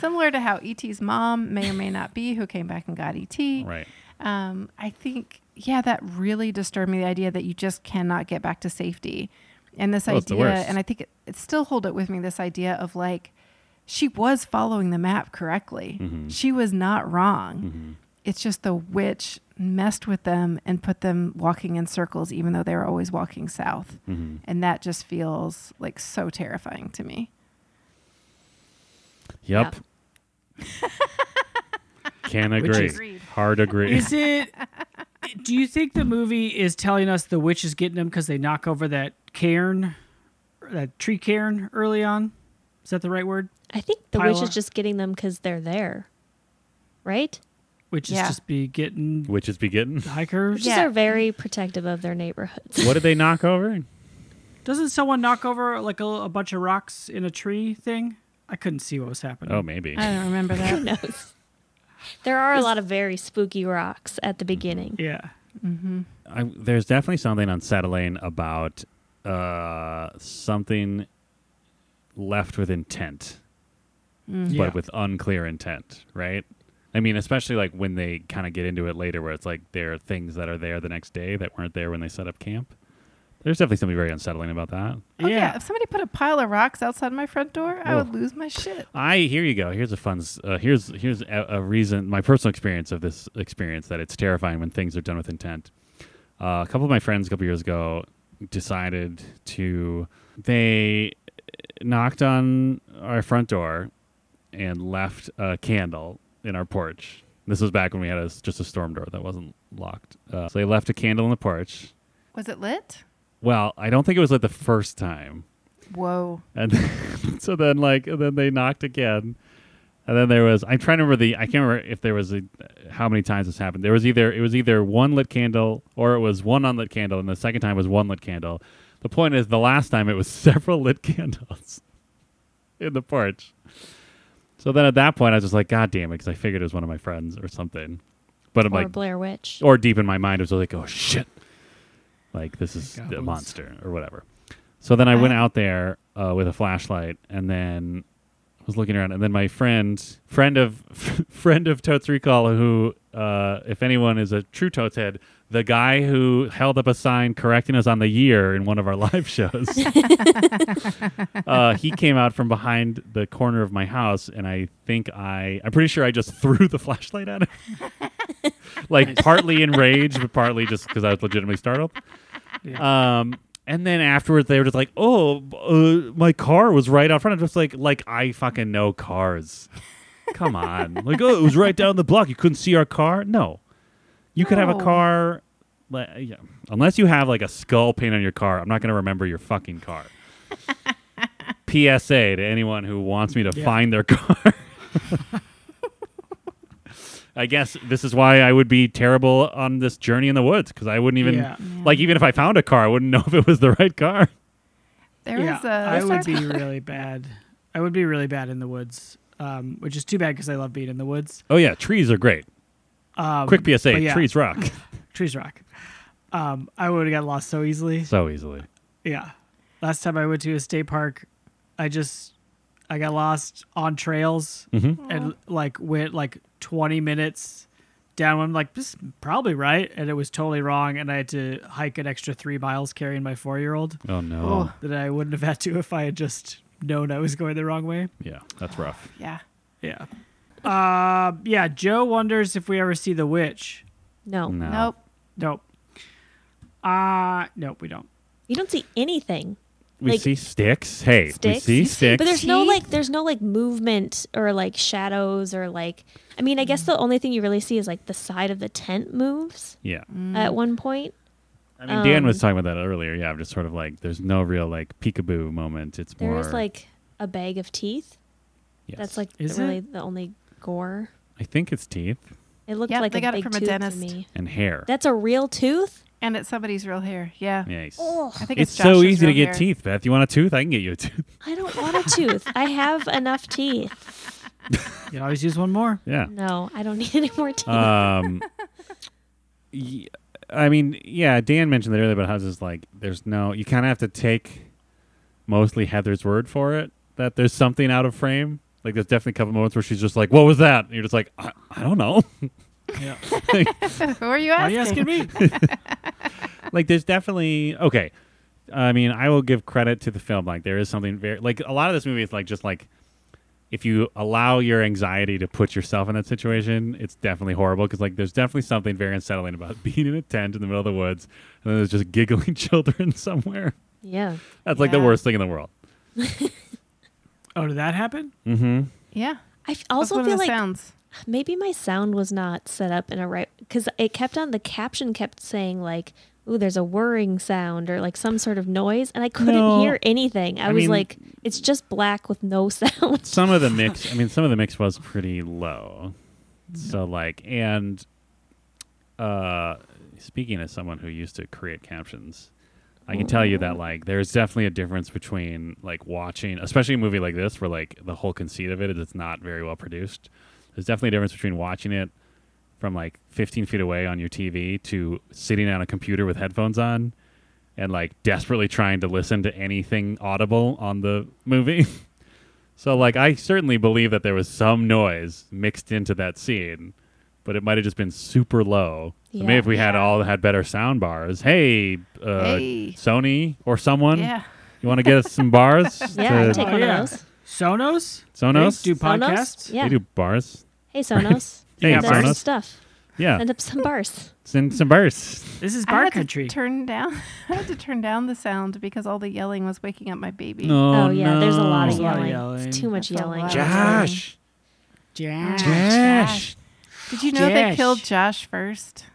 Speaker 1: similar to how et's mom may or may not be who came back and got E et
Speaker 4: right.
Speaker 1: um, I think, yeah, that really disturbed me. The idea that you just cannot get back to safety, and this
Speaker 4: Oh, it's the
Speaker 1: idea,
Speaker 4: worst.
Speaker 1: and I think it, it still hold it with me. This idea of like, she was following the map correctly.
Speaker 4: Mhm.
Speaker 1: She was not wrong.
Speaker 4: Mm-hmm.
Speaker 1: It's just the witch messed with them and put them walking in circles, even though they were always walking south.
Speaker 4: Mhm.
Speaker 1: And that just feels like so terrifying to me.
Speaker 4: Yep. Can
Speaker 3: Which
Speaker 4: agree.
Speaker 3: is-
Speaker 1: Agreed.
Speaker 4: Hard agree.
Speaker 3: is it? Do you think the movie is telling us the witch is getting them because they knock over that cairn, that tree cairn early on? Is that the right word?
Speaker 2: I think the
Speaker 3: Pile
Speaker 2: witch is
Speaker 3: on.
Speaker 2: just getting them because they're there, right?
Speaker 3: Which is
Speaker 1: Yeah.
Speaker 3: just be getting
Speaker 4: Witches be getting.
Speaker 3: hikers.
Speaker 2: Witches
Speaker 1: Yeah.
Speaker 2: are very protective of their neighborhoods.
Speaker 4: what did they knock over?
Speaker 3: Doesn't someone knock over like a, a bunch of rocks in a tree thing? I couldn't see what was happening.
Speaker 4: Oh, maybe.
Speaker 1: I don't remember
Speaker 2: Who
Speaker 1: that.
Speaker 2: knows? There are a lot of very spooky rocks at the beginning.
Speaker 3: yeah.
Speaker 4: I, there's definitely something unsettling about uh, something left with intent.
Speaker 3: Yeah.
Speaker 4: but with unclear intent, right? I mean, especially like when they kind of get into it later, where it's like there are things that are there the next day that weren't there when they set up camp. There's definitely something very unsettling about that.
Speaker 1: Oh, yeah. If somebody put a pile of rocks outside my front door, I
Speaker 4: Whoa.
Speaker 1: would lose my shit.
Speaker 4: I here you go. Here's a fun. s- Uh, here's here's a, a reason. My personal experience of this experience that it's terrifying when things are done with intent. Uh, a couple of my friends a couple years ago decided to they knocked on our front door and left a candle in our porch. This was back when we had a, just a storm door that wasn't locked. Uh, so they left a candle in the porch.
Speaker 1: Was it lit?
Speaker 4: Well, I don't think it was lit the first time.
Speaker 1: Whoa.
Speaker 4: And so then, like, and then they knocked again. And then there was I'm trying to remember the I can't remember if there was a, how many times this happened. There was either it was either one lit candle or it was one unlit candle, and the second time was one lit candle. The point is, the last time it was several lit candles in the porch. So then at that point, I was just like, God damn it, because I figured it was one of my friends or something. But I'm
Speaker 2: or
Speaker 4: like, Oh,
Speaker 2: Blair Witch.
Speaker 4: or deep in my mind, it was like, oh shit, like this is
Speaker 3: Goblins.
Speaker 4: a monster or whatever. So then I went
Speaker 1: Wow.
Speaker 4: out there uh, with a flashlight, and then I was looking around, and then my friend, friend of friend of Totes Recall, who, uh, if anyone is a true Totes head, the guy who held up a sign correcting us on the year in one of our live shows, uh, he came out from behind the corner of my house, and I think I, I'm pretty sure I just threw the flashlight at him like partly enraged, but partly just because I was legitimately startled. Um, and then afterwards, they were just like, "Oh, b- uh, my car was right out front." I'm just like, like I fucking know cars. Come on, like oh, it was right down the block. You couldn't see our car. No, you could have a
Speaker 1: No.
Speaker 4: car. Like, yeah. Unless you have like a skull paint on your car, I'm not going to remember your fucking car. PSA to anyone who wants me to
Speaker 3: Yeah.
Speaker 4: find their car. I guess this is why I would be terrible on this journey in the woods because I wouldn't even
Speaker 3: Yeah.
Speaker 1: Yeah.
Speaker 4: like even if I found a car, I wouldn't know if it was the right car.
Speaker 1: There is a.
Speaker 3: I
Speaker 1: there's
Speaker 3: would
Speaker 1: a-
Speaker 3: be really bad. I would be really bad in the woods, um, which is too bad because I love being in the woods.
Speaker 4: Oh yeah, trees are great.
Speaker 3: Um,
Speaker 4: Quick PSA:
Speaker 3: but yeah,
Speaker 4: trees rock
Speaker 3: trees rock. Um, I would have got lost so easily.
Speaker 4: so easily.
Speaker 3: Yeah. Last time I went to a state park, I just I got lost on trails and like went like 20 minutes down. one. I'm like, this is probably right, and it was totally wrong, and I had to hike an extra three miles carrying my four year old
Speaker 4: Oh no,
Speaker 1: Oh.
Speaker 3: that I wouldn't have had to if I had just known I was going the wrong way.
Speaker 4: yeah, that's rough.
Speaker 1: Yeah.
Speaker 3: Yeah. Uh, yeah. Joe wonders if we ever see the witch.
Speaker 2: no.
Speaker 4: No.
Speaker 1: Nope.
Speaker 3: Nope. Uh, nope, we don't.
Speaker 2: You don't see anything.
Speaker 4: We
Speaker 2: Like-
Speaker 4: see sticks. Hey,
Speaker 2: Sticks.
Speaker 4: we see sticks.
Speaker 2: But there's no
Speaker 1: Teeth?
Speaker 2: like there's no like movement or like shadows or like I mean, I
Speaker 1: Mm.
Speaker 2: guess the only thing you really see is like the side of the tent moves
Speaker 4: yeah,
Speaker 1: Mm.
Speaker 2: at one point.
Speaker 4: I mean Dan
Speaker 2: Mm. Um,
Speaker 4: was talking about that earlier. Yeah, I'm just sort of like there's no real like peekaboo moment. It's
Speaker 2: There
Speaker 4: more
Speaker 2: is like a bag of teeth.
Speaker 4: yes.
Speaker 2: That's like
Speaker 3: Is
Speaker 2: really the only gore.
Speaker 4: I think it's teeth
Speaker 2: It looked
Speaker 1: Yep,
Speaker 2: like
Speaker 1: they
Speaker 2: a
Speaker 1: got it
Speaker 2: big
Speaker 1: from a
Speaker 2: tooth
Speaker 1: dentist.
Speaker 2: to me.
Speaker 4: and hair.
Speaker 2: That's a real tooth?
Speaker 1: And it's somebody's real hair. Yeah.
Speaker 4: nice.
Speaker 2: Oh,
Speaker 1: I think
Speaker 4: It's,
Speaker 1: it's,
Speaker 4: so
Speaker 1: Josh's
Speaker 4: easy to
Speaker 1: real
Speaker 4: get
Speaker 1: hair.
Speaker 4: teeth, Beth. You want a tooth? I can get you a tooth.
Speaker 2: I don't want a tooth. I have enough teeth.
Speaker 3: You can always use one more.
Speaker 4: yeah.
Speaker 2: No, I don't need any more teeth.
Speaker 4: um, y- I mean, yeah, Dan mentioned that earlier about how it's just like there's no, you kind of have to take mostly Heather's word for it that there's something out of frame. Like there's definitely a couple moments where she's just like, "What was that?" And you're just like, "I, I don't know."
Speaker 3: Yeah.
Speaker 1: Who are you
Speaker 3: Why are
Speaker 1: asking?
Speaker 3: you asking me?
Speaker 4: like there's definitely okay. I mean, I will give credit to the film. Like there is something very like a lot of this movie is like just like if you allow your anxiety to put yourself in that situation, it's definitely horrible because like there's definitely something very unsettling about being in a tent in the middle of the woods and then there's just giggling children somewhere.
Speaker 2: yeah.
Speaker 4: That's like the
Speaker 1: Yeah.
Speaker 4: worst thing in the world.
Speaker 3: Oh, did that happen?
Speaker 4: Mm-hmm.
Speaker 1: Yeah.
Speaker 2: I f-
Speaker 1: That's
Speaker 2: also
Speaker 1: one of
Speaker 2: feel
Speaker 1: the
Speaker 2: like
Speaker 1: sounds.
Speaker 2: maybe my sound was not set up in a right because it kept on the caption kept saying like ooh there's a whirring sound or like some sort of noise and i couldn't
Speaker 4: No.
Speaker 2: hear anything i,
Speaker 4: I
Speaker 2: was
Speaker 4: mean-
Speaker 2: like it's just black with no sound
Speaker 4: Some of the mix, I mean, some of the mix was pretty low. So like, and uh, speaking as someone who used to create captions, I can tell you that like there's definitely a difference between like watching, especially a movie like this where like the whole conceit of it is it's not very well produced. There's definitely a difference between watching it from like 15 feet away on your TV to sitting on a computer with headphones on and like desperately trying to listen to anything audible on the movie. so like I certainly believe that there was some noise mixed into that scene, but it might have just been super low. So maybe
Speaker 2: Yeah.
Speaker 4: if we had all had better sound bars, hey, uh,
Speaker 1: Hey.
Speaker 4: Sony or someone,
Speaker 1: Yeah.
Speaker 4: you want to get us some bars?
Speaker 2: yeah
Speaker 4: to-
Speaker 2: i take
Speaker 3: Oh,
Speaker 2: one
Speaker 3: yeah.
Speaker 2: of those
Speaker 3: Sonos?
Speaker 4: Sonos?
Speaker 3: They do
Speaker 2: Sonos?
Speaker 3: podcasts?
Speaker 2: yeah
Speaker 4: They do bars.
Speaker 2: hey sonos
Speaker 4: Hey,
Speaker 3: Yeah,
Speaker 2: There's some
Speaker 4: Sonos.
Speaker 2: stuff
Speaker 4: Yeah.
Speaker 2: Send up some bars.
Speaker 4: Send some bars.
Speaker 3: This is
Speaker 1: I
Speaker 3: bar
Speaker 1: had
Speaker 3: country.
Speaker 1: to turn down. I had to turn down the sound because all the yelling was waking up my baby.
Speaker 4: No,
Speaker 2: Oh, yeah, there's a lot of
Speaker 3: There's a lot of
Speaker 2: yelling.
Speaker 3: yelling.
Speaker 2: It's too much
Speaker 1: That's a
Speaker 2: yelling.
Speaker 1: lot.
Speaker 4: Josh.
Speaker 3: Jack.
Speaker 4: Josh.
Speaker 1: Did you know they
Speaker 3: Josh.
Speaker 1: killed Josh first?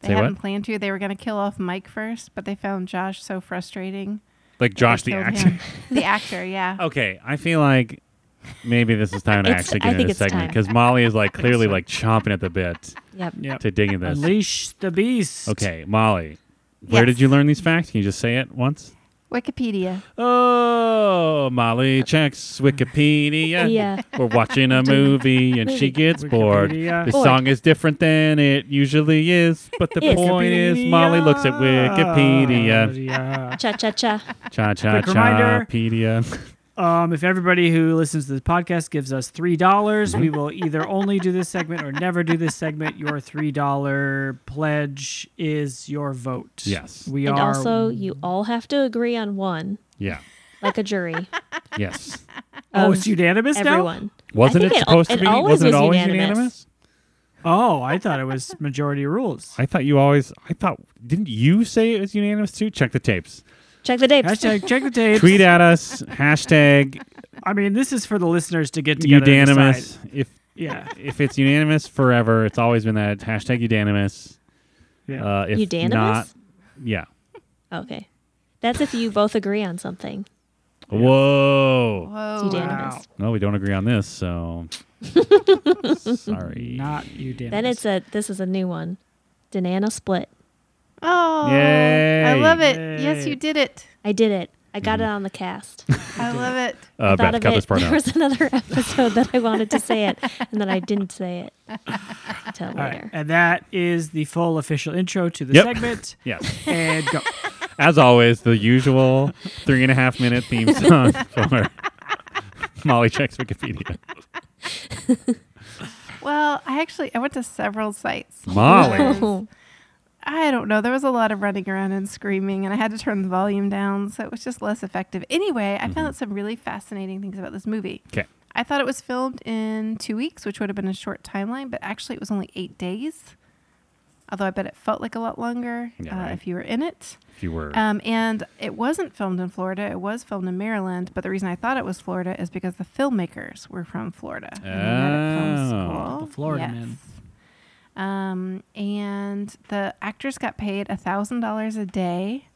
Speaker 1: They
Speaker 4: Say what?
Speaker 1: hadn't planned to. They were going to kill off Mike first, but they found Josh so frustrating.
Speaker 4: Like
Speaker 1: they
Speaker 4: Josh the
Speaker 1: killed
Speaker 4: actor. Oh.
Speaker 1: him. the actor, yeah.
Speaker 4: Okay, I feel like maybe this is time to
Speaker 2: It's-
Speaker 4: actually
Speaker 2: I
Speaker 4: get into
Speaker 2: think
Speaker 4: the
Speaker 2: it's
Speaker 4: segment
Speaker 2: time.
Speaker 4: because Molly is like clearly like chomping at the bit
Speaker 2: Yep.
Speaker 3: Yep.
Speaker 4: to dig into this.
Speaker 3: Unleash the beast.
Speaker 4: Okay, Molly, where
Speaker 1: Yes.
Speaker 4: did you learn these facts? Can you just say it once?
Speaker 1: Wikipedia.
Speaker 4: Oh, Molly checks Wikipedia.
Speaker 2: Yeah.
Speaker 4: We're watching a movie and she gets bored.
Speaker 3: Wikipedia.
Speaker 4: The
Speaker 2: Bored.
Speaker 4: song is different than it usually is, but the
Speaker 2: Yes.
Speaker 4: point is Molly looks at Wikipedia.
Speaker 3: Wikipedia.
Speaker 2: Cha cha cha.
Speaker 4: Cha cha
Speaker 3: Quick reminder.
Speaker 4: cha pedia.
Speaker 3: Um, if everybody who listens to this podcast gives us three dollars,
Speaker 4: Mm-hmm.
Speaker 3: we will either only do this segment or never do this segment. Your three dollar pledge is your vote.
Speaker 4: Yes.
Speaker 3: we
Speaker 2: And
Speaker 3: are.
Speaker 2: also, you all have to agree on one,
Speaker 4: Yeah.
Speaker 2: like a jury.
Speaker 4: Yes.
Speaker 3: oh,
Speaker 2: of
Speaker 3: it's unanimous now.
Speaker 2: Everyone.
Speaker 4: Wasn't
Speaker 2: think
Speaker 4: it
Speaker 2: it-
Speaker 4: supposed
Speaker 2: it
Speaker 4: to be?
Speaker 2: always
Speaker 4: Wasn't it
Speaker 2: was
Speaker 4: always
Speaker 2: unanimous.
Speaker 4: unanimous?
Speaker 3: Oh, I thought it was majority rules.
Speaker 4: I thought you always. I thought didn't you say it was unanimous too? Check the tapes.
Speaker 2: Check the tapes.
Speaker 3: Hashtag check the tapes.
Speaker 4: Tweet at us. Hashtag
Speaker 3: I mean, this is for the listeners to get together. and decide.
Speaker 4: unanimous. If
Speaker 3: Yeah.
Speaker 4: if it's unanimous forever, it's always been that hashtag unanimous.
Speaker 3: Yeah.
Speaker 4: Uh, if
Speaker 2: Unanimous?
Speaker 4: not, yeah.
Speaker 2: Okay. That's if you both agree on something.
Speaker 4: Whoa.
Speaker 2: It's
Speaker 1: Whoa.
Speaker 2: unanimous.
Speaker 3: Wow.
Speaker 4: No, we don't agree on this. So sorry.
Speaker 3: Not unanimous.
Speaker 2: Then it's a this is a new one. Danana split.
Speaker 1: Oh, I
Speaker 4: Yay.
Speaker 1: love it. Yes,
Speaker 3: Yay.
Speaker 1: you did it.
Speaker 2: I did it. I got it on the cast.
Speaker 1: I love it.
Speaker 4: uh,
Speaker 2: Thought
Speaker 4: Mm-hmm. Beth,
Speaker 2: of
Speaker 4: cut
Speaker 2: it.
Speaker 4: this part
Speaker 2: there
Speaker 4: out.
Speaker 2: was another episode that I wanted to say it, and then I didn't say it until
Speaker 3: All right,
Speaker 2: later.
Speaker 3: and that is the full official intro to the
Speaker 4: Yep.
Speaker 3: segment.
Speaker 4: Yes.
Speaker 3: And go.
Speaker 4: As always, the usual three and a half minute theme song for Molly checks Wikipedia.
Speaker 1: Well, I actually I went to several sites.
Speaker 4: Molly.
Speaker 2: Oh,
Speaker 1: I don't know. There was a lot of running around and screaming, and I had to turn the volume down, so it was just less effective. Anyway, I
Speaker 4: Mm-hmm.
Speaker 1: found out some really fascinating things about this movie.
Speaker 4: Okay.
Speaker 1: I thought it was filmed in two weeks, which would have been a short timeline, but actually it was only eight days. Although I bet it felt like a lot longer
Speaker 4: Yeah,
Speaker 1: uh,
Speaker 4: right.
Speaker 1: if you were in it.
Speaker 4: If you were.
Speaker 1: Um, and it wasn't filmed in Florida. It was filmed in Maryland. But the reason I thought it was Florida is because the filmmakers were from Florida. and they met at film
Speaker 4: Oh.
Speaker 1: school.
Speaker 3: The Florida men.
Speaker 1: Um, and the actors got paid $1,000 a day,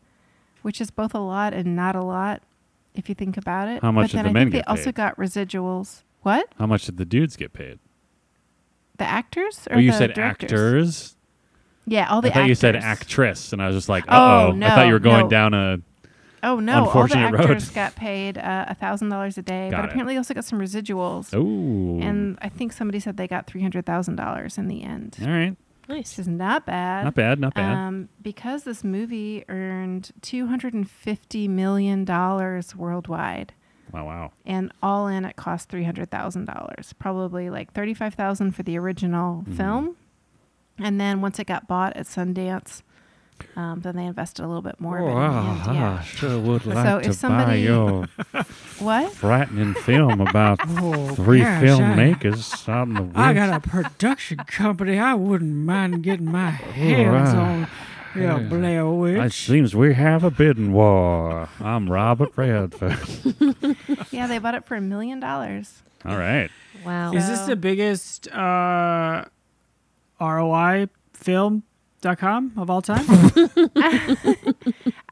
Speaker 1: which is both a lot and not a lot if you think about it.
Speaker 4: How
Speaker 1: but
Speaker 4: much did
Speaker 1: then
Speaker 4: the
Speaker 1: I
Speaker 4: men
Speaker 1: think
Speaker 4: get
Speaker 1: they also
Speaker 4: paid?
Speaker 1: got residuals. What?
Speaker 4: How much did the dudes get paid?
Speaker 1: The actors? Or
Speaker 4: Oh, you
Speaker 1: the
Speaker 4: said
Speaker 1: directors?
Speaker 4: actors.
Speaker 1: Yeah, all
Speaker 4: I
Speaker 1: the
Speaker 4: thought
Speaker 1: actors.
Speaker 4: you said actress, and I was just like, uh
Speaker 1: Oh,
Speaker 4: oh. I thought you
Speaker 1: no,
Speaker 4: were going
Speaker 1: no.
Speaker 4: down a.
Speaker 1: Oh no! All the
Speaker 4: Unfortunate road.
Speaker 1: actors got paid uh, a thousand dollars a day,
Speaker 4: Got
Speaker 1: but
Speaker 4: it.
Speaker 1: apparently they also got some residuals.
Speaker 4: Oh.
Speaker 1: And I think somebody said they got three hundred thousand dollars in the end,
Speaker 4: All right.
Speaker 1: which
Speaker 2: nice.
Speaker 1: is not bad.
Speaker 4: Not bad. Not bad.
Speaker 1: Um, because this movie earned two hundred and fifty million dollars worldwide,
Speaker 4: wow. Wow.
Speaker 1: and all in it cost three hundred thousand dollars. Probably like thirty five thousand for the original
Speaker 4: Mm-hmm.
Speaker 1: film, and then once it got bought at Sundance, um, then they invested a little bit more. but in the end, yeah.
Speaker 4: Oh, sure would
Speaker 1: like So if to somebody- buy your What?
Speaker 4: frightening film about
Speaker 3: Oh,
Speaker 4: three
Speaker 3: gosh,
Speaker 4: filmmakers out in the woods.
Speaker 3: I, I got a production company. I wouldn't mind getting my hands
Speaker 4: right.
Speaker 3: on yeah, Blair
Speaker 4: It
Speaker 3: Witch.
Speaker 4: seems we have a bidding war. I'm Robert Redford.
Speaker 1: Yeah, they bought it for a million dollars.
Speaker 4: All right.
Speaker 2: Wow.
Speaker 3: Is this the biggest uh, ROI film? Dot com of all time.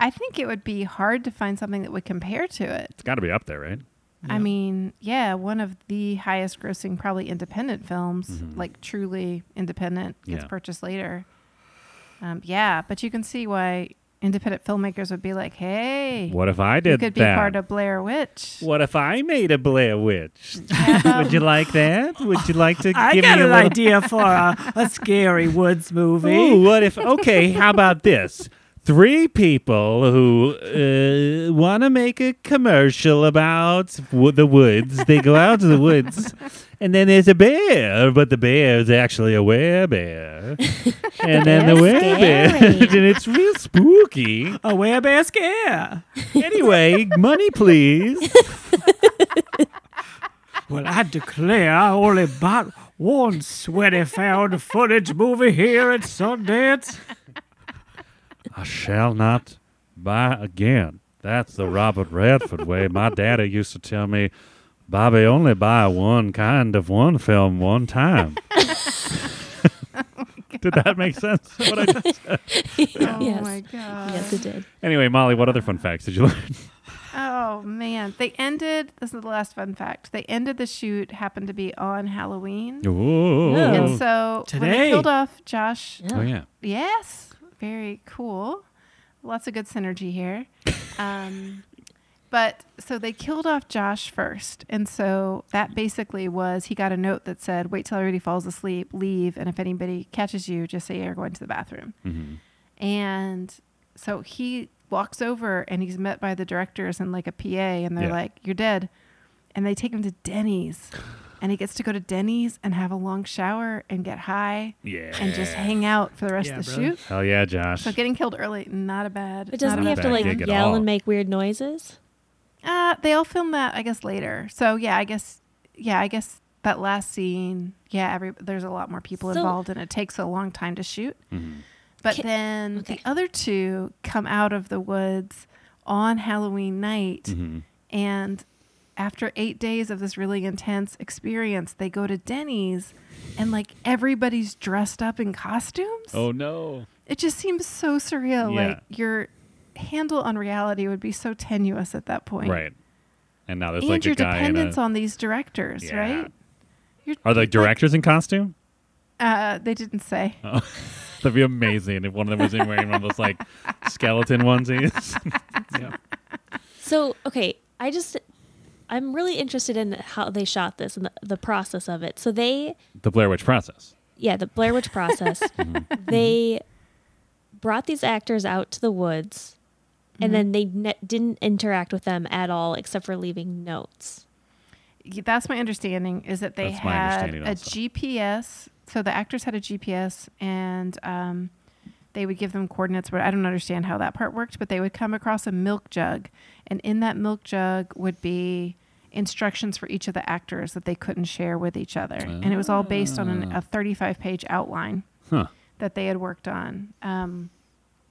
Speaker 1: I think it would be hard to find something that would compare to it.
Speaker 4: It's got to be up there, right?
Speaker 1: I mean, yeah, one of the highest grossing, probably independent films, like truly independent, gets
Speaker 4: Mm-hmm. Yeah.
Speaker 1: purchased later. Um, yeah, but you can see why independent filmmakers would be like, hey,
Speaker 4: What if I
Speaker 1: you
Speaker 4: did
Speaker 1: could be
Speaker 4: that?
Speaker 1: part of Blair Witch.
Speaker 4: what if I made a Blair Witch?
Speaker 1: Um,
Speaker 4: Would you like that? Would you like to
Speaker 3: I
Speaker 4: give
Speaker 3: got
Speaker 4: me a
Speaker 3: an
Speaker 4: little
Speaker 3: idea for a, a scary woods movie.
Speaker 4: Ooh, what if? Okay, how about this? Three people who uh, want to make a commercial about w- the woods. They go out to the woods, and then there's a bear, but the bear is actually a bear, And then the
Speaker 2: bear's
Speaker 4: bear, and
Speaker 2: scary.
Speaker 4: it's real spooky.
Speaker 3: A werebear scare.
Speaker 4: Anyway, money, please.
Speaker 3: Well, I declare, I only bought Once when he found footage movie here at Sundance.
Speaker 4: I shall not buy again. That's the Robert Redford way. My daddy used to tell me, Bobby, only buy one kind of one film one time. Did that make sense? What I just-
Speaker 1: Oh
Speaker 2: Yes.
Speaker 1: my god.
Speaker 2: Yes, it did.
Speaker 4: anyway, Molly, what other fun facts did you learn?
Speaker 1: Oh man, they ended. This is the last fun fact. They ended the shoot happened to be on Halloween,
Speaker 4: Ooh.
Speaker 1: and so when
Speaker 3: Today.
Speaker 1: they killed off Josh,
Speaker 2: Yeah.
Speaker 4: oh, yeah.
Speaker 1: yes, very cool. Lots of good synergy here. Um, but so they killed off Josh first, and so that basically was he got a note that said, "Wait till everybody falls asleep, leave, and if anybody catches you, just say you're going to the bathroom."
Speaker 4: hmm
Speaker 1: And so he walks over and he's met by the directors and like a PA, and they're
Speaker 4: Yeah.
Speaker 1: like, You're dead. And they take him to Denny's. And he gets to go to Denny's and have a long shower and get high
Speaker 4: Yeah.
Speaker 1: and just hang out for the rest
Speaker 3: Yeah,
Speaker 1: of the
Speaker 3: brother.
Speaker 1: shoot.
Speaker 4: Hell yeah, Josh.
Speaker 1: So getting killed early, not a bad.
Speaker 2: But doesn't
Speaker 1: not
Speaker 2: he
Speaker 1: a
Speaker 2: have to
Speaker 1: bad
Speaker 2: like
Speaker 1: plan.
Speaker 4: gig at
Speaker 2: yell
Speaker 4: all.
Speaker 2: and make weird noises?
Speaker 1: Uh, they all film that, I guess, later. So yeah, I guess, yeah, I guess that last scene, yeah, every there's a lot more people
Speaker 2: So-
Speaker 1: involved, and it takes a long time to shoot.
Speaker 4: Mhm.
Speaker 1: But
Speaker 2: Ca-
Speaker 1: then
Speaker 2: okay.
Speaker 1: the other two come out of the woods on Halloween night,
Speaker 4: Mhm.
Speaker 1: and after eight days of this really intense experience, they go to Denny's, and like everybody's dressed up in costumes.
Speaker 4: Oh, no.
Speaker 1: It just seems so surreal.
Speaker 4: Yeah.
Speaker 1: Like your handle on reality would be so tenuous at that point
Speaker 4: Right. And now there's
Speaker 1: and
Speaker 4: like
Speaker 1: your
Speaker 4: a guy in
Speaker 1: dependence
Speaker 4: a,
Speaker 1: on these directors,
Speaker 4: Yeah.
Speaker 1: right? You're,
Speaker 4: Are the directors in costume?
Speaker 1: uh, they didn't say.
Speaker 4: Oh, that'd be amazing if one of them was in wearing one of those like skeleton onesies.
Speaker 3: Yeah.
Speaker 2: So okay, I just I'm really interested in how they shot this and the, the process of it. So they
Speaker 4: the Blair Witch process.
Speaker 2: yeah, the Blair Witch process. Mm-hmm. they brought these actors out to the woods, and then they ne- didn't interact with them at all, except for leaving notes.
Speaker 1: Y- That's my understanding. Is that they
Speaker 4: That's my
Speaker 1: had
Speaker 4: understanding
Speaker 1: a
Speaker 4: also.
Speaker 1: GPS. So the actors had a GPS, and um, they would give them coordinates. But I don't understand how that part worked. But they would come across a milk jug, and in that milk jug would be instructions for each of the actors that they couldn't share with each other, and it was all based on an,
Speaker 4: Ah.
Speaker 1: a 35-page outline.
Speaker 4: Huh.
Speaker 1: that they had worked on. Um,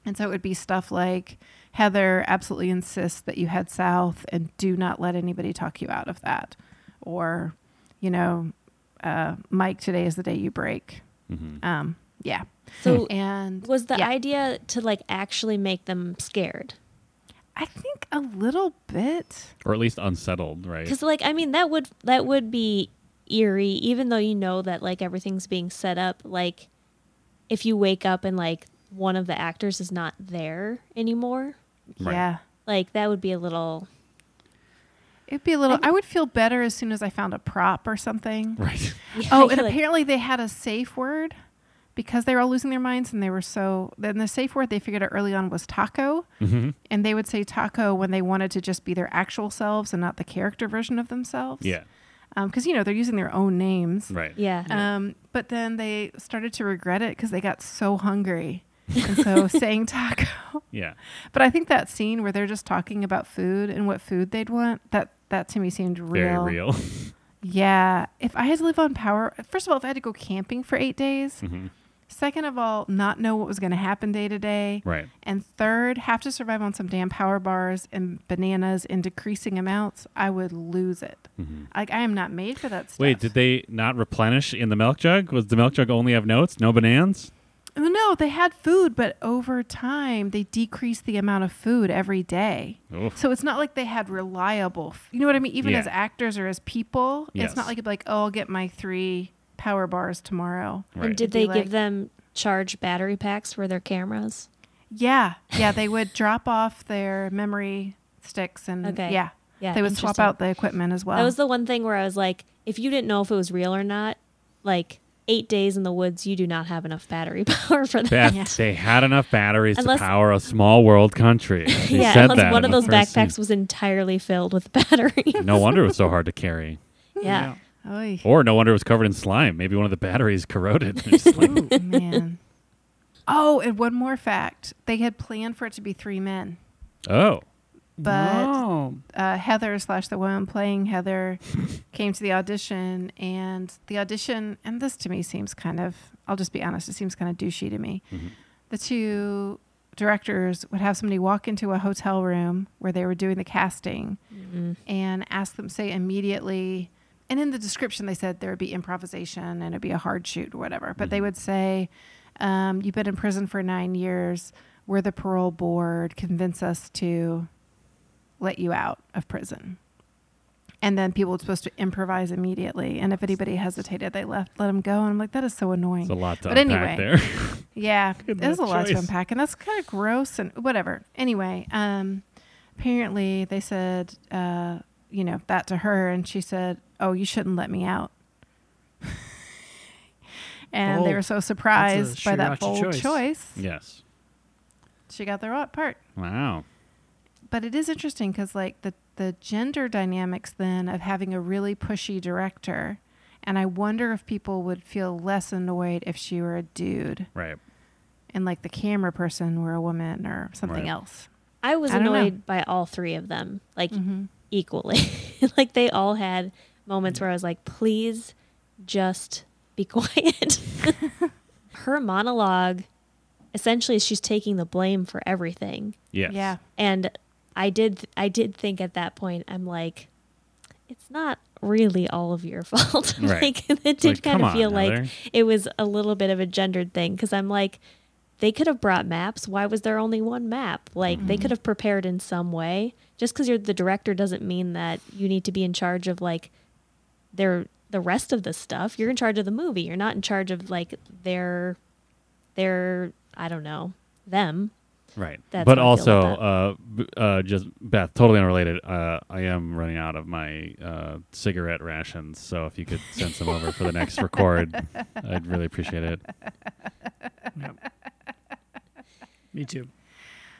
Speaker 1: and so it would be stuff like Heather absolutely insists that you head south and do not let anybody talk you out of that. Or, you know, uh, Mike, today is the day you break. Um, yeah.
Speaker 2: So
Speaker 1: And
Speaker 2: was the
Speaker 1: yeah.
Speaker 2: idea to like actually make them scared?
Speaker 1: I think a little bit.
Speaker 4: Or at least unsettled, right?
Speaker 2: Because like I mean that would that would be eerie, even though you know that like everything's being set up. Like if you wake up and like one of the actors is not there anymore,
Speaker 4: Right.
Speaker 1: Yeah.
Speaker 2: like that would be a little
Speaker 1: It'd be a little, I would feel better as soon as I found a prop or something.
Speaker 4: Right.
Speaker 1: Oh, and
Speaker 2: I feel like-
Speaker 1: apparently they had a safe word because they were all losing their minds and they were so. Then the safe word they figured out early on was taco.
Speaker 4: Mm-hmm.
Speaker 1: And they would say taco when they wanted to just be their actual selves and not the character version of themselves.
Speaker 4: Yeah.
Speaker 1: Because, you know, they're using their own names.
Speaker 4: Right.
Speaker 2: yeah.
Speaker 1: Um, but then they started to regret it because they got so hungry. And so saying taco.
Speaker 4: Yeah.
Speaker 1: But I think that scene where they're just talking about food and what food they'd want, that, that to me seemed
Speaker 4: Very real.
Speaker 1: yeah. If I had to live on power, first of all, if I had to go camping for eight days,
Speaker 4: Mm-hmm.
Speaker 1: second of all, not know what was going to happen day to day,
Speaker 4: right.
Speaker 1: and third, have to survive on some damn power bars and bananas in decreasing amounts, I would lose it. Like, I am not made for that stuff.
Speaker 4: Mm-hmm. Wait, did they not replenish in the milk jug? Was the milk jug only have notes? No bananas?
Speaker 1: No, they had food, but over time, they decreased the amount of food every day.
Speaker 4: Oof.
Speaker 1: So it's not like they had reliable, f- you know what I mean? Even
Speaker 4: Yeah.
Speaker 1: as actors or as people,
Speaker 4: Yes.
Speaker 1: it's not like, it'd be like, oh, I'll get my three power bars tomorrow.
Speaker 4: Right.
Speaker 2: And did
Speaker 1: It'd be
Speaker 2: they
Speaker 1: like-
Speaker 2: give them charge battery packs for their cameras?
Speaker 1: Yeah, yeah, they would drop off their memory sticks and
Speaker 2: Okay.
Speaker 1: yeah,
Speaker 2: Yeah,
Speaker 1: they would swap
Speaker 2: interesting.
Speaker 1: out the equipment as well.
Speaker 2: That was the one thing where I was like, if you didn't know if it was real or not, like eight days in the woods, you do not have enough battery power for that.
Speaker 4: Beth, they had enough batteries
Speaker 2: Unless-
Speaker 4: to power a small world country. They
Speaker 2: Yeah,
Speaker 4: said
Speaker 2: unless
Speaker 4: that
Speaker 2: one of
Speaker 4: in the
Speaker 2: those
Speaker 4: first
Speaker 2: backpacks
Speaker 4: scene.
Speaker 2: was entirely filled with batteries.
Speaker 4: No wonder it was so hard to carry.
Speaker 2: yeah.
Speaker 1: Oy.
Speaker 4: Or no wonder it was covered in slime. Maybe one of the batteries corroded. It's just like-
Speaker 1: Ooh, man. Oh, and one more fact: they had planned for it to be three men.
Speaker 4: oh.
Speaker 1: but
Speaker 3: oh,
Speaker 1: uh, Heather slash the woman playing Heather came to the audition, and the audition, and this to me seems kind of, I'll just be honest, it seems kind of douchey to me. The two directors would have somebody walk into a hotel room where they were doing the casting
Speaker 2: Mm-hmm.
Speaker 1: and ask them, say immediately, and in the description they said there would be improvisation and it'd be a hard shoot or whatever, but they would say, um, You've been in prison for nine years. We're the parole board. Convince us to let you out of prison. And then people were supposed to improvise immediately. And if anybody hesitated, they left, let them go. And I'm like, that is so annoying.
Speaker 4: It's a lot to
Speaker 1: But
Speaker 4: unpack
Speaker 1: anyway,
Speaker 4: there.
Speaker 1: Yeah,
Speaker 4: Good
Speaker 1: there's a
Speaker 4: luck
Speaker 1: lot to
Speaker 4: choice.
Speaker 1: unpack, and that's kind of gross and whatever. Anyway, um, apparently they said, uh, you know, that to her, and she said, "Oh, you shouldn't let me out." and they
Speaker 4: Oh,
Speaker 3: Bold.
Speaker 1: were so surprised by that
Speaker 3: sriracha
Speaker 1: bold
Speaker 3: choice.
Speaker 1: choice.
Speaker 4: yes.
Speaker 1: She got the right part,
Speaker 4: Wow.
Speaker 1: but it is interesting because, like, the the gender dynamics then of having a really pushy director, and I wonder if people would feel less annoyed if she were a dude.
Speaker 4: Right.
Speaker 1: and like the camera person were a woman or something
Speaker 4: Right.
Speaker 1: else.
Speaker 2: I was
Speaker 1: I don't know. Mm-hmm.
Speaker 2: annoyed by all three of them, like equally. like they all had
Speaker 1: Mm.
Speaker 2: moments where I was like, please just be quiet. Her monologue, essentially, she's taking the blame for everything.
Speaker 4: Yes.
Speaker 1: Yeah.
Speaker 2: And I did, I did think at that point, I'm like, it's not really all of your fault.
Speaker 4: Right.
Speaker 2: like it did
Speaker 4: Like,
Speaker 2: kind
Speaker 4: come
Speaker 2: of
Speaker 4: on,
Speaker 2: feel like
Speaker 4: Heather.
Speaker 2: it was a little bit of a gendered thing because I'm like, they could have brought maps. Why was there only one map? Like
Speaker 4: Mm-hmm.
Speaker 2: they could have prepared in some way. Just because you're the director doesn't mean that you need to be in charge of like their the rest of the stuff. You're in charge of the movie. You're not in charge of like their their I don't know them.
Speaker 4: Right.
Speaker 2: That's
Speaker 4: but
Speaker 2: how I feel
Speaker 4: also,
Speaker 2: about
Speaker 4: uh, b- uh, just Beth, totally unrelated. Uh, I am running out of my uh, cigarette rations, so if you could send some over for the next record, I'd really appreciate it.
Speaker 3: yep. me too.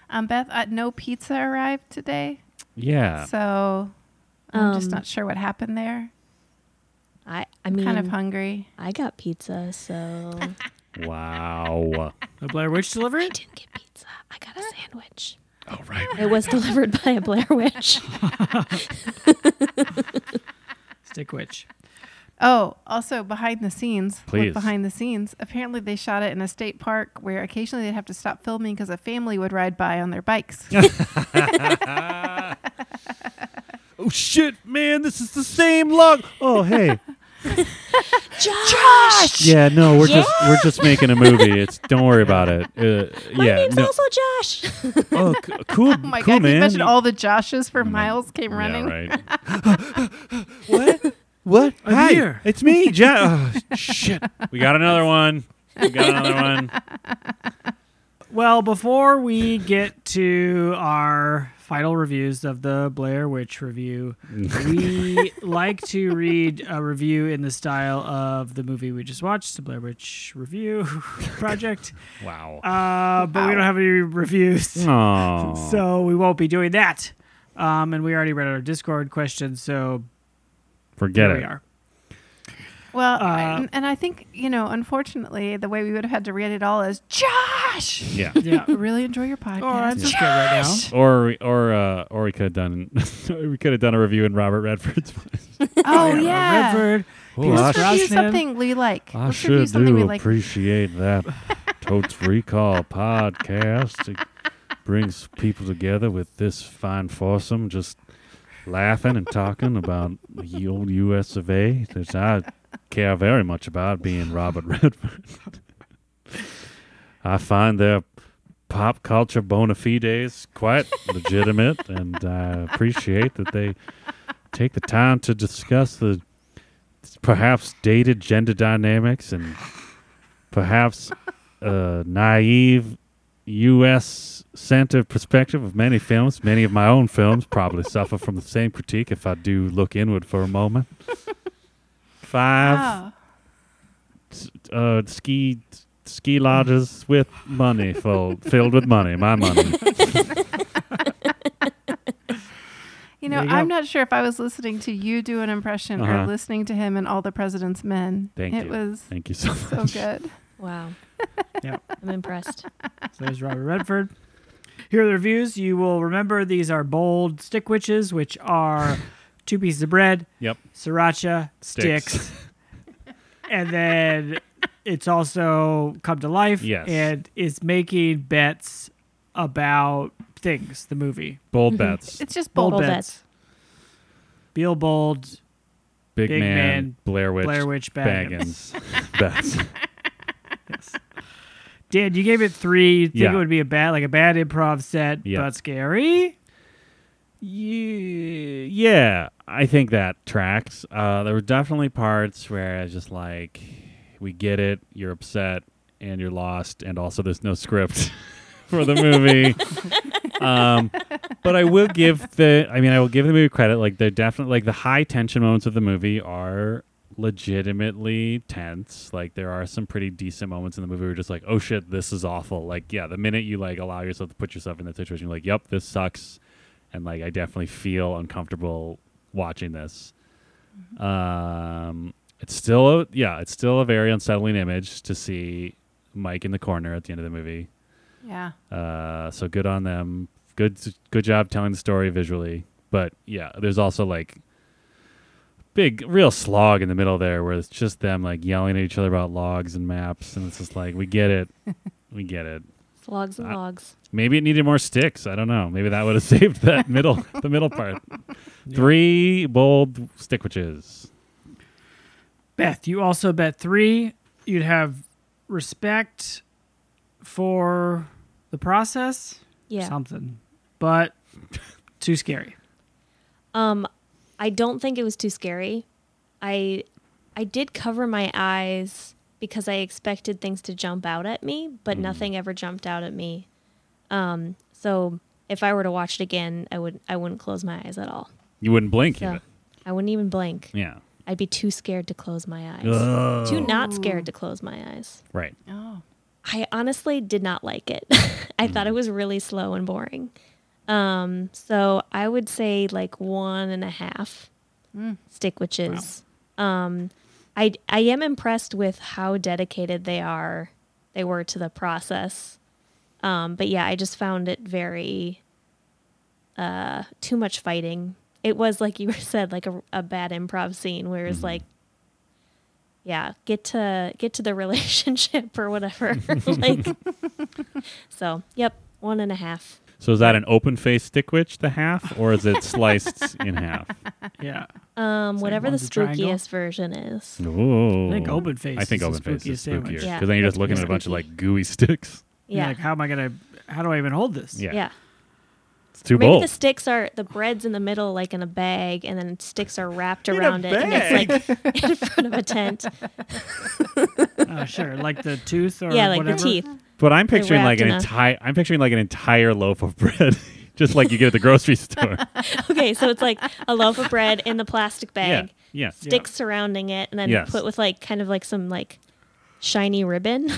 Speaker 1: Um, Beth, uh, no pizza arrived today,
Speaker 4: Yeah.
Speaker 1: so I'm just
Speaker 2: Um,
Speaker 1: not sure what happened there.
Speaker 2: I I mean
Speaker 1: kind of hungry.
Speaker 2: I got pizza, so
Speaker 4: Wow.
Speaker 3: The Blair Witch delivery.
Speaker 2: I didn't get pizza. I got a sandwich.
Speaker 4: oh, right.
Speaker 2: It was delivered by a Blair Witch.
Speaker 3: Stick Witch.
Speaker 1: Oh, also behind the scenes. look
Speaker 4: Please.
Speaker 1: behind the scenes. Apparently, they shot it in a state park where occasionally they'd have to stop filming because a family would ride by on their bikes.
Speaker 4: Oh shit, man! This is the same log. Oh hey.
Speaker 2: Josh!
Speaker 4: Yeah. No, we're just we're just making a movie. It's don't worry about it. Uh,
Speaker 2: My
Speaker 4: yeah.
Speaker 2: name's
Speaker 4: no.
Speaker 2: also Josh.
Speaker 4: oh, c- cool.
Speaker 1: oh my God,
Speaker 4: cool,
Speaker 1: can you
Speaker 4: man. Mm-hmm.
Speaker 1: imagine all the Joshes for miles came running?
Speaker 4: Yeah, right. what? What?
Speaker 3: I'm
Speaker 4: Hi,
Speaker 3: here.
Speaker 4: It's me, Jack. Oh, shit. We got another one. We got another one.
Speaker 3: Well, before we get to our final reviews of the Blair Witch review, we like to read a review in the style of the movie we just watched, the Blair Witch Review Project.
Speaker 4: Wow.
Speaker 3: Uh, but we
Speaker 1: Wow.
Speaker 3: don't have any reviews,
Speaker 4: Aw.
Speaker 3: so we won't be doing that. Um, and we already read our Discord question, so
Speaker 4: forget
Speaker 3: here
Speaker 4: it.
Speaker 3: we are.
Speaker 1: Well,
Speaker 3: Uh,
Speaker 1: and, and I think, you know, unfortunately, the way we would have had to read it all is Josh!
Speaker 4: Yeah.
Speaker 3: Yeah.
Speaker 1: really enjoy your podcast.
Speaker 3: Or I'm just good right now.
Speaker 4: Or we- or uh, or we could have done we could have done a review in Robert Redford's.
Speaker 1: Oh, yeah.
Speaker 3: Redford.
Speaker 4: Oh,
Speaker 1: Let's
Speaker 3: I
Speaker 1: review
Speaker 3: should-
Speaker 1: something we like.
Speaker 4: I
Speaker 1: Let's
Speaker 4: sure
Speaker 1: review something we
Speaker 4: do
Speaker 1: like.
Speaker 4: appreciate that Totes Recall podcast. It brings people together with this fine foursome, just laughing and talking about the old U.S. of A. That I care very much about being Robert Redford. I find their pop culture bona fides quite legitimate, and I appreciate that they take the time to discuss the perhaps dated gender dynamics and perhaps uh, naive U.S. centered perspective of many films. Many of my own films probably suffer from the same critique if I do look inward for a moment. Five
Speaker 1: Oh,
Speaker 4: s- uh, ski ski lodges with money full, filled with money, my money.
Speaker 1: you know,
Speaker 3: There you
Speaker 1: I'm
Speaker 3: go.
Speaker 1: not sure if I was listening to you do an impression
Speaker 4: Uh-huh.
Speaker 1: or listening to him and all the president's men.
Speaker 4: Thank
Speaker 1: it
Speaker 4: you.
Speaker 1: was
Speaker 4: Thank you so
Speaker 1: so
Speaker 4: much.
Speaker 1: good.
Speaker 2: Wow.
Speaker 3: Yep.
Speaker 2: I'm impressed.
Speaker 3: So there's Robert Redford. Here are the reviews. You will remember these are bold stick witches, which are two pieces of bread,
Speaker 4: Yep.
Speaker 3: sriracha, sticks,
Speaker 4: Sticks.
Speaker 3: and then it's also come to life
Speaker 4: Yes.
Speaker 3: and is making bets about things, the movie.
Speaker 4: Bold bets.
Speaker 1: It's just
Speaker 3: Bold,
Speaker 1: bold.
Speaker 2: Bold
Speaker 3: bets.
Speaker 2: bets.
Speaker 3: Beal bold,
Speaker 4: Big,
Speaker 3: Big
Speaker 4: man,
Speaker 3: Man,
Speaker 4: Blair Witch,
Speaker 3: Blair Witch Baggins.
Speaker 4: Baggins. bets.
Speaker 3: Dan, you gave it three. You think
Speaker 4: Yeah.
Speaker 3: it would be a bad, like a bad improv set,
Speaker 4: Yeah.
Speaker 3: but scary.
Speaker 4: Ye- yeah, I think that tracks. Uh, there were definitely parts where I was just like, we get it, you're upset and you're lost, and also there's no script for the movie. um, but I will give the, I mean, I will give the movie credit. Like, they're definitely, like, the high tension moments of the movie are legitimately tense like there are some pretty decent moments in the movie where you're just like oh shit this is awful like yeah the minute you like allow yourself to put yourself in that situation you're like yep this sucks and like I definitely feel uncomfortable watching this. Um, it's still a, yeah, it's still a very unsettling image to see Mike in the corner at the end of the movie.
Speaker 1: Yeah.
Speaker 4: Uh, so good on them. Good good job telling the story visually. But yeah, there's also like big real slog in the middle there where it's just them like yelling at each other about logs and maps and it's just like we get it. We get it.
Speaker 2: It's Logs and
Speaker 4: I-
Speaker 2: logs.
Speaker 4: Maybe it needed more sticks. I don't know. Maybe that would have saved that middle the middle part. Three bold stick witches.
Speaker 3: Beth, you also bet three. You'd have respect for the process,
Speaker 2: Yeah.
Speaker 3: something, but too scary.
Speaker 2: Um, I don't think it was too scary. I I did cover my eyes because I expected things to jump out at me, but
Speaker 4: Mm.
Speaker 2: nothing ever jumped out at me. Um, so if I were to watch it again, I would I wouldn't close my eyes at all.
Speaker 4: You wouldn't blink
Speaker 2: So
Speaker 4: even.
Speaker 2: I wouldn't even blink.
Speaker 4: Yeah.
Speaker 2: I'd be too scared to close my eyes.
Speaker 4: Ugh.
Speaker 2: Too not scared to close my eyes.
Speaker 4: Right.
Speaker 1: Oh.
Speaker 2: I honestly did not like it. I thought it was really slow and boring. Um, so I would say like one and a half stick witches. Um, I I am impressed with how dedicated they are. They were to the process. Um, but yeah, I just found it very uh, too much fighting. It was like you were said, like a, a bad improv scene where it's like yeah get to get to the relationship or whatever like so yep one and a half
Speaker 4: So is that an open faced stick witch, the half, or is it sliced in half?
Speaker 3: Yeah.
Speaker 2: um
Speaker 3: So
Speaker 2: whatever the
Speaker 3: one's a triangle? Mm-hmm.
Speaker 2: spookiest version is
Speaker 4: Ooh.
Speaker 3: I think open faced
Speaker 4: I think
Speaker 3: is the
Speaker 4: open faced is
Speaker 3: spookiest sandwich.
Speaker 4: spookier. Because
Speaker 2: Yeah.
Speaker 4: then you're just looking
Speaker 2: Yeah.
Speaker 4: at a bunch of like gooey sticks.
Speaker 3: You're
Speaker 2: yeah
Speaker 3: Like, how am I gonna? How do I even hold this?
Speaker 4: Yeah.
Speaker 2: yeah,
Speaker 4: It's too
Speaker 2: maybe
Speaker 4: bold.
Speaker 2: the sticks are the bread's in the middle like in a bag and then sticks are wrapped
Speaker 3: a
Speaker 2: around it and it's like in front of a tent
Speaker 3: Oh, sure. Like the tooth or
Speaker 2: yeah like
Speaker 3: whatever.
Speaker 2: the teeth
Speaker 4: but I'm picturing like
Speaker 2: wrapped
Speaker 4: an
Speaker 2: in a-
Speaker 4: entire I'm picturing like an entire loaf of bread. just like you get at the grocery store.
Speaker 2: okay so it's like a loaf of bread in the plastic
Speaker 4: yeah.
Speaker 2: bag
Speaker 4: Yeah.
Speaker 2: sticks surrounding it and then
Speaker 4: Yes.
Speaker 2: put with like kind of like some like shiny ribbon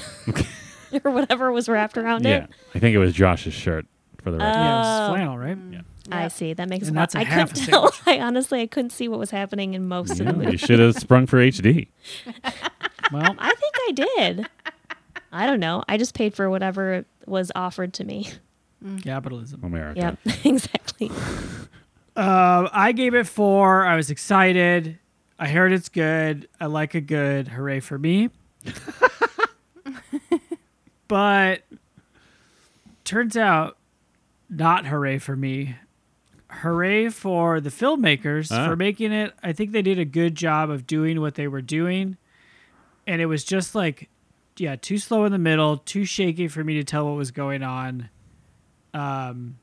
Speaker 2: or whatever was wrapped around
Speaker 4: Yeah.
Speaker 2: it
Speaker 4: I think it was Josh's shirt for the record.
Speaker 3: Yeah, it's
Speaker 2: Oh.
Speaker 3: flannel, right?
Speaker 4: yeah.
Speaker 2: I
Speaker 1: Yep.
Speaker 2: see. That makes
Speaker 3: And
Speaker 2: a lot.
Speaker 3: that's a
Speaker 2: I
Speaker 3: half
Speaker 2: couldn't
Speaker 3: a
Speaker 2: tell. I honestly, I couldn't see what was happening in most of the
Speaker 4: Yeah,
Speaker 2: movie.
Speaker 4: you should have sprung for HD.
Speaker 3: Well,
Speaker 2: I think I did. I don't know. I just paid for whatever was offered to me.
Speaker 3: capitalism.
Speaker 4: America.
Speaker 2: Yep, exactly.
Speaker 3: Uh, I gave it four. I was excited. I heard it's good. I like a good. Hooray for me. but turns out, not hooray for me. Hooray for the filmmakers
Speaker 4: Ah.
Speaker 3: for making it. I think they did a good job of doing what they were doing. And it was just like, yeah, too slow in the middle, too shaky for me to tell what was going on. Um,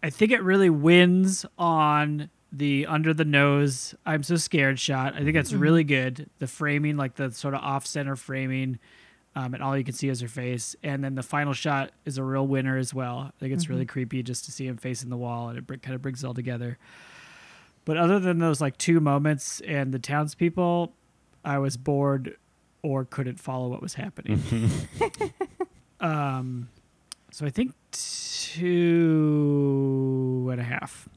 Speaker 3: I think it really wins on the under the nose I'm so scared shot. I think that's really good. The framing, like the sort of off center framing, um, and all you can see is her face. And then the final shot is a real winner as well. I think it's really creepy just to see him facing the wall, and it br- kind of brings it all together. But other than those like two moments and the townspeople, I was bored or couldn't follow what was happening. um, so I think two and a half.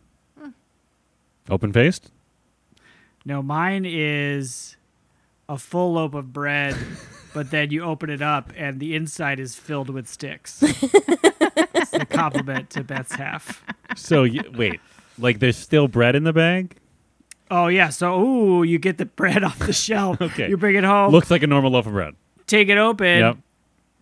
Speaker 4: Open faced?
Speaker 3: No, mine is a full loaf of bread, but then you open it up and the inside is filled with sticks. It's a compliment to Beth's half.
Speaker 4: So you, wait, like there's still bread in the bag?
Speaker 3: Oh yeah, so ooh, you get the bread off the shelf.
Speaker 4: Okay.
Speaker 3: You bring it home,
Speaker 4: Looks like a normal loaf of bread.
Speaker 3: take it open,
Speaker 4: Yep.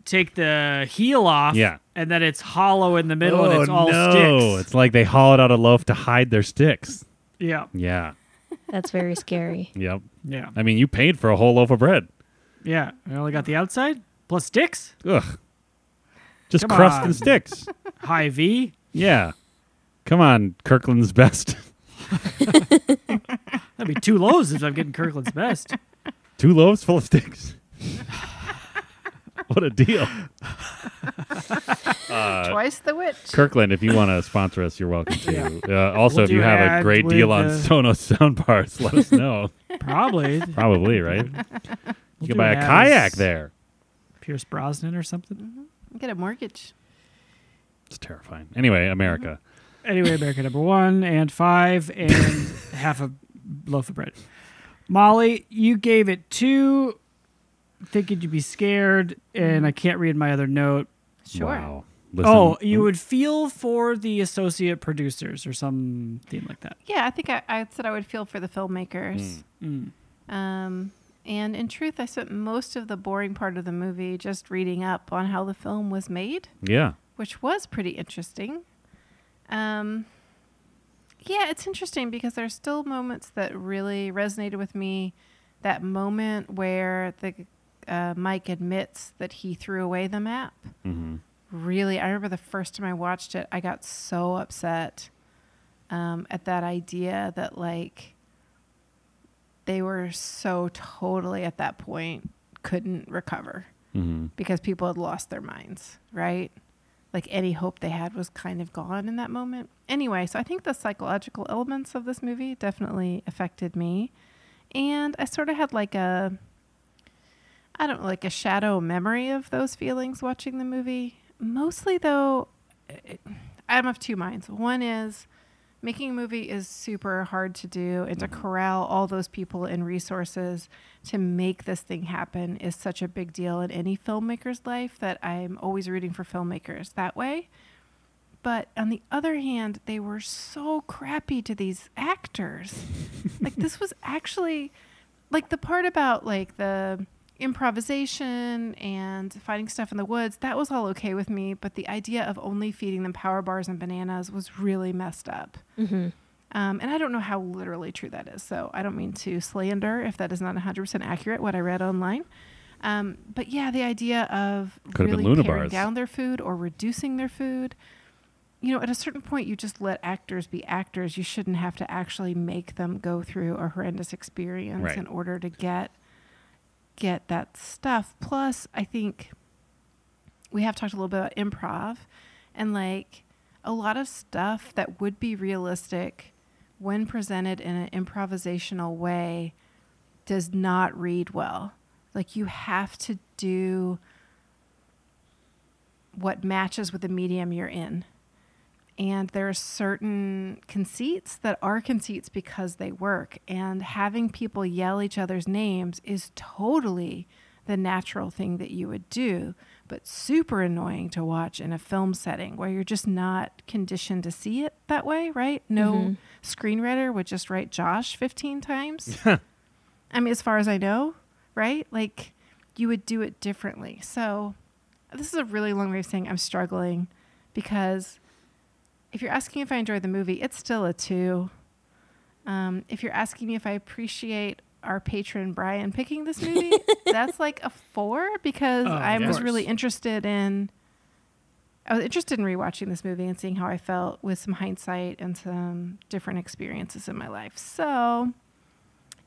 Speaker 3: take the heel off,
Speaker 4: Yeah. Oh,
Speaker 3: and then it's hollow in the middle and it's all
Speaker 4: no.
Speaker 3: sticks.
Speaker 4: It's like they hollowed out a loaf to hide their sticks.
Speaker 3: yeah.
Speaker 4: Yeah.
Speaker 2: That's very scary.
Speaker 4: Yep.
Speaker 3: Yeah.
Speaker 4: I mean, you paid for a whole loaf of bread.
Speaker 3: Yeah. I only got the outside plus sticks.
Speaker 4: Ugh. Just
Speaker 3: Come
Speaker 4: crust
Speaker 3: on.
Speaker 4: and sticks.
Speaker 3: High V.
Speaker 4: Yeah. Come on, Kirkland's best.
Speaker 3: That'd be two lows if I'm getting Kirkland's best.
Speaker 4: Two loaves full of sticks. what a deal. Uh,
Speaker 1: Twice the witch.
Speaker 4: Kirkland, if you want to sponsor us, you're welcome to. Uh, also,
Speaker 3: We'll
Speaker 4: if you
Speaker 3: do
Speaker 4: have a
Speaker 3: ad
Speaker 4: great
Speaker 3: with,
Speaker 4: deal on
Speaker 3: uh,
Speaker 4: Sonos soundbars, let us know.
Speaker 3: Probably.
Speaker 4: Probably, right? You
Speaker 3: do
Speaker 4: can buy a
Speaker 3: ads.
Speaker 4: kayak there.
Speaker 3: Pierce Brosnan or something.
Speaker 1: Get a mortgage.
Speaker 4: It's terrifying. Anyway, America.
Speaker 3: Anyway, America number one and five and half a loaf of bread. Molly, you gave it two, thinking you'd be scared, and I can't read my other note.
Speaker 1: Sure.
Speaker 4: Wow. Listen,
Speaker 3: oh, you would feel for the associate producers or something like that.
Speaker 1: Yeah, I think I, I said I would feel for the filmmakers.
Speaker 4: Hmm.
Speaker 1: Um, and in truth, I spent most of the boring part of the movie just reading up on how the film was made,
Speaker 4: Yeah.
Speaker 1: which was pretty interesting. Um, yeah, it's interesting because there's still moments that really resonated with me. That moment where the uh, Mike admits that he threw away the map.
Speaker 4: hmm
Speaker 1: Really, I remember the first time I watched it, I got so upset um, at that idea that like they were so totally at that point couldn't recover
Speaker 4: hmm
Speaker 1: because people had lost their minds, right? Like any hope they had was kind of gone in that moment. Anyway, so I think the psychological elements of this movie definitely affected me. And I sort of had like a, I don't know, like a shadow memory of those feelings watching the movie. Mostly though, it- I'm of two minds. One is making a movie is super hard to do, and to corral all those people and resources to make this thing happen is such a big deal in any filmmaker's life that I'm always rooting for filmmakers that way. But on the other hand, they were so crappy to these actors. like this was actually like the part about like the improvisation and finding stuff in the woods, that was all okay with me, but the idea of only feeding them power bars and bananas was really messed up.
Speaker 2: Mm-hmm.
Speaker 1: Um, and I don't know how literally true that is, so I don't mean to slander if that is not 100% accurate, what I read online. Um, but yeah, the idea of
Speaker 4: Could have been
Speaker 1: really
Speaker 4: Luna
Speaker 1: paring
Speaker 4: bars.
Speaker 1: down their food or reducing their food. You know, at a certain point, you just let actors be actors. You shouldn't have to actually make them go through a horrendous experience
Speaker 4: Right.
Speaker 1: in order to get get that stuff. Plus, I think we have talked a little bit about improv and like a lot of stuff that would be realistic when presented in an improvisational way does not read well. Like you have to do what matches with the medium you're in. And there are certain conceits that are conceits because they work. And having people yell each other's names is totally the natural thing that you would do, but super annoying to watch in a film setting where you're just not conditioned to see it that way, right? No screenwriter would just write Josh 15 times. I mean, as far as I know, right? Like you would do it differently. So this is a really long way of saying I'm struggling because if you're asking if I enjoyed the movie, it's still a two. Um, if you're asking me if I appreciate our patron Brian picking this movie, that's like a four because
Speaker 3: Oh,
Speaker 1: I
Speaker 3: of
Speaker 1: was
Speaker 3: course.
Speaker 1: really interested in. I was interested in rewatching this movie and seeing how I felt with some hindsight and some different experiences in my life. So,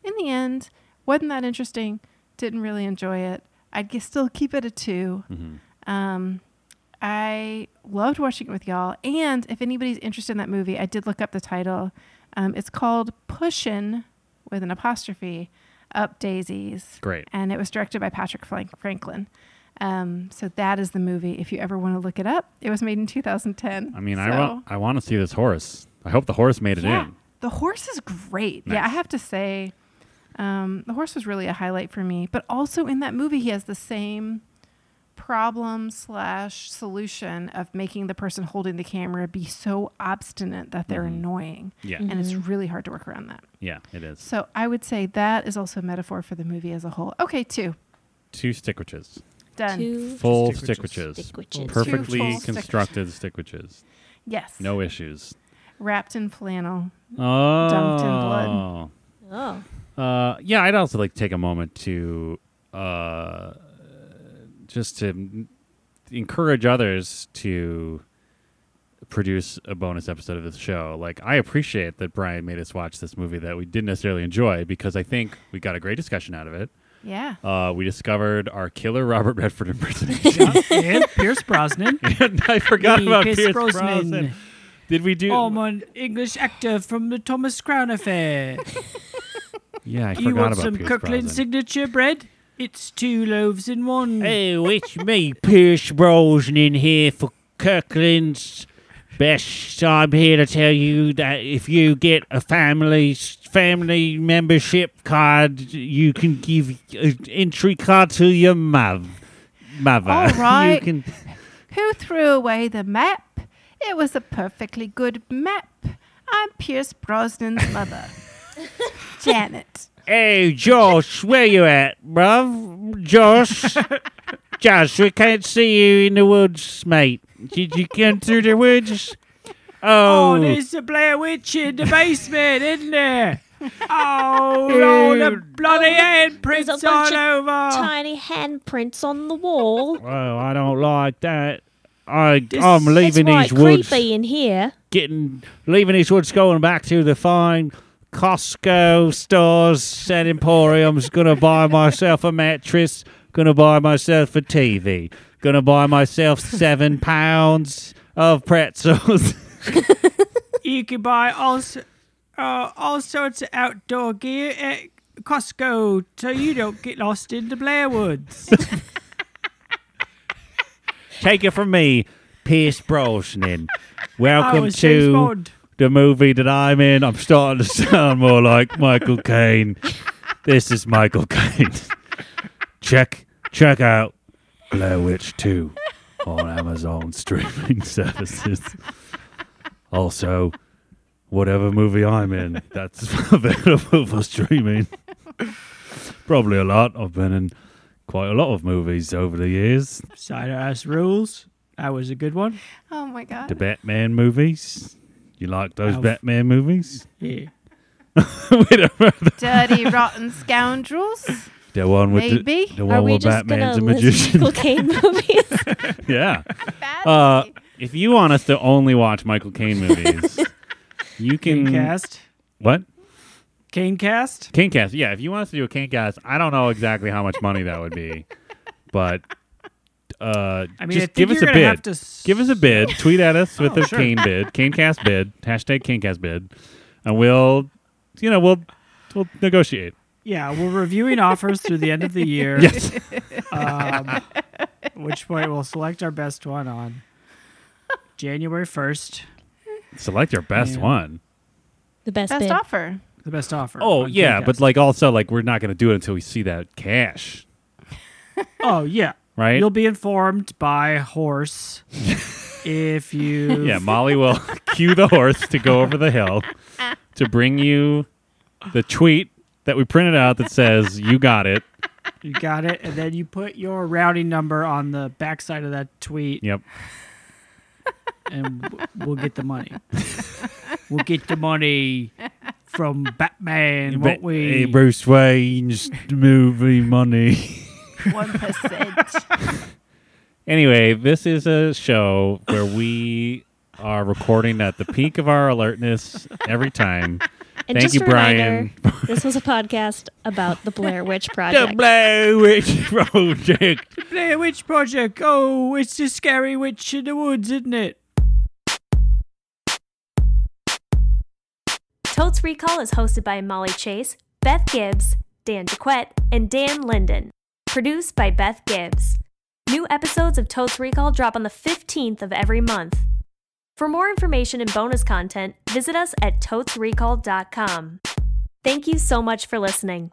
Speaker 1: in the end, wasn't that interesting. Didn't really enjoy it. I'd g- still keep it a 2 Um, I loved watching it with y'all. And if anybody's interested in that movie, I did look up the title. Um, it's called Pushin' with an apostrophe up daisies.
Speaker 4: Great.
Speaker 1: And it was directed by Patrick Frank- Franklin. Um, so that is the movie. If you ever want to look it up, it was made in 2010.
Speaker 4: I mean,
Speaker 1: So-
Speaker 4: I want I want to see this horse. I hope the horse made it
Speaker 1: yeah,
Speaker 4: in.
Speaker 1: the horse is great. Yeah, I
Speaker 4: Nice.
Speaker 1: have to say, um, the horse was really a highlight for me. But also in that movie, he has the same problem slash solution of making the person holding the camera be so obstinate that they're
Speaker 4: Mm-hmm.
Speaker 1: annoying.
Speaker 4: Yeah.
Speaker 1: And it's really hard to work around that.
Speaker 4: Yeah, it is.
Speaker 1: So I would say that is also a metaphor for the movie as a whole. Okay, two.
Speaker 4: Two stickwitches.
Speaker 1: Done.
Speaker 2: Two
Speaker 4: Full
Speaker 3: Stickwitches.
Speaker 4: stickwitches.
Speaker 2: Stickwitches.
Speaker 1: Two full
Speaker 4: Perfectly
Speaker 1: stickwitches.
Speaker 4: constructed stickwitches.
Speaker 1: Yes.
Speaker 4: No issues.
Speaker 1: Wrapped in flannel.
Speaker 4: Oh.
Speaker 1: Dumped in blood.
Speaker 2: Oh,
Speaker 4: Uh, yeah, I'd also like to take a moment to uh, just to m- encourage others to produce a bonus episode of this show. Like, I appreciate that Brian made us watch this movie that we didn't necessarily enjoy because I think we got a great discussion out of it.
Speaker 1: Yeah.
Speaker 4: Uh, we discovered our killer Robert Redford impersonation.
Speaker 3: and Pierce Brosnan.
Speaker 4: and I forgot
Speaker 3: Me,
Speaker 4: about
Speaker 3: Pierce
Speaker 4: Pierce
Speaker 3: Brosnan. Oh
Speaker 4: Brosnan. Did we do?
Speaker 3: I'm an English actor from the Thomas Crown Affair.
Speaker 4: yeah, I
Speaker 3: You
Speaker 4: forgot
Speaker 3: want
Speaker 4: about
Speaker 3: some
Speaker 4: Pierce
Speaker 3: Kirkland
Speaker 4: Brosnan.
Speaker 3: signature bread? It's two loaves in one.
Speaker 5: Oh, it's me, Pierce Brosnan, here for Kirkland's Best. I'm here to tell you that if you get a family family membership card, you can give an entry card to your mother. Mother,
Speaker 1: All right.
Speaker 5: you can.
Speaker 1: Who threw away the map? It was a perfectly good map. I'm Pierce Brosnan's mother, Janet.
Speaker 5: Hey, Josh, where you at, bruv? Josh, Josh, we can't see you in the woods, mate. Did you come through the woods?
Speaker 3: Oh,
Speaker 5: Oh,
Speaker 3: there's a Blair Witch in the basement, isn't there? Oh, all the bloody handprints
Speaker 2: There's a bunch
Speaker 3: all
Speaker 2: of
Speaker 3: over.
Speaker 2: tiny handprints on the wall.
Speaker 5: Well, I don't like that. I
Speaker 3: This-
Speaker 5: I'm leaving
Speaker 2: That's
Speaker 5: these
Speaker 2: right,
Speaker 5: woods,
Speaker 2: creepy in here.
Speaker 5: getting leaving these woods, going back to the fine Costco stores and emporiums. Gonna buy myself a mattress. Gonna buy myself a TV. Gonna buy myself seven pounds of pretzels.
Speaker 3: You can buy all, s- uh, all sorts of outdoor gear at Costco so you don't get lost in the Blair Woods.
Speaker 5: Take it from me, Pierce Brosnan.
Speaker 3: I
Speaker 5: Welcome
Speaker 3: was James
Speaker 5: to
Speaker 3: Bond.
Speaker 5: the movie that I'm in. I'm starting to sound more like Michael Caine. This is Michael Caine. check check out Blair Witch 2 on Amazon streaming services. Also, whatever movie I'm in, that's available for streaming. Probably a lot. I've been in quite a lot of movies over the years.
Speaker 3: Cider House Rules. That was a good one.
Speaker 1: Oh my God.
Speaker 5: The Batman movies. You like those
Speaker 3: Alf.
Speaker 5: Batman movies?
Speaker 3: Yeah.
Speaker 5: Wait a minute.
Speaker 1: Dirty, rotten scoundrels.
Speaker 5: the one with
Speaker 1: Maybe.
Speaker 5: the, the
Speaker 2: Are
Speaker 5: one
Speaker 2: we
Speaker 5: with
Speaker 2: just
Speaker 5: Batman's a
Speaker 2: gonna list
Speaker 5: magician.
Speaker 2: Michael Caine movies?
Speaker 5: yeah.
Speaker 1: Bad.
Speaker 4: Uh, if you want us to only watch Michael Caine movies, you can
Speaker 3: Cast.
Speaker 4: what?
Speaker 3: Cane cast.
Speaker 4: Kingcast. Yeah, if you want us to do a Kingcast, I don't know exactly how much money that would be, but uh,
Speaker 3: I mean, I
Speaker 4: just
Speaker 3: think
Speaker 4: give
Speaker 3: you're
Speaker 4: us a
Speaker 3: gonna have
Speaker 4: bid.
Speaker 3: to s-
Speaker 4: Give us a bid. Tweet at us with
Speaker 3: Oh,
Speaker 4: a
Speaker 3: sure.
Speaker 4: cane bid, Kingcast bid, hashtag Kingcast bid, and we'll, you know, we'll we'll negotiate.
Speaker 3: Yeah, we're reviewing offers through the end of the year.
Speaker 4: Yes.
Speaker 3: Um, at which point we'll select our best one on January 1st,
Speaker 4: Select your best
Speaker 3: Yeah.
Speaker 4: one.
Speaker 2: the best,
Speaker 1: Best
Speaker 2: bit.
Speaker 1: offer.
Speaker 3: the best offer.
Speaker 4: Oh
Speaker 3: on
Speaker 4: yeah,
Speaker 3: Comcast.
Speaker 4: but like also like we're not going to do it until we see that cash,
Speaker 3: oh yeah,
Speaker 4: right?
Speaker 3: you'll be informed by horse if you
Speaker 4: Yeah, Molly will cue the horse to go over the hill to bring you the tweet that we printed out that says you got it.
Speaker 3: you got it, and then you put your routing number on the backside of that tweet,
Speaker 4: Yep.
Speaker 3: and w- we'll get the money. we'll get the money from Batman, won't we?
Speaker 5: Hey, Bruce Wayne's movie money.
Speaker 1: One percent.
Speaker 4: Anyway, this is a show where we are recording at the peak of our alertness every time.
Speaker 2: And
Speaker 4: Thank
Speaker 2: just
Speaker 4: you,
Speaker 2: a
Speaker 4: Brian.
Speaker 2: reminder, this was a podcast about the Blair Witch
Speaker 5: the
Speaker 2: Project.
Speaker 5: Blair Witch Project.
Speaker 3: Blair Witch Project. Oh, it's the scary witch in the woods, isn't it?
Speaker 6: Totes Recall is hosted by Molly Chase, Beth Gibbs, Dan DeQuette, and Dan Linden. Produced by Beth Gibbs. New episodes of Totes Recall drop on the 15th of every month. For more information and bonus content, visit us at totesrecall.com. Thank you so much for listening.